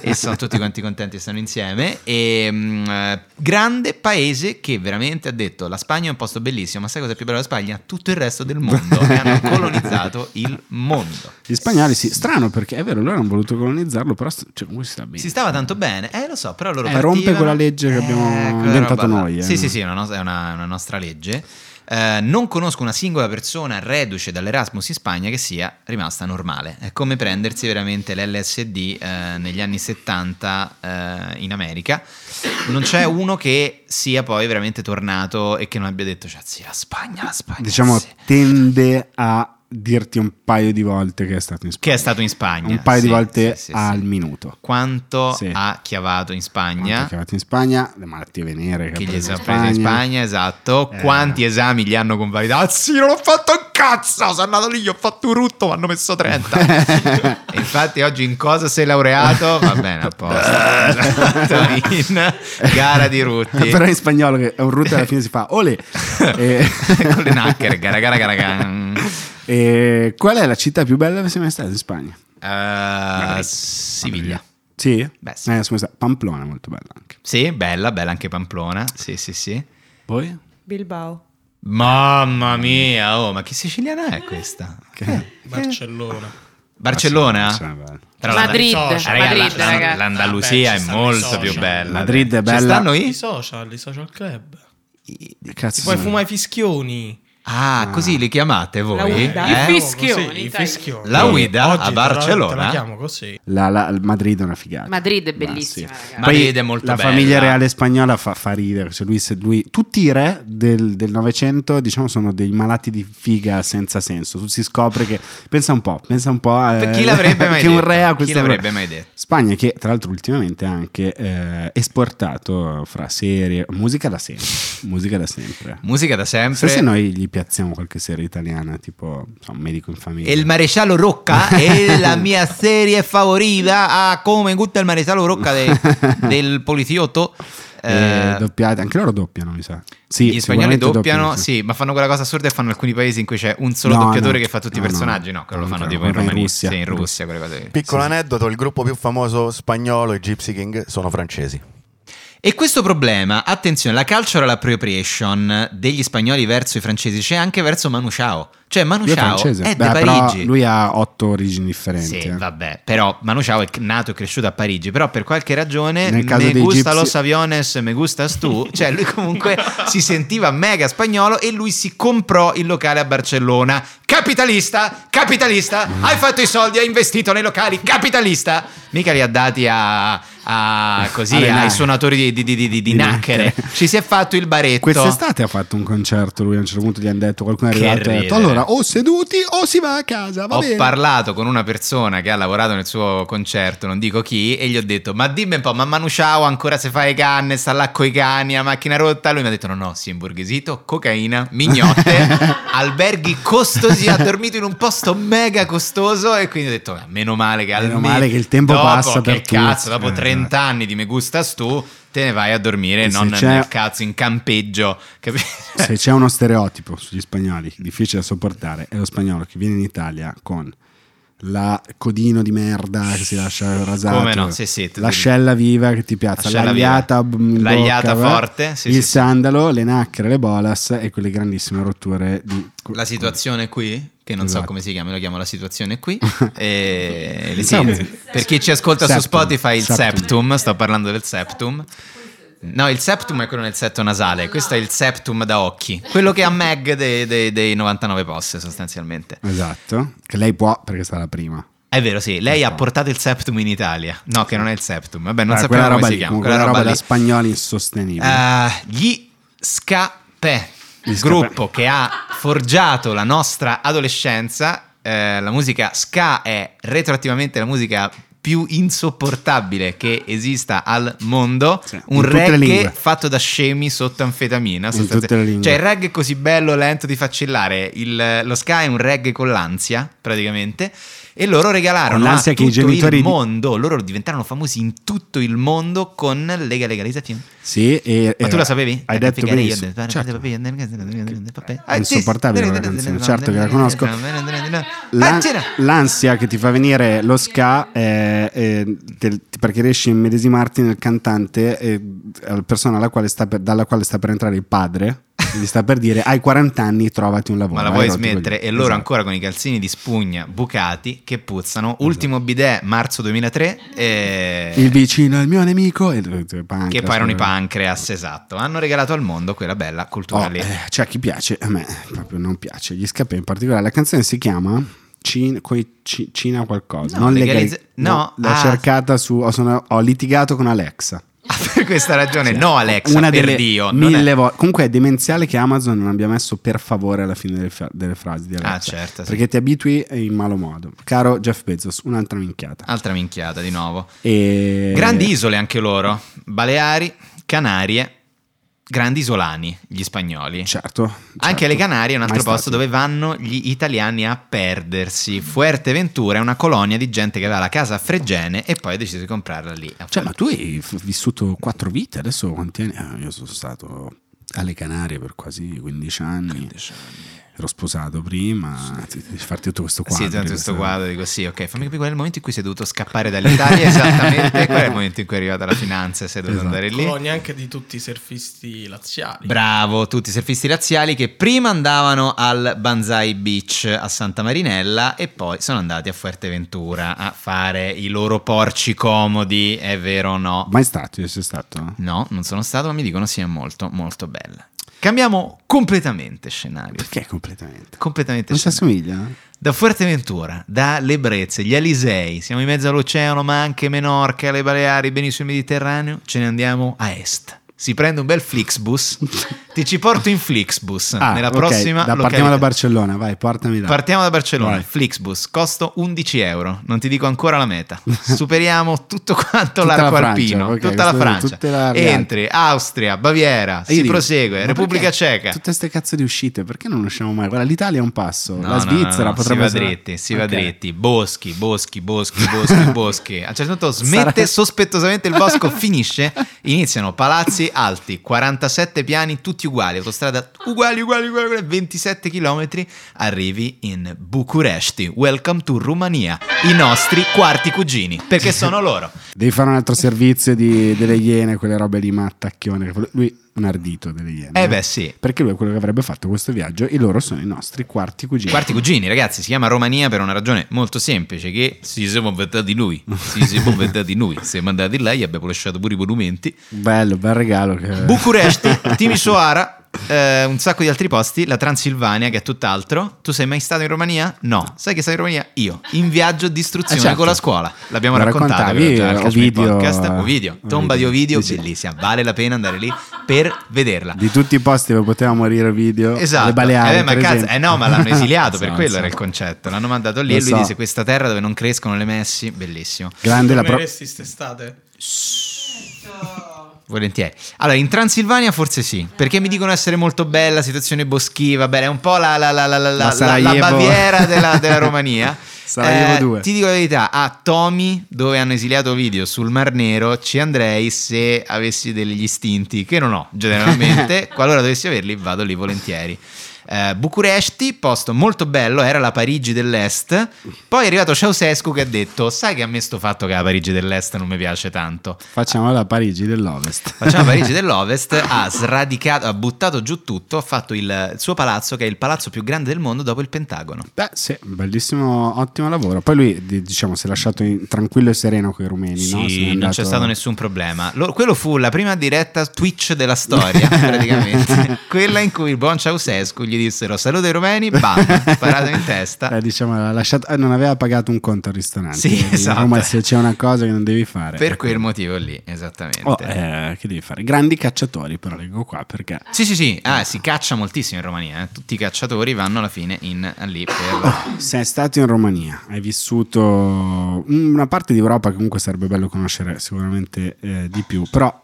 C: E sono tutti quanti contenti, stanno insieme. E, mh, eh, grande paese che veramente ha detto, la Spagna è un posto bellissimo, ma sai cosa è più bello della Spagna? Tutto il resto del mondo, e
D: [laughs]
C: hanno colonizzato il mondo.
D: Gli spagnoli, sì, strano perché è vero, loro hanno voluto colonizzarlo, però st- cioè, comunque si sta bene.
C: Si stava tanto bene, eh lo so, però loro
D: Eh,
C: partivano-
D: rompe quella legge che abbiamo
C: quella
D: inventato
C: roba là.
D: noi, eh.
C: Sì, sì, sì, è una, nos- è una- una nostra legge. Eh, non conosco una singola persona reduce dall'Erasmus in Spagna che sia rimasta normale. È come prendersi veramente l'LSD eh, negli anni 70 eh, in America. Non c'è uno che sia poi veramente tornato e che non abbia detto, cioè, sì, la Spagna, la Spagna.
D: Diciamo,
C: sì".
D: tende a dirti un paio di volte che è stato in Spagna.
C: Che è stato in Spagna,
D: Un paio
C: sì,
D: di
C: sì,
D: volte
C: sì, sì.
D: al minuto.
C: quanto
D: Sì.
C: ha chiavato in Spagna.
D: Quanto è arrivato in Spagna, le malattie venere che
C: Chi
D: ha
C: gli
D: preso
C: ha presi in Spagna, esatto.
D: Eh.
C: Quanti esami gli hanno convalidato? Ah, sì, non ho fatto un cazzo! Sono andato lì, gli ho fatto un rutto, mi hanno messo
D: [laughs]
C: 30. E Infatti oggi in cosa sei laureato? Esatto, Va bene, a
D: [laughs]
C: posto. in gara di rutti.
D: Però in spagnolo che è un rutto alla fine si fa
C: [laughs]
D: ole. Eh. E-
C: Con le nacchere, gara, gara, gara, gara. Mm.
D: E Eh, qual è la città più bella che sei mai stato in Spagna?
C: Eh, Siviglia.
D: Sì?
C: Beh, sì.
D: Eh, sono stato- Pamplona è molto bella anche.
C: Sì, bella, bella anche Pamplona. Sì, sì, sì.
D: Poi?
F: Bilbao.
C: Mamma mia, oh, ma che siciliana è questa? Eh,
E: Barcellona.
C: Barcellona?
D: eh.
C: Tra l'And-
E: Madrid,
C: Cioè, Raga,
E: Eh, Madrid,
C: la- la-
E: raga.
C: L'Andalusia
D: Ah,
E: Vabbè, ci
C: è
E: stanno i
C: molto
E: social.
C: più bella.
D: Madrid è
C: Ci
D: bella.
C: stanno i-
E: I social, i social club.
D: Cazzo.
E: Ti puoi
D: sono-
E: fumare i fischioni.
C: Ah, così li chiamate
F: La
C: voi?
F: guida.
C: eh?
F: I fischioni,
E: Così, i
F: dai.
E: fischioni.
C: La guida
E: Oggi
C: a
E: te la-
C: Barcellona?
E: Te la chiamo così.
D: La, la- il Madrid è una figata.
H: Madrid è
D: Ma
H: bellissima,
D: sì.
H: ragazzi.
D: Poi
C: Madrid è molto
D: La
C: bella.
D: famiglia reale spagnola fa, fa ridere. cioè lui- se lui- tutti i re del del Novecento, diciamo, sono dei malati di figa senza senso. Tu si scopre che. Pensa un po', pensa un po'. eh,
C: Chi l'avrebbe mai
D: [laughs] che un
C: detto?
D: re ha
C: Chi
D: questa
C: l'avrebbe mai detto?
D: Spagna, che tra l'altro ultimamente ha anche eh, esportato fra serie. Musica da sempre. musica da sempre.
C: Musica da sempre.
D: Se, se noi gli piazziamo qualche serie italiana, tipo non so, un medico in famiglia.
C: E il maresciallo Rocca
D: [laughs]
C: è la mia serie favorita. Ah, come gutta il maresciallo Rocca
D: [laughs]
C: de- del poliziotto.
D: Eh,
C: Eh,
D: doppiate, anche loro doppiano, mi sa. Sì,
C: gli spagnoli
D: sicuramente
C: doppiano,
D: sì.
C: sì, ma fanno quella cosa assurda e fanno alcuni paesi in cui c'è un solo
D: No,
C: doppiatore
D: no,
C: che fa tutti
D: no,
C: i personaggi.
D: no,
C: No, che lo
D: no,
C: fanno
D: no,
C: tipo
D: no,
C: in
D: in
C: Romania,
D: Russia.
C: sì, in Russia, quelle cose. lì.
G: Piccolo aneddoto, il gruppo più famoso spagnolo, i Gypsy King, sono francesi.
C: E questo problema, attenzione, la cultural appropriation degli spagnoli verso i francesi c'è anche verso Manu Chao. Cioè Manu
D: Lui è
C: Chao
D: francese.
C: è
D: Beh,
C: di
D: però
C: Parigi.
D: lui ha otto origini differenti.
C: Sì,
D: eh.
C: vabbè, però Manu Chao è nato e cresciuto a Parigi, però per qualche ragione
D: Nel caso
C: me
D: dei
C: gusta
D: Gypsy-
C: los aviones, me gustas tu, cioè lui
D: [laughs]
C: comunque si sentiva mega spagnolo e lui si comprò il locale a Barcellona. Capitalista, capitalista,
D: Mm.
C: hai fatto i soldi, hai investito nei locali, capitalista. Mica li ha dati a, a- così,
D: A Renai.
C: ai suonatori di, di, di, di, di
D: Di
C: nacchere.
D: nacchere.
C: Ci si è fatto il baretto.
D: Quest'estate ha fatto un concerto. Lui a un certo punto gli hanno detto: qualcuno è
C: Che
D: arrivato e ha detto:
C: ridere.
D: Allora, o seduti o si va a casa. Va
C: Ho
D: bene.
C: parlato con una persona che ha lavorato nel suo concerto, non dico chi, e gli ho detto: Ma dimmi un po', ma Manu Chao ancora se fa i canne, sta là coi cani, a macchina rotta? Lui mi ha detto: No, no, si è imborghesito, cocaina, mignotte,
D: [laughs]
C: alberghi costosi, ha dormito in un posto mega costoso. E quindi ho detto: "Ah, Meno male che
D: Meno
C: almeno
D: male che il tempo
C: dopo,
D: passa
C: che
D: per tutti."
C: cazzo, dopo
D: Eh,
C: 30 anni di me gustas tu, te ne vai a dormire,
D: E se
C: non
D: c'è-
C: nel cazzo, in campeggio. capito?
D: Se c'è uno stereotipo sugli spagnoli difficile da sopportare, è lo spagnolo che viene in Italia con la codino di merda che si lascia rasare
C: Come no, sì, sì, tu-
D: l'ascella viva che ti piazza
C: Ascella
D: l'agliata
C: viva.
D: in bocca,
C: L'agliata
D: eh,
C: forte, sì,
D: il
C: sì, sì.
D: sandalo le nacchere le bolas e quelle grandissime rotture di
C: La situazione qui, che non
D: Esatto.
C: so come si chiama, lo chiamo la situazione
D: [laughs]
C: qui. e, sì,
D: Saptum.
C: per chi ci ascolta su
D: Septum.
C: Spotify, il
D: Septum.
C: septum. sto parlando del septum. No, il septum è quello nel setto nasale, questo è il septum da occhi, quello che ha Meg dei, dei- dei 99 posse sostanzialmente.
D: esatto che lei può perché è stata la prima
C: È vero, sì, lei ha portato il septum in Italia. No, che non è il septum, vabbè, non
D: Ah,
C: sappiamo come
D: roba
C: si
D: lì,
C: chiama.
D: comunque, quella roba da
C: lì.
D: spagnoli insostenibile
C: Eh, gli Scapè, il gruppo che ha forgiato la nostra adolescenza. Eh, la musica ska è retroattivamente la musica più insopportabile che esista al mondo.
D: Sì, in
C: Un
D: tutte le
C: reggae
D: lingue.
C: fatto da scemi sotto anfetamina. sostanzialmente.
D: tutte le lingue.
C: Cioè, il reggae è così bello, lento di faccillare. Il- lo ska è un reggae con l'ansia, praticamente. E loro regalarono
D: Con l'ansia
C: a
D: che i
C: tutto
D: genitori
C: il
D: di-
C: mondo. Loro diventarono famosi in tutto il mondo con Lega Legalizzazione.
D: sì e,
C: Ma
D: e-
C: tu la sapevi? Perché
D: hai detto
C: io ho
D: benissimo
C: detto,
D: certo.
C: Ah,
D: È
C: sì, sì.
D: insopportabile quella canzone, certo che la conosco. La-
C: Ah, c'era.
D: l'ansia che ti fa venire lo ska è- è del- perché riesci a immedesimarti nel cantante eh, alla persona alla quale sta per- dalla quale sta per entrare il padre gli sta per dire hai 40 anni trovati un lavoro
C: Ma la
D: hai
C: vuoi
D: rotto i
C: smettere?
D: coglioni."
C: E loro
D: Esatto.
C: ancora con i calzini di spugna bucati che puzzano. Ultimo bidet marzo 2003. eh,
D: il vicino è il mio nemico e, eh,
C: Che poi erano i pancreas, esatto. Hanno regalato al mondo quella bella cultura
D: Oh,
C: lì.
D: eh, c'è chi piace, a me proprio non piace. Gli scappa in particolare. La canzone si chiama Cin- coi- Ci- Cina qualcosa.
C: No,
D: non legali-
C: legalizza- no,
D: l'ho
C: ah.
D: cercata su. Ho, sono- ho litigato con Alexa.
C: Ah, per questa ragione, no, Alexa,
D: Una
C: per
D: delle
C: Dio. non è-
D: mille volte. Comunque è demenziale che Amazon non abbia messo per favore alla fine delle, fra- delle frasi di Alexa.
C: Ah, certo, sì.
D: Perché ti abitui in malo modo. Caro Jeff Bezos, un'altra minchiata.
C: Altra minchiata di nuovo.
D: E-
C: Ah. Grandi isole anche loro, Baleari, Canarie, grandi isolani gli spagnoli.
D: Certo,
C: Anche
D: certo.
C: le Canarie è un altro
D: Mai
C: posto
D: stato.
C: dove vanno gli italiani a perdersi. Fuerteventura è una colonia di gente che aveva la casa a Fregene e poi ha deciso di comprarla lì.
D: Cioè, ma tu hai f- vissuto quattro vite, adesso quanti anni? Ah, io sono stato alle Canarie per quasi 15 anni. Ero sposato prima, ti- devi farti tutto questo
C: Sì,
D: quadro.
C: esatto, questo
D: questo-
C: quadro, dico sì, ok, fammi capire qual è il momento in cui sei dovuto scappare dall'Italia esattamente, e qual è il momento in cui è arrivata la finanza e sei dovuto
D: Esatto.
C: andare lì.
E: Colonia anche di tutti i surfisti laziali.
C: Bravo, tutti i surfisti razziali che prima andavano al Banzai Beach a Santa Marinella e poi sono andati a Fuerteventura a fare i loro porci comodi, è vero o no?
D: Mai stato, io sei stato.
C: Mm. No, non sono stato, ma mi dicono sia molto, molto bella. Cambiamo completamente scenario.
D: Perché completamente?
C: Completamente
D: Non si
C: scenario.
D: assomiglia?
C: Da Fuerteventura, dalle Brezze, gli Alisei, siamo in mezzo all'oceano, ma anche Menorca, le Baleari, benissimo il Mediterraneo, ce ne andiamo a est. Si prende un bel
D: [laughs]
C: Flixbus, ti ci porto in Flixbus,
D: Ah,
C: Eh, nella
D: ok,
C: prossima
D: da-
C: località.
D: partiamo da Barcellona, vai, portami là.
C: Partiamo da Barcellona,
D: Vai.
C: Flixbus, costo 11 euro, non ti dico ancora la
D: [laughs]
C: meta. Superiamo tutto quanto
D: Tutta
C: l'arco
D: la Francia,
C: alpino,
D: ok,
C: tutta la
D: questo-
C: Francia.
D: tutte la-
C: Entri, Austria, Baviera,
D: Io
C: si
D: dico,
C: prosegue,
D: ma
C: Repubblica
D: perché
C: Ceca.
D: Tutte queste cazzo di uscite, perché non usciamo mai? Guarda, l'Italia è un passo,
C: No,
D: la
C: no,
D: Svizzera
C: no, no,
D: potrebbe
C: si va
D: essere-
C: dritti, si va
D: Ok.
C: dritti, boschi, boschi, boschi,
D: [laughs]
C: boschi, boschi. A un certo punto smette
D: Sarà-
C: sospettosamente il
D: [laughs]
C: bosco, finisce, iniziano palazzi alti, 47 piani, tutti uguali, autostrada uguali, uguali, uguali, uguali, 27 km, arrivi in Bucuresti. Welcome to Romania, i nostri quarti cugini, perché sono
D: [laughs]
C: loro.
D: Devi fare un altro servizio di- delle iene, quelle robe lì, mattacchione. Lui un ardito delle iene.
C: Eh beh sì.
D: Perché lui è quello che avrebbe fatto questo viaggio e loro sono i nostri quarti cugini.
C: Quarti cugini, ragazzi, si chiama Romania per una ragione molto semplice: che si siamo inventati noi. Si siamo inventati noi. Siamo andati là, gli abbiamo lasciato pure i monumenti.
D: Bello, bel regalo. Che...
C: Bucuresti, Timisoara, eh, un sacco di altri posti, la Transilvania che è tutt'altro. Tu sei mai stato in Romania? No. Sai che sei in Romania? Io, in viaggio di istruzione
D: Eh, certo.
C: con la scuola. L'abbiamo
D: Lo
C: raccontato
D: raccontavi,
C: però, già al
D: eh,
C: Kashmir
D: Ovidio,
C: podcast.
D: eh,
C: Ovidio, tomba di
D: Ovidio,
C: Ovidio,
D: sì, sì.
C: bellissima, vale la pena andare lì per vederla.
D: Di tutti i posti dove poteva morire video,
C: Esatto,
D: le Baleari.
C: eh, beh, ma
D: per
C: cazzo-
D: esempio.
C: eh no, ma
D: [laughs]
C: l'hanno esiliato per
D: So,
C: quello
D: so.
C: era il concetto. L'hanno mandato lì
D: Lo
C: e lui
D: so.
C: disse: Questa terra dove non crescono le messi, bellissimo.
D: Grande la pro-
E: Torneresti st'estate?
C: Volentieri. Allora, in Transilvania forse sì, perché mi dicono essere molto bella, situazione boschiva, bene, è un po' la, la- la- la- la- la-
D: Sarajevo.
C: la
D: [laughs]
C: Baviera della, della Romania. Eh,
D: Sarajevo due.
C: Ti dico la verità, a Tomi, dove hanno esiliato video sul Mar Nero, ci andrei se avessi degli istinti, che non ho
D: [laughs]
C: generalmente, qualora dovessi averli vado lì volentieri. Eh, Bucuresti, posto molto bello, era la Parigi dell'Est. Poi è arrivato Ceausescu che ha detto: Sai che a me sto fatto che la Parigi dell'Est non mi piace tanto.
D: Facciamo la Parigi dell'Ovest.
C: Facciamo Parigi dell'Ovest, ha sradicato, ha buttato giù tutto, ha fatto il il suo palazzo che è il palazzo più grande del mondo dopo il Pentagono.
D: Beh, sì, bellissimo, ottimo lavoro. Poi lui, di- diciamo, si è lasciato in- tranquillo e sereno con i rumeni,
C: Sì,
D: no? Se n'è
C: non
D: andato-
C: c'è
D: [laughs]
C: stato nessun problema. Lo- quello fu la prima diretta Twitch della
D: [laughs]
C: storia, praticamente. Quella in cui il buon Ceausescu gli dissero saluto ai romeni,
D: [laughs]
C: bam, parato in testa.
D: Eh, diciamo, ha lasciato- eh, non aveva pagato un conto al ristorante.
C: Sì,
D: Quindi,
C: esatto.
D: Roma, se c'è una cosa che non devi fare.
C: Per
D: ecco.
C: quel motivo lì, esattamente.
D: Oh, eh, che devi fare? Grandi cacciatori, però leggo qua perché.
C: Sì, sì, sì, ah, si caccia moltissimo in Romania, eh. tutti i cacciatori vanno alla fine in, lì per...
D: [laughs] Sei stato in Romania, hai vissuto una parte d'Europa che comunque sarebbe bello conoscere sicuramente eh, di più, però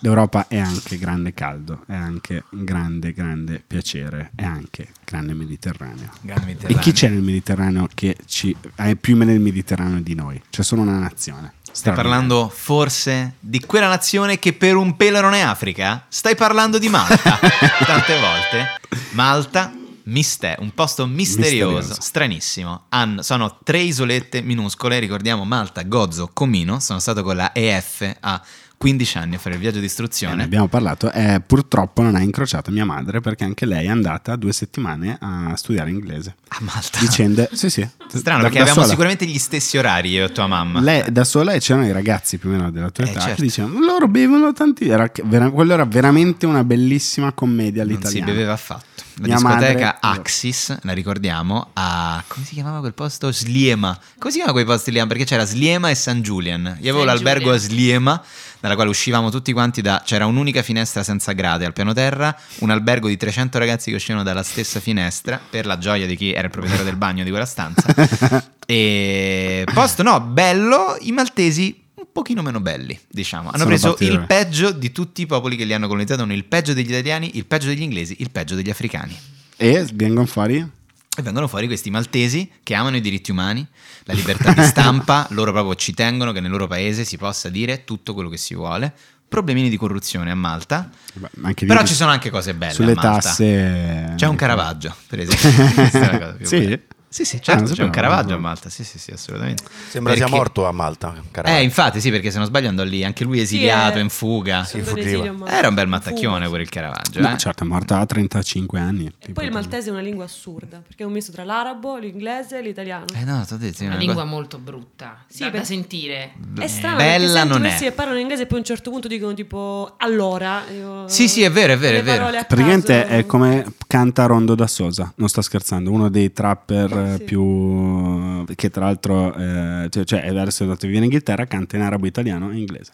D: l'Europa è anche grande caldo, è anche un grande, grande piacere, è anche grande Mediterraneo.
C: Grande
D: E chi
C: Mediterraneo.
D: c'è nel Mediterraneo che ci, è più nel Mediterraneo di noi? C'è solo una nazione.
C: Stai parlando forse di quella nazione che per un pelo non è Africa? Stai parlando di Malta
D: [laughs]
C: tante volte. Malta, miste- un posto misterioso,
D: Misterioso.
C: stranissimo. Han- sono tre isolette minuscole, ricordiamo Malta, Gozzo, Comino. Sono stato con la EF a 15 anni a fare il viaggio di
D: Eh, ne
C: istruzione.
D: abbiamo parlato, eh, purtroppo non ha incrociato mia madre perché anche lei è andata due settimane a studiare inglese.
C: A Malta.
D: Vicende, sì sì.
C: Ah, Strano
D: Da-
C: perché
D: da
C: avevamo
D: sola.
C: sicuramente gli stessi orari io e tua mamma.
D: Lei da sola e c'erano i ragazzi più o meno della tua
C: Eh,
D: età
C: certo.
D: che dicevano loro bevono tanti. Era che- vera- quello era veramente una bellissima commedia
C: Non si
D: all'italiana.
C: beveva affatto. La
D: Mia
C: discoteca
D: madre-
C: Axis, la ricordiamo, a come si chiamava quel posto? Sliema. Come si chiamava quei posti lì? Perché c'era Sliema e San Julian. Io avevo
H: San
C: l'albergo a
H: Julian.
C: Sliema, dalla quale uscivamo tutti quanti da c'era un'unica finestra senza grade al piano terra, un albergo di 300 ragazzi che uscivano dalla stessa finestra per la gioia di chi era il proprietario del bagno di quella
D: [laughs]
C: stanza. E posto no, bello, i maltesi un pochino meno belli, diciamo. Hanno
D: Sono
C: preso
D: partiti
C: il
D: bene.
C: peggio di tutti i popoli che li hanno colonizzato, hanno il peggio degli italiani, il peggio degli inglesi, il peggio degli africani.
D: E vengono fuori.
C: E vengono fuori questi maltesi che amano i diritti umani, la libertà
D: [laughs]
C: di stampa, loro proprio ci tengono che nel loro paese si possa dire tutto quello che si vuole. Problemini di corruzione a Malta,
D: Beh, anche lì
C: però
D: di-
C: ci sono anche cose belle.
D: Sulle
C: a Malta.
D: tasse. eh, [laughs]
C: C'è un Caravaggio, per esempio. Questa è la cosa più
D: Sì?
C: bella. Sì, sì,
I: Ah, non
C: certo, c'è
I: sapevo.
C: un Caravaggio a Malta, sì, sì, sì, assolutamente.
G: Sembra sia
C: Perché-
G: morto a Malta.
C: Eh,
G: Caravaggio.
C: infatti, sì, perché se non sbaglio andò lì, anche lui esiliato,
F: eh,
C: in fuga.
G: Sì, fuggiva.
C: Era un bel mattacchione quel Caravaggio,
D: No,
C: eh.
D: certo, è morta a 35 anni.
F: E
D: tipo.
F: poi il maltese è una lingua assurda, perché è un misto tra l'arabo, l'inglese e l'italiano.
C: Eh no, t'ho detto, io
H: Una
C: non-
H: lingua molto brutta.
F: Sì,
H: Sì, da,
F: per-
H: sentire.
F: È strano
C: Bella
F: perché senti
C: non è.
F: questi che parlano in inglese e poi a un certo punto dicono tipo allora. io-
C: Sì, sì, è vero, è vero,
F: le
C: è vero.
F: parole a
D: Praticamente
F: caso.
D: è come canta Rondo da Sosa, non sto scherzando, uno dei trapper eh,
F: Sì.
D: più... che tra l'altro, eh, cioè, cioè, adesso è andato via in Inghilterra, canta in arabo, italiano e inglese.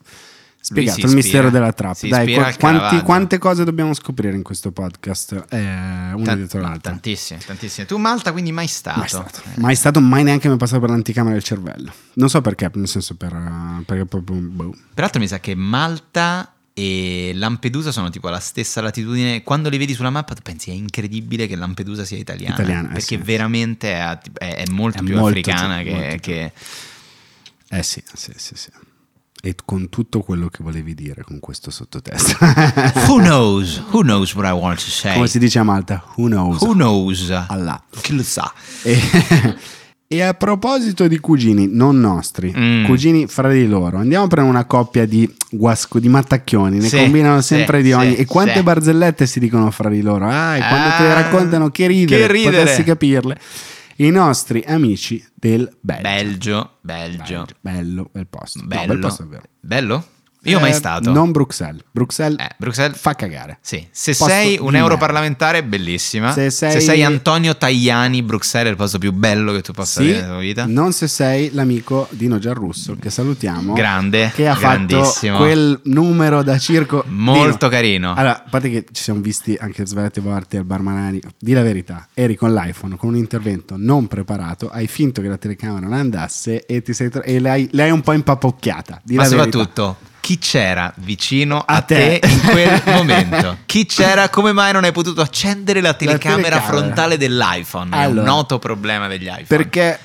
D: Spiegato
C: si
D: il
C: ispira.
D: mistero della trap.
C: Si
D: Dai,
C: ispira
D: qu-
C: al
D: quanti-
C: Caravaggio.
D: quante cose dobbiamo scoprire in questo podcast? Eh, una
C: Tan-
D: dietro
C: ma
D: l'altra.
C: Tantissime, tantissime. Tu Malta quindi mai stato. Eh.
D: Mai stato. Mai stato, mai neanche mi è passato per l'anticamera del cervello. Non so perché, nel senso per... eh, perché proprio... boh.
C: Peraltro mi sa che Malta e Lampedusa sono tipo alla stessa latitudine. Quando li vedi sulla mappa tu pensi è incredibile che Lampedusa sia italiana.
D: Italiana, eh,
C: perché
D: sì.
C: veramente è, a- è- è molto
D: È
C: più
D: molto
C: africana
D: più-
C: che...
D: molto più.
C: che-
D: Eh sì, sì, sì, sì. E con tutto quello che volevi dire con questo sottotesto.
C: Who knows? Who knows what I want to say?
D: Come si dice a Malta? Who knows?
C: Who knows?
D: Allah.
C: Chi lo sa?
D: E, [laughs] e a proposito di cugini, non nostri,
C: Mm.
D: cugini fra di loro, andiamo per una coppia di guasco, di mattacchioni, ne
C: Sì,
D: combinano
C: sì,
D: sempre di
C: sì,
D: ogni. e quante
C: sì.
D: barzellette si dicono fra di loro? Ah, e quando te le
C: Ah,
D: raccontano che ridere,
C: che ridere.
D: potessi capirle. I nostri amici del Belgio.
C: Belgio, Belgio.
D: Bello, bel posto. No,
C: Bello.
D: bel posto davvero.
C: Bello? Io mai
D: Eh,
C: stato.
D: Non Bruxelles. Bruxelles,
C: Eh, Bruxelles-
D: fa cagare.
C: Sì, se
D: Posto
C: sei un
D: di merda.
C: europarlamentare bellissima.
D: Se
C: Se
D: sei-
C: sei... Antonio Tajani, Bruxelles è il posto più bello che tu possa avere nella tua vita.
D: Non se sei l'amico Dino Giarrusso, che salutiamo.
C: Grande,
D: Che ha fatto
C: grandissimo.
D: quel numero da circo.
C: Molto
D: Dino.
C: carino.
D: Allora, a parte che ci siamo visti anche svariate volte al bar Manani, di la verità, eri con l'iPhone, con un intervento non preparato, hai finto che la telecamera non andasse e, ti sei tro- e l'hai, l'hai un po' impappocchiata. Di
C: Ma
D: la verità.
C: soprattutto, chi c'era vicino a,
D: A te.
C: te. in
D: [laughs]
C: quel momento? Chi c'era? Come mai non hai potuto accendere la telecamera,
D: telecamera.
C: frontale dell'iPhone? è
D: Allora,
C: un noto problema degli iPhone.
D: Perché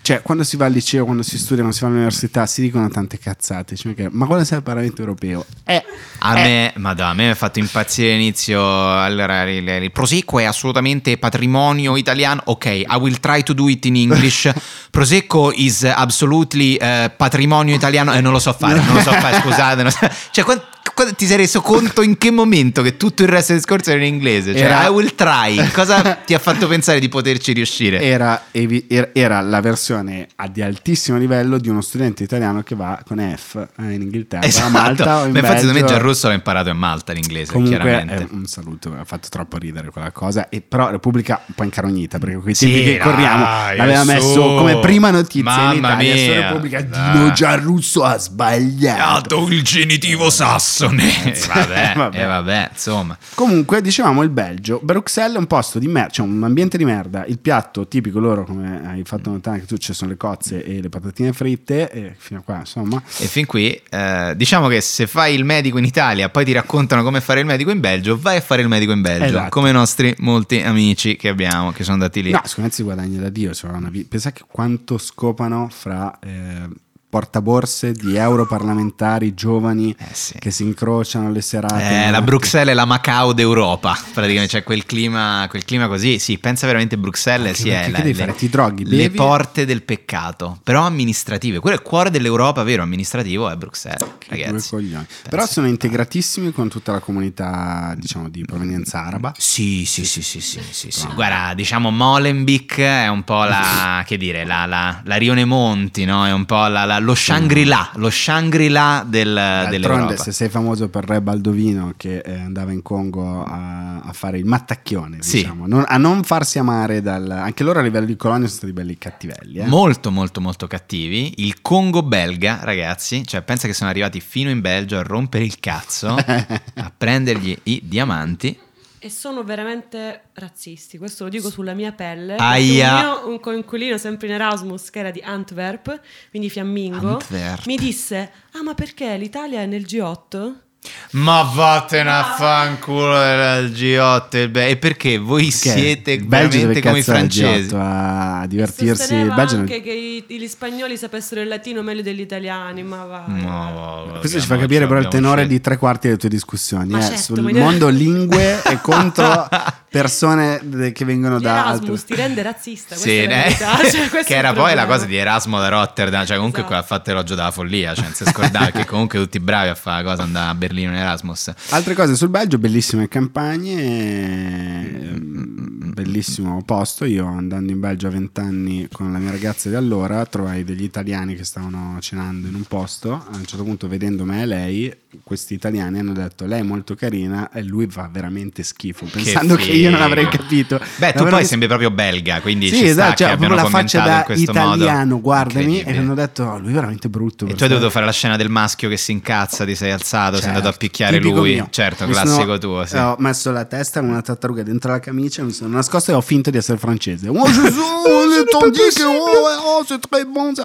D: cioè, quando si va al liceo, quando si studia, quando si va all'università, si dicono tante cazzate. cioè, che- ma quando sei al Parlamento europeo? Eh,
C: A me, madonna, a me mi ha fatto impazzire l'inizio. Allora, il, il prosecco è assolutamente patrimonio italiano. Ok, I will try to do it in
D: [laughs]
C: English. Prosecco is absolutely eh, patrimonio italiano. Eh, non lo so fare, non lo so fare, scusate. non so- [laughs] Cioè, quan- quando ti sei reso conto in che momento che tutto il resto del discorso era in inglese? Cioè,
D: Era-
C: I will try. Cosa ti ha fatto pensare di poterci riuscire?
D: era, evi- er- era la versione a- di altissimo livello di uno studente italiano che va con F eh, in Inghilterra, a
C: Esatto.
D: Malta o in
C: Ma infatti, secondo me
D: Belgio.
C: Gianrusso l'ha imparato a Malta l'inglese,
D: Comunque,
C: chiaramente.
D: eh, un saluto, ha fatto troppo ridere quella cosa. E però Repubblica un po' incarognita perché quei
C: Sì,
D: tempi che
C: dai,
D: corriamo l'aveva
C: su.
D: messo come prima notizia in
C: Mamma
D: Italia su
C: mia.
D: Repubblica.
C: Dai. Ah,
D: Dino Giarrusso ha sbagliato.
C: Dato il genitivo sassone. Eh, vabbè,
D: [laughs] Vabbè.
C: eh, vabbè, insomma.
D: Comunque, dicevamo il Belgio. Bruxelles è un posto di merda, cioè un ambiente di merda. Il piatto tipico loro, come hai fatto notare anche tu, ci sono le cozze e le patatine fritte. E fino a qua, insomma.
C: E fin qui, eh, diciamo che se fai il medico in Italia, poi ti raccontano come fare il medico in Belgio, vai a fare il medico in Belgio,
D: Esatto.
C: come i nostri molti amici che abbiamo, che sono andati lì.
D: No, secondo me si guadagna da Dio. Cioè una vi- Pensa che quanto scopano fra eh, portaborse di europarlamentari giovani
C: Eh sì.
D: che si incrociano alle serate.
C: Eh, la Bruxelles è la Macao d'Europa, praticamente c'è quel clima, quel clima così. Sì, pensa veramente Bruxelles
D: Anche
C: sì,
D: perché
C: è
D: che
C: la-
D: devi
C: le-
D: fare? Ti droghi,
C: le
D: bevi?
C: porte del peccato, però amministrative. Quello è il cuore dell'Europa, vero? Amministrativo è Bruxelles,
D: Che due
C: ragazzi.
D: coglioni.
C: Pensa.
D: Però sono integratissimi con tutta la comunità, diciamo, di provenienza araba.
C: Sì, sì, sì, sì, sì, sì,
D: Ah.
C: sì. Guarda, diciamo Molenbeek è un po'
D: [laughs]
C: la, che dire, la, la, la Rione Monti, no? È un po' la- la- lo Shangri-La, lo Shangri-La del,
D: D'altronde,
C: dell'Europa.
D: se sei famoso per Re Baldovino che eh, andava in Congo a, a fare il mattacchione,
C: Sì.
D: diciamo, non- a non farsi amare dal. Anche loro a livello di colonia sono stati belli cattivelli. Eh?
C: Molto, molto, molto cattivi. Il Congo belga, ragazzi, cioè pensa che sono arrivati fino in Belgio a rompere il
D: [laughs]
C: cazzo, a prendergli i diamanti.
F: E sono veramente razzisti, questo lo dico sulla mia pelle.
C: Aia.
F: perché Un mio un coinquilino sempre in Erasmus, che era di Antwerp, quindi fiammingo,
C: Antwerp.
F: mi disse: Ah, ma perché l'Italia è nel G8?
C: Ma vattene a fanculo il G8 il Be- E perché voi
D: Che
C: siete
D: il Belgio deve
C: veramente come i
D: cazzo al
C: francesi
D: G8 a divertirsi. Il
F: Sosteneva
D: Belgio
F: anche che i- gli spagnoli sapessero il latino meglio degli italiani, ma va.
C: No, vabbè,
D: Questo ci fa
C: Oh, abbiamo-
D: capire però il
C: abbiamo
D: tenore
C: scelto.
D: eh,
F: certo,
D: di tre quarti delle tue discussioni
F: Ma
D: eh,
F: certo,
D: sul
F: ma- [laughs]
D: mondo lingue e contro persone de- che vengono da
F: Erasmus
D: altri.
F: ti rende razzista. questa
C: Sì,
F: è la
C: eh,
F: verità,
C: [laughs]
F: [laughs] cioè, questo
C: che
F: è il
C: era poi la
F: problema.
C: cosa di Erasmo da Rotterdam, cioè comunque
F: Esatto.
C: qua ha fatto elogio della follia, cioè non si scordava che comunque tutti bravi a fare la cosa andare a Berlino in Erasmus.
D: Altre cose sul Belgio, bellissime campagne,
C: Mm.
D: ehm, bellissimo posto. Io andando in Belgio a 20 anni con la mia ragazza di allora, trovai degli italiani che stavano cenando in un posto. A un certo punto, vedendo me e lei, questi italiani hanno detto: Lei è molto carina e lui fa veramente schifo, pensando che, io non
C: figo.
D: avrei capito.
C: Beh, tu
D: Davvero
C: poi
D: mi-
C: sembri proprio belga, quindi
D: Sì,
C: ci sta
D: esatto,
C: che
D: cioè,
C: abbiano
D: proprio la faccia
C: commentato in
D: da
C: questo
D: italiano,
C: modo.
D: guardami, e
C: Incredibile.
D: hanno detto: "Oh, Lui è veramente brutto.
C: E
D: per
C: tu hai dovuto
D: stare-
C: fare la scena del maschio che si incazza, ti sei alzato, sei
D: Certo,
C: andato a picchiare
D: tipico
C: lui.
D: mio.
C: Certo,
D: Mi
C: classico
D: sono- eh,
C: tuo. Sì.
D: Ho messo la testa in una tartaruga dentro la camicia, mi sono nascosto e ho finto di essere francese.
C: [laughs]
D: Oh Gesù, le t'en dis che oh, oh, c'est très bon ça.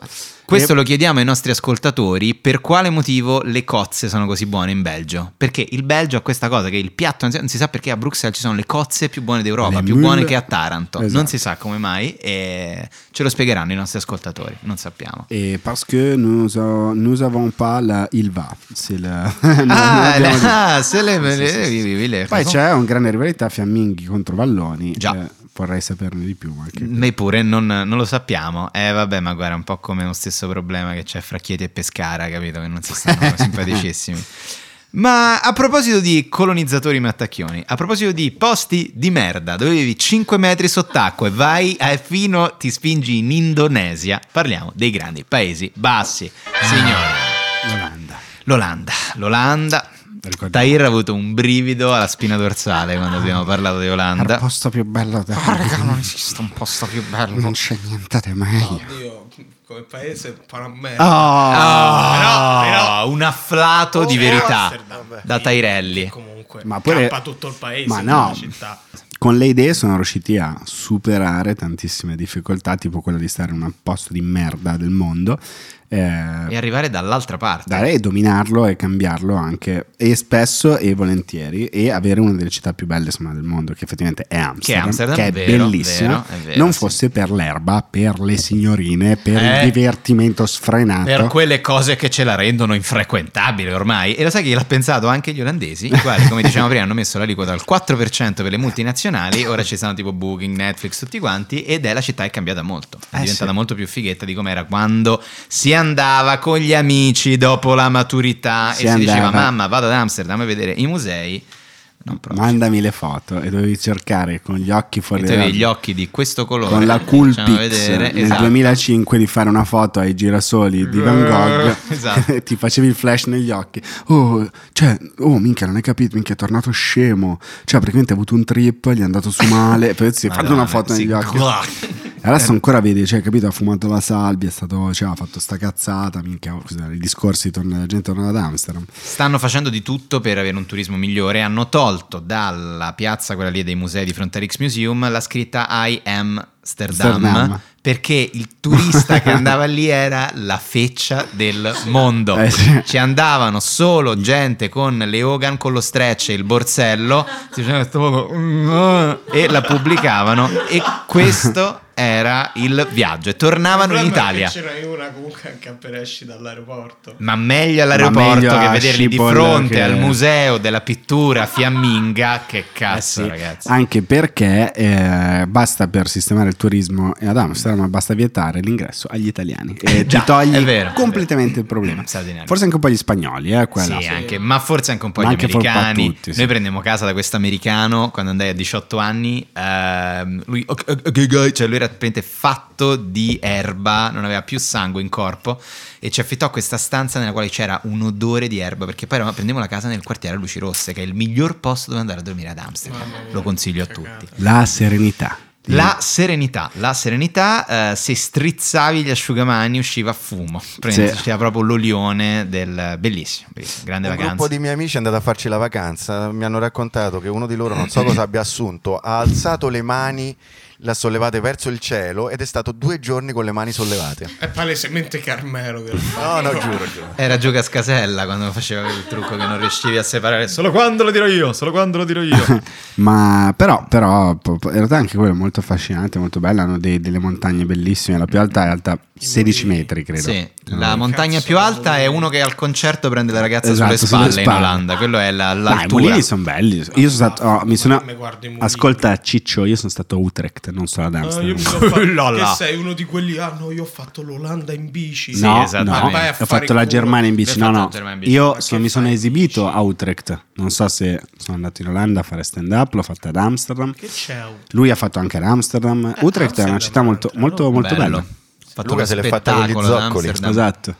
C: Questo lo chiediamo ai nostri ascoltatori, per quale motivo le cozze sono così buone in Belgio? Perché il Belgio ha questa cosa che il piatto, non si- non si sa perché a Bruxelles ci sono le cozze più buone d'Europa,
D: Le
C: più
D: mule.
C: buone che a Taranto, non
D: Esatto.
C: si sa come mai e ce lo spiegheranno i nostri ascoltatori, non sappiamo.
D: E parce que nous, a- nous avons pas la Ilva. C'est la... [laughs] non
C: Ah,
D: Eh,
C: [laughs]
D: abbiamo-
C: la- ah, se le-
D: Sì, sì, sì,
C: le-
D: sì.
C: le- le-
D: Poi c'è una grande rivalità Fiamminghi contro Valloni. Eh,
C: Già. Mm.
D: vorrei saperne di più. ma che-
C: Noi pure non, non lo sappiamo. Eh vabbè, ma guarda, è un po' come lo stesso problema che c'è fra Chieti e Pescara, capito? Che non si
D: [laughs]
C: stanno simpaticissimi. Ma a proposito di colonizzatori mattacchioni, a proposito di posti di merda dove vivi 5 metri sott'acqua e vai a fino ti spingi in Indonesia, parliamo dei grandi paesi bassi. Signori,
D: L'Olanda.
C: l'Olanda, l'Olanda.
D: Ricordiamo.
C: Tahir ha avuto un brivido alla spina dorsale quando abbiamo parlato di
D: Il
C: Olanda.
D: posto più bello del
J: non esiste un posto più bello.
D: Non c'è niente di meglio.
E: Oddio, come paese fa una merda.
C: Ah,
D: Oh.
C: però, un afflato di
E: Oh,
C: verità
E: Amsterdam.
C: da Tairelli.
E: Comunque,
D: Ma
E: ma
D: pure-
E: tutto il paese,
D: ma
E: ma
D: no.
E: la città.
D: Con le idee sono riusciti a superare tantissime difficoltà, tipo quella di stare in un posto di merda del mondo.
C: E
D: eh,
C: arrivare dall'altra parte.
D: da e dominarlo e cambiarlo anche e spesso e volentieri e avere una delle città più belle insomma, del mondo che effettivamente è Amsterdam che è,
C: Amsterdam, vero,
D: bellissima
C: vero, è vero,
D: non
C: sì.
D: fosse per l'erba per le signorine per
C: Eh.
D: il divertimento sfrenato
C: Per quelle cose che ce la rendono infrequentabile ormai. E lo sai che l'ha pensato anche gli olandesi, i quali, come dicevamo prima, hanno messo l'aliquota al 4% per le multinazionali, ora ci stanno tipo Booking, Netflix, tutti quanti, ed è la città è cambiata molto. È
D: Eh,
C: diventata
D: sì.
C: molto più fighetta di com'era quando si andava con gli amici dopo la maturità
D: Si
C: e si diceva
D: andava.
C: mamma vado ad Amsterdam a vedere i musei. Non proprio.
D: mandami le foto e dovevi cercare con gli occhi fuori
C: E tu avevi
D: dal-
C: gli occhi di questo colore
D: con la Cool
C: facciamo
D: Pix
C: vedere,
D: nel
C: esatto. Eh,
D: 2005 di fare una foto ai girasoli di Van Gogh
C: [laughs] Esatto.
D: [laughs] ti facevi il flash negli occhi oh cioè oh minchia non hai capito minchia è tornato scemo cioè praticamente ha avuto un trip gli è andato
C: [laughs]
D: su male poi si è fatto
C: Madonna,
D: una foto
C: sì,
D: negli occhi
C: guarda.
D: E adesso ancora vedi, cioè, capito? Ha fumato la salvia, è stato, cioè, ha fatto sta cazzata, minchia, oh, scusa, i discorsi, torna, la gente torna ad Amsterdam.
C: Stanno facendo di tutto per avere un turismo migliore. Hanno tolto dalla piazza, quella lì dei musei di fronte all'X Museum, la scritta I am Amsterdam.
D: Amsterdam.
C: Perché il
D: [laughs]
C: turista che andava lì era la feccia del mondo.
D: Eh, sì.
C: Ci andavano solo gente con le Hogan, con lo stretch e il borsello. Si faceva questo poco, "Mm, ah", e la pubblicavano. E questo era il viaggio. E tornavano in
E: Il problema è
C: Italia.
E: che C'era una comunque anche appena esci dall'aeroporto.
C: Ma meglio all'aeroporto
D: Ma meglio
C: che
D: a
C: vederli di
D: Schiphol
C: fronte
D: che-
C: al museo della pittura fiamminga. Che cazzo,
D: Eh sì,
C: ragazzi.
D: Anche perché eh, basta per sistemare il turismo ad Amsterdam, basta vietare l'ingresso
C: [laughs]
D: agli italiani. E
C: Già,
D: ti togli
C: è vero,
D: completamente
C: è vero.
D: il problema.
C: Straordinario.
D: Forse anche un po' gli spagnoli, eh, quella.
C: Sì, anche- ma forse anche un po'
D: Ma
C: gli
D: anche un po'
C: americani.
D: tutti, sì.
C: Noi prendiamo casa da questo americano quando andai a 18 anni. ehm, lui, ok, ok, ok, cioè lui era praticamente fatto di erba, non aveva più sangue in corpo e ci affittò questa stanza nella quale c'era un odore di erba perché poi eravamo- prendiamo la casa nel quartiere a Luci Rosse, che è il miglior posto dove andare a dormire ad Amsterdam. Lo consiglio a tutti.
D: La serenità.
C: La serenità, la serenità, eh, se strizzavi gli asciugamani usciva fumo, Prende-
D: Sì.
C: usciva proprio l'olione del bellissimo, bellissimo, grande
G: Un
C: vacanza.
G: gruppo di miei amici è andato a farci la
C: [coughs]
G: vacanza, mi hanno raccontato che uno di loro, non so cosa abbia assunto, ha alzato le mani, l'ha sollevata verso il cielo ed è stato due giorni con le mani sollevate.
E: È palesemente Carmelo che lo fa.
G: No, no, giuro, giuro.
C: Era giù Cascasella quando faceva quel trucco che non riuscivi a separare. Solo quando lo dirò io, solo quando lo
D: [laughs]
C: dirò io.
D: Ma però, però, po- po- in realtà anche quello è molto affascinante, molto bello. Hanno dei- delle montagne bellissime. La più alta è alta 16 metri, credo.
C: Sì, la montagna più alta è uno che al concerto prende la ragazza
D: Esatto,
C: sulle spalle in
D: spalle.
C: Olanda. Quello è la-
D: Dai, i
C: l'altura.
D: mulini sono belli. Io sono stato. oh, mi sono-
E: Mi guardo i mulini.
D: Ascolta, Ciccio, io sono stato a Utrecht, non solo ad
E: No,
D: Amsterdam.
E: io
D: [laughs]
E: mi sono fatto,
C: Lola.
E: che sei uno di quelli. Ah, no, io ho fatto l'Olanda in bici.
C: Sì,
D: no,
C: esatto.
D: no,
C: Ma vai a
D: ho
E: fare
D: fatto
E: il
D: la
E: culo.
D: Germania
C: Hai
D: in bici.
C: fatto
D: No,
C: la
D: no,
C: Germania in bici.
D: io
C: Ma
D: sono-
E: che
D: mi sono
E: fai in
D: esibito
E: bici?
D: a Utrecht. Non so se sono andato in Olanda a fare stand up, l'ho fatta ad Amsterdam.
E: Che c'è? un-
D: Lui ha fatto anche ad Amsterdam. Utrecht è una
E: Amsterdam,
D: città molto,
E: Amsterdam.
D: molto, molto
C: Eh, Bello.
D: bella.
C: Ha fatto
G: Luca
C: uno
G: se l'è fatta con gli
C: spettacolo ad
G: zoccoli.
C: Amsterdam.
D: Esatto.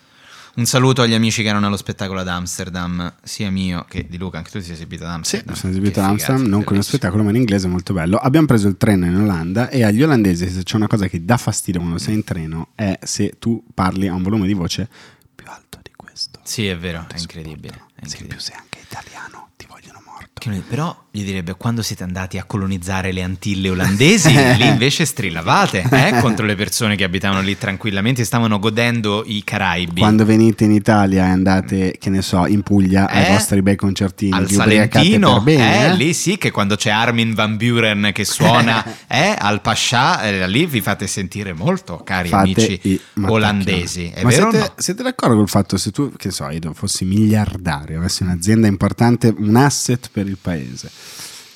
C: Un saluto agli amici che erano allo spettacolo ad Amsterdam, sia mio che di Luca. Anche tu ti sei esibito ad
D: Sì,
C: Amsterdam.
D: mi sono esibito
C: Che
D: ad Amsterdam,
C: figata,
D: non con uno
C: bellissimo.
D: spettacolo, ma in inglese molto bello. Abbiamo preso il treno in Olanda e agli olandesi se c'è una cosa che dà fastidio quando sei in treno è se tu parli a un volume di voce più alto di questo.
C: Sì, è vero, è
D: Ti
C: incredibile. è
D: sopportano. Se in
C: incredibile.
D: più sei anche italiano, ti vogliono morto.
C: Che noi- però gli direbbe quando siete andati a colonizzare le Antille
D: [laughs]
C: olandesi, lì invece strillavate eh, contro le persone che abitavano lì tranquillamente, stavano godendo i Caraibi.
D: Quando venite in Italia e andate, che ne so, in Puglia ai
C: Eh?
D: vostri bei concertini,
C: al
D: vi ubriacate
C: Salentino,
D: per bene,
C: eh, lì sì che quando c'è Armin Van Buren che
D: [laughs]
C: suona eh, al Pascià, eh, lì vi fate sentire molto, cari
D: fate
C: amici
D: i mattacchi.
C: olandesi. È
D: Ma
C: vero
D: siete,
C: o no?
D: siete d'accordo col fatto se tu, che so, io fossi miliardario, avessi un'azienda importante, un asset per il paese,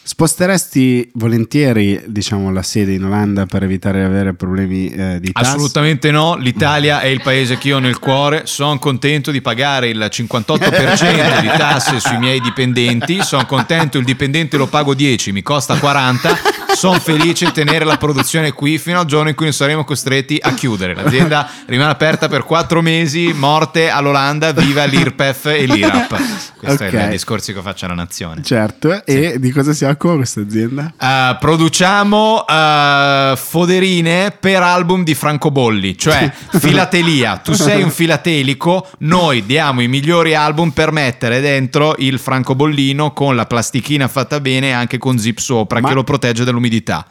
D: sposteresti volentieri, diciamo, la sede in Olanda per evitare di avere problemi eh, di tasse?
C: Assolutamente no, l'Italia è il paese che io ho nel cuore, sono contento di pagare il 58% di tasse sui miei dipendenti, sono contento il dipendente lo pago 10, mi costa 40, sono felice di tenere la produzione qui fino al giorno in cui non saremo costretti a chiudere. L'azienda rimane aperta per 4 mesi, morte all'Olanda, viva l'IRPEF e l'IRAP. Questo è
D: Ok.
C: il discorso che faccio alla nazione.
D: Certo, e di cosa si occupa questa azienda?
C: Eh, produciamo eh, foderine per album di francobolli,
D: [laughs]
C: cioè filatelia. Tu sei un filatelico, noi diamo i migliori album per mettere dentro il francobollino con la plastichina fatta bene e anche con zip sopra
D: Ma-
C: che lo protegge dall'umidità.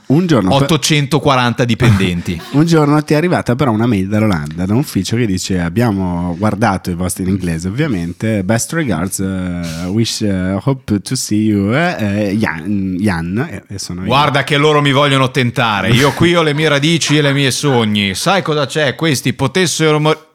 D: Un giorno,
C: 840 dipendenti.
D: un giorno ti è arrivata però una mail dall'Olanda, da un ufficio che dice abbiamo guardato i vostri in inglese ovviamente, best regards, eh, wish, eh, hope to see you, eh, eh, Jan, Jan", eh, e- e sono io.
C: Guarda che loro mi vogliono tentare. Io qui ho le mie radici e le mie sogni. Sai cosa c'è? Questi potessero mor-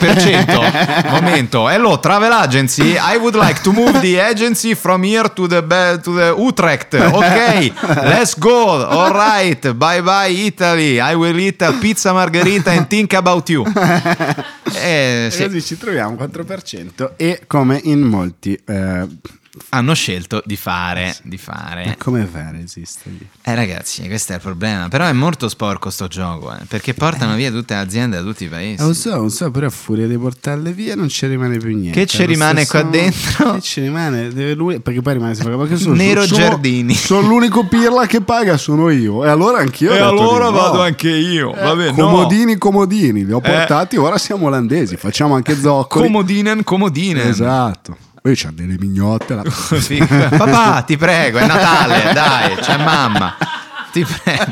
C: 4%. Momento. Hello, travel agency. I would like to move the agency from here to the, be- to the Utrecht. Ok, let's go. All right. Bye bye Italy. I will eat a pizza margherita and think about
D: [laughs]
C: you. Eh,
D: E
C: sì.
D: così ci troviamo 4% e come in molti... eh,
C: Hanno scelto di fare, di fare.
D: ma come fare esiste lì?
C: Eh ragazzi, questo è il problema, però è molto sporco sto gioco, eh, perché portano via tutte le aziende da tutti i paesi.
D: Eh Lo so, lo so, però a furia di portarle via non ci rimane più niente.
C: Che ci
D: Lo
C: rimane
D: stesso-
C: qua dentro?
D: Che ci rimane? Deve lui, perché poi rimane sempre perché sono,
C: Nero
D: sono-
C: Giardini.
D: Sono l'unico pirla che paga, sono io. E allora anch'io. ho detto di no.
C: io,
D: Eh, comodini, comodini, li ho portati, ora siamo olandesi, facciamo anche zoccoli.
C: Comodinen, comodinen.
D: Esatto. Poi c'ha delle mignotte. La...
C: [laughs]
D: [laughs]
C: Sì. Papà, ti prego, è Natale, dai, c'è mamma. Ti prego.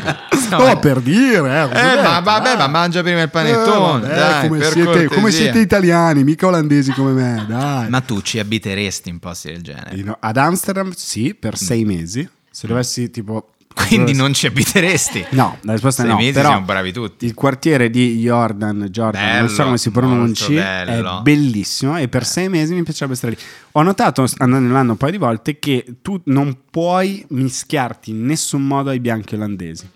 C: No,
D: No, per dire, eh, così
C: Eh,
D: detto,
C: ma vabbè,
D: dai.
C: ma mangia prima il
D: Eh,
C: panettone.
D: vabbè,
C: dai,
D: come,
C: per
D: siete, come
C: cortesia.
D: siete italiani, mica olandesi come me, dai.
C: Ma tu ci abiteresti in posti del genere.
D: Eh. In- Ad Amsterdam sì, per sei mesi. Se dovessi tipo...
C: Mm. Quindi non ci abiteresti.
D: No, la risposta
C: Sei
D: è no.
C: mesi
D: però
C: siamo bravi tutti.
D: Il quartiere di Jordan, Jordan, non so
C: Bello,
D: come si pronunci,
C: molto
D: è
C: bello. Eh.
D: bellissimo e per sei mesi mi piacerebbe stare lì. Ho notato, andando là un paio di volte, che tu non puoi mischiarti in nessun modo ai bianchi olandesi.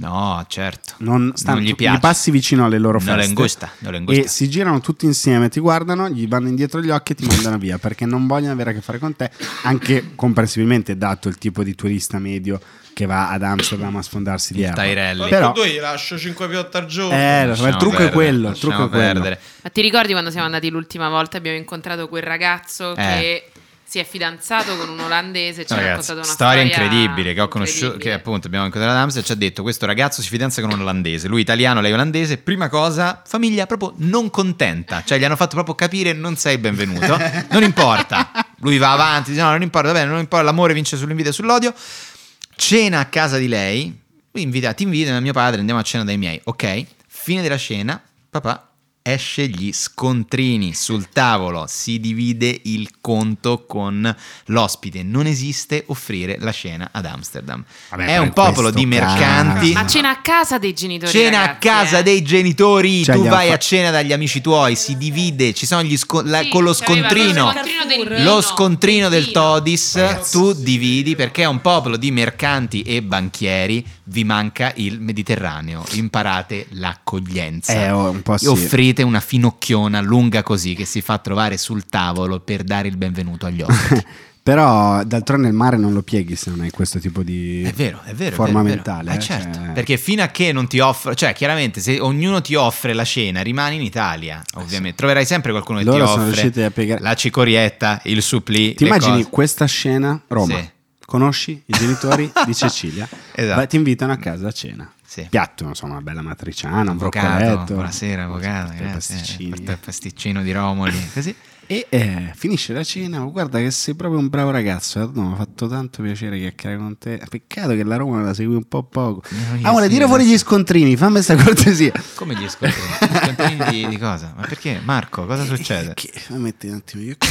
C: No, certo.
D: Non, stanno-
C: gli piace.
D: passi vicino alle loro
C: Non
D: feste.
C: le gusta, non le gusta.
D: E si girano tutti insieme, ti guardano, gli vanno indietro gli occhi e ti mandano via perché non vogliono avere a che fare con te, anche comprensibilmente dato il tipo di turista medio che va ad Amsterdam a sfondarsi di
C: Il
D: erba.
C: Tyrelli.
D: Però-
E: Tu gli lascio 5 piotte al giorno.
D: Eh,
C: Lasciamo
D: ma il trucco è
C: perdere,
D: quello, il
C: lasciamo
D: trucco è quello.
C: perdere.
H: Ma ti ricordi quando siamo andati l'ultima volta e abbiamo incontrato quel ragazzo che si è fidanzato con un olandese? Ci ha
C: Eh. Ragazzi,
H: raccontato una
C: storia incredibile che ho conosciuto, che
H: incredibile.
C: appunto abbiamo incontrato ad Amsterdam, ci ha detto questo ragazzo si fidanza con un olandese, lui italiano, lei olandese, prima cosa, famiglia proprio non contenta, cioè gli hanno fatto proprio capire non sei il benvenuto, non importa, lui va avanti, dice no non importa, va bene, non importa, l'amore vince sull'invidia e sull'odio, cena a casa di lei, invita, ti invitano da mio padre, andiamo a cena dai miei. Ok, fine della cena, papà esce gli scontrini sul tavolo, si divide il conto con l'ospite, non esiste offrire la cena ad Amsterdam.
D: Vabbè,
C: È
D: ma
C: un
D: in
C: popolo
D: questo
C: di mercanti.
H: Ma cena a casa dei genitori.
C: Cena a
H: ragazzi,
C: casa
H: eh.
C: dei genitori,
D: Cioè,
C: tu
D: gli han
C: vai
D: fa-
C: a cena dagli amici tuoi, si divide, ci sono gli sco- la-
H: Sì,
C: con lo
H: c'aveva
C: scontrino.
H: scontrino del
F: Lo
H: vino,
C: Lo scontrino del
H: vino.
C: Todis,
K: Ragazzi.
C: tu dividi perché è un popolo di mercanti e banchieri, vi manca il Mediterraneo, imparate l'accoglienza.
D: Eh, oh, un po' sì.
C: Offrite una finocchiona lunga così che si fa trovare sul tavolo per dare il benvenuto
D: [laughs]
C: agli ospiti.
D: Però d'altronde il mare non lo pieghi se non hai questo tipo di
C: È vero, è vero.
D: forma
C: è vero, è vero.
D: mentale.
C: Eh,
D: eh,
C: certo.
D: cioè-
C: Perché fino a che non ti offre, cioè chiaramente se ognuno ti offre la cena, rimani in Italia, ovviamente. Troverai sempre qualcuno che
D: Eh, Loro
C: ti
D: sono riusciti
C: offre
D: a piegare.
C: la cicorietta, il supplì.
D: Ti
C: le
D: immagini
C: cose.
D: questa scena Roma?
C: Sì.
D: Conosci i genitori
C: [laughs]
D: di Cecilia?
C: Esatto.
D: Vai- Ti invitano a casa a cena.
C: Sì.
D: Piatto, insomma, una bella matriciana, un
C: Avvocato,
D: broccoletto.
C: buonasera, avvocato,
D: Tre
C: grazie.
D: pasticcini.
C: eh, porta il pasticcino di
D: [laughs]
C: Romoli, così.
D: E eh, finisce la cena, oh, guarda che sei proprio un bravo ragazzo, Arnaud, mi ha fatto tanto piacere chiacchierare con te. Peccato che la Roma la segui un po' poco.
C: Eh,
D: Amore,
C: sì,
D: tira fuori gli scontrini, fammi questa cortesia.
C: Come gli scontrini? Gli scontrini di, di cosa? Ma perché? Marco,
D: [laughs]
C: cosa succede?
D: Eh, Che, metti un attimo gli occhi.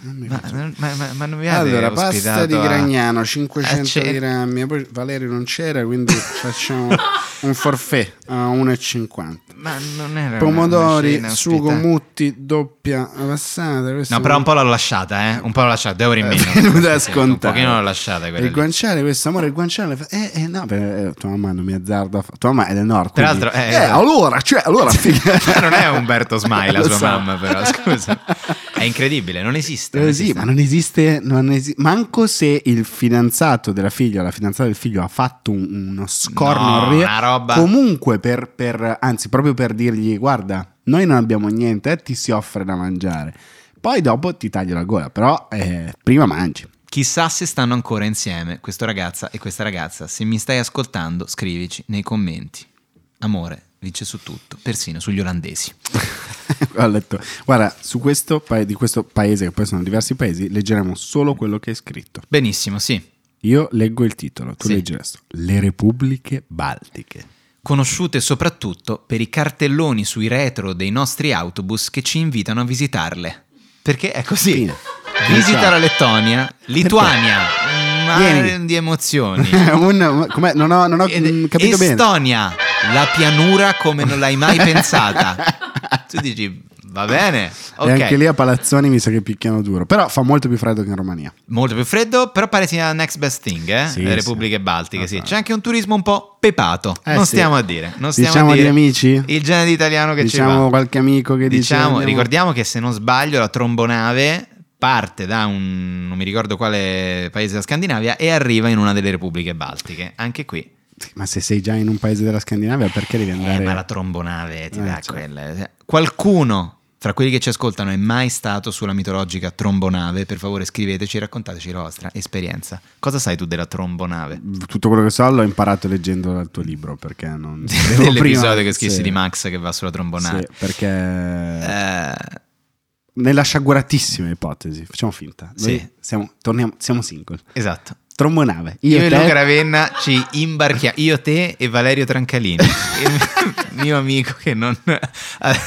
D: Non mi
C: Ma, ma- ma- ma non vi avete
D: Allora, pasta
C: ospitato
D: di
C: a-
D: Gragnano, 500
C: Eh, c'è-
D: grammi. Poi Valerio non
C: [laughs]
D: c'era, quindi facciamo un forfè a 1,50.
C: Ma non era Eh, una- una
D: Pomodori,
C: cena
D: sugo,
C: ospitata.
D: mutti, doppia passata. questo
C: No, però un po' l'ho lasciata, eh. Un po' l'ho lasciata, due ore in
D: [laughs]
C: meno.
D: venuta da
C: Sì, Un
D: scontare.
C: pochino l'ho lasciata quella
D: Il
C: lì.
D: guanciale, questo amore, il guanciale. fa- Eh, eh, no, beh, eh, tua mamma non mi azzarda. a fa- Tua mamma è del nord.
C: Tra
D: quindi-
C: l'altro, eh,
D: eh,
C: esatto.
D: allora, cioè,
C: [laughs]
D: allora,
C: [laughs]
D: figa.
C: non è Umberto Smaila
D: [laughs] Lo
C: sua
D: so.
C: mamma, però scusa.
D: [laughs]
C: È incredibile, non esiste. non
D: Eh sì,
C: esiste.
D: ma non esiste, non esi- manco se il fidanzato della figlia o la fidanzata del figlio ha fatto un- uno scorno
C: No,
D: orri-
C: una roba-
D: comunque per, per- anzi proprio per dirgli guarda noi non abbiamo niente eh, ti si offre da mangiare poi dopo ti taglio la gola però eh, prima mangi [laughs]
C: Chissà se stanno ancora insieme questo ragazza e questa ragazza. Se mi stai ascoltando, scrivici nei commenti. Amore vince su tutto, persino sugli olandesi.
D: Ho letto. guarda su questo pa- di questo paese che poi sono diversi paesi leggeremo solo quello che è scritto
C: Benissimo, sì.
D: io leggo il titolo tu
C: Sì.
D: leggi il resto le repubbliche baltiche
C: Conosciute soprattutto per i cartelloni sui retro dei nostri autobus che ci invitano a visitarle. Perché è così.
D: Fine.
C: Visita
D: Ciao.
C: la Lettonia, Lituania, mare
D: Vieni.
C: di emozioni.
D: [laughs] Un- com'è? non ho, non ho,
C: Ed-
D: mm, capito bene
C: Estonia, la pianura come non l'hai
D: [laughs]
C: mai pensata. Tu dici, va bene, ok.
D: E anche lì a Palazzoni mi sa che picchiano duro. Però fa molto più freddo che in Romania.
C: Molto più freddo, però pare sia next best thing, eh?
D: Sì,
C: Le
D: sì.
C: Repubbliche Baltiche,
D: Ah,
C: sì.
D: ah.
C: C'è anche un turismo un po' pepato,
D: Eh,
C: non
D: sì.
C: stiamo a dire. Non stiamo
D: Diciamo
C: a dire
D: di amici?
C: Il genere di italiano che ci
D: Diciamo
C: va.
D: qualche amico che dice,
C: Diciamo,
D: andiamo-
C: ricordiamo che se non sbaglio la trombonave parte da un, non mi ricordo quale paese della Scandinavia e arriva in una delle Repubbliche Baltiche. Anche qui
D: Ma se sei già in un paese della Scandinavia, perché devi
C: Eh,
D: andare?
C: ma la trombonave ti
D: Eh,
C: dà
D: certo.
C: quella. Qualcuno fra quelli che ci ascoltano è mai stato sulla mitologica trombonave? Per favore scriveteci e raccontateci la vostra esperienza. Cosa sai tu della trombonave?
D: Tutto quello che so l'ho imparato leggendo dal tuo libro. Perché
C: [laughs]
D: non sapevo
C: Dell'episodio
D: prima-
C: che scrissi
D: sì.
C: di Max che va sulla trombonave.
D: Sì, perché
C: Eh,
D: nella sciaguratissima ipotesi, facciamo finta. Noi
C: Sì.
D: siamo, torniamo, siamo single.
C: esatto.
D: Trombonave. Io,
C: Io, e
D: te-
C: Luca Ravenna ci imbarchiamo, io, te e Valerio
D: [laughs]
C: Trancalini, il mio amico che non...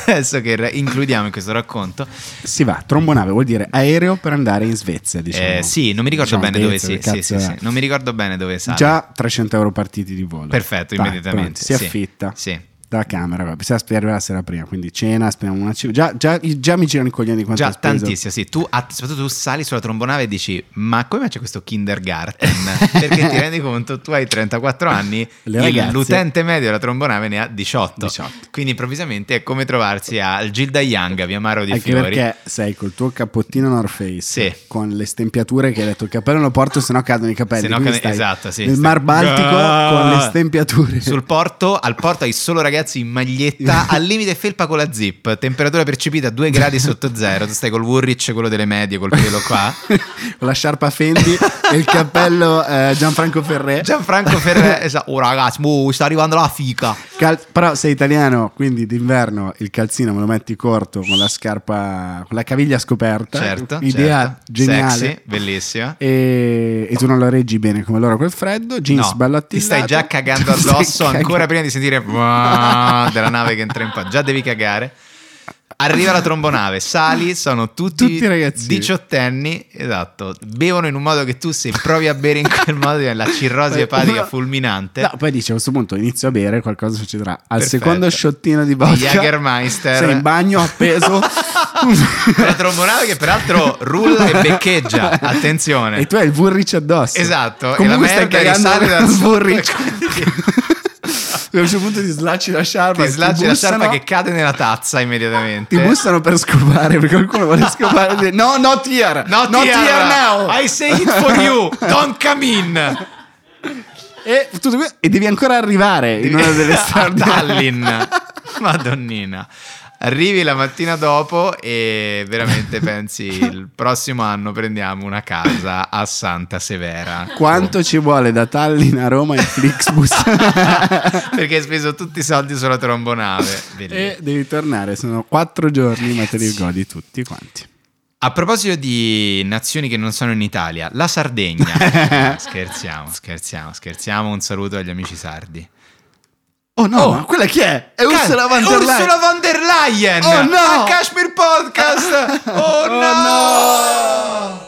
C: adesso che ra- includiamo in questo racconto.
D: Si va, trombonave vuol dire aereo per andare in Svezia. Diciamo.
C: Eh, sì, non mi ricordo
D: Diciamo
C: bene dove
D: Svezia,
C: si...
D: che
C: Sì, sì,
D: cazzo
C: sì,
D: è.
C: non mi ricordo bene dove sale.
D: Già 300 euro partiti di volo.
C: Perfetto,
D: Dai,
C: immediatamente.
D: pronto,
C: sì.
D: Si affitta.
C: Sì.
D: Da camera, vabbè, bisogna aspettare la sera prima, quindi cena, aspettiamo una cena. Già, già, già mi girano i coglioni quanto
C: Già,
D: ho speso.
C: tantissimo, sì. Tu, att- soprattutto tu sali sulla trombonave e dici, ma come c'è questo kindergarten? [laughs] Perché ti rendi conto, tu hai 34 anni,
D: [laughs] Le
C: il-
D: ragazze-
C: l'utente medio della trombonave ne ha 18.
D: 18.
C: Quindi improvvisamente è come trovarsi al Gilda Young, via Maro di
D: Anche
C: Fiori.
D: perché sei col tuo cappottino North Face
C: Sì.
D: con le stempiature che hai detto il cappello non lo porto sennò cadono i capelli
C: Se no
D: quindi
C: cade-
D: stai
C: esatto, sì,
D: nel
C: stai-
D: Mar Baltico
C: Ah!
D: con le stempiature
C: Sul porto, al porto hai solo ragazze pezzi in
D: [laughs]
C: maglietta, al limite felpa con la zip, temperatura percepita a 2 gradi sotto zero, tu stai col Woolrich, quello delle medie, col pelo qua.
D: [laughs] con la sciarpa Fendi e il cappello eh, Gianfranco Ferré.
C: Gianfranco
D: [laughs]
C: Ferré, esatto, oh ragazzi, boh, sta arrivando la fica.
D: Cal- però sei italiano, quindi d'inverno il calzino me lo metti corto con la scarpa, con la caviglia scoperta.
C: Certo,
D: idea
C: certo.
D: geniale.
C: Sexy, bellissima.
D: E, e tu non la reggi bene come loro col freddo, jeans
C: No,
D: ballattillato.
C: Ti stai già
D: [laughs]
C: cagando
D: Stai
C: addosso
D: cagando.
C: ancora prima di sentire "Wah", della nave che entra in pa. Già devi cagare. Arriva la trombonave, sali, sono tutti,
D: Tutti ragazzini.
C: diciottenni, esatto, bevono in un modo che tu se provi a bere in quel modo è la cirrosi epatica
D: [laughs]
C: fulminante.
D: Eh, No, poi dice a questo punto inizio a bere, qualcosa succederà. Al
C: Perfetto.
D: secondo sciottino di vodka,
C: Jägermeister.
D: sei in bagno
C: [laughs]
D: appeso. [laughs]
C: La trombonave che peraltro rulla e
D: [laughs]
C: beccheggia, attenzione.
D: E tu hai il Woolrich addosso.
C: Esatto, e
D: Comunque
C: la
D: stai
C: merda
D: cagando
C: risale
D: dal
C: dal sotto,
D: Woolrich.
C: quindi-
D: [laughs] a un certo punto ti slacci la sciarpa.
C: Ti slacci la sciarpa
D: bussano-
C: che cade nella tazza immediatamente.
D: Ti bussano per scopare, perché qualcuno vuole scopare. dice, No, not here.
C: Not,
D: not
C: here,
D: now.
C: I say it for you, don't come in.
D: E, tutto qui- e devi ancora arrivare in una
C: [laughs]
D: delle
C: a
D: strade.
C: Tallinn. Madonnina. Arrivi la mattina dopo e veramente pensi il prossimo anno prendiamo una casa a Santa Severa.
D: Quanto ci vuole da Tallinn a Roma in
C: [laughs]
D: Flixbus?
C: Perché hai speso tutti i soldi sulla trombonave. Bellissimo.
D: e devi tornare, sono quattro giorni, ma te li
C: Ragazzi.
D: godi tutti quanti.
C: A proposito di nazioni che non sono in Italia, la Sardegna.
D: [laughs]
C: No, scherziamo, scherziamo, scherziamo. Un saluto agli amici sardi.
D: Oh no, ma quella chi è? È Ursula von der Leyen.
C: Ursula von der Leyen!
D: Oh no!
C: A
D: [laughs]
C: Kashmir Podcast! Oh, no!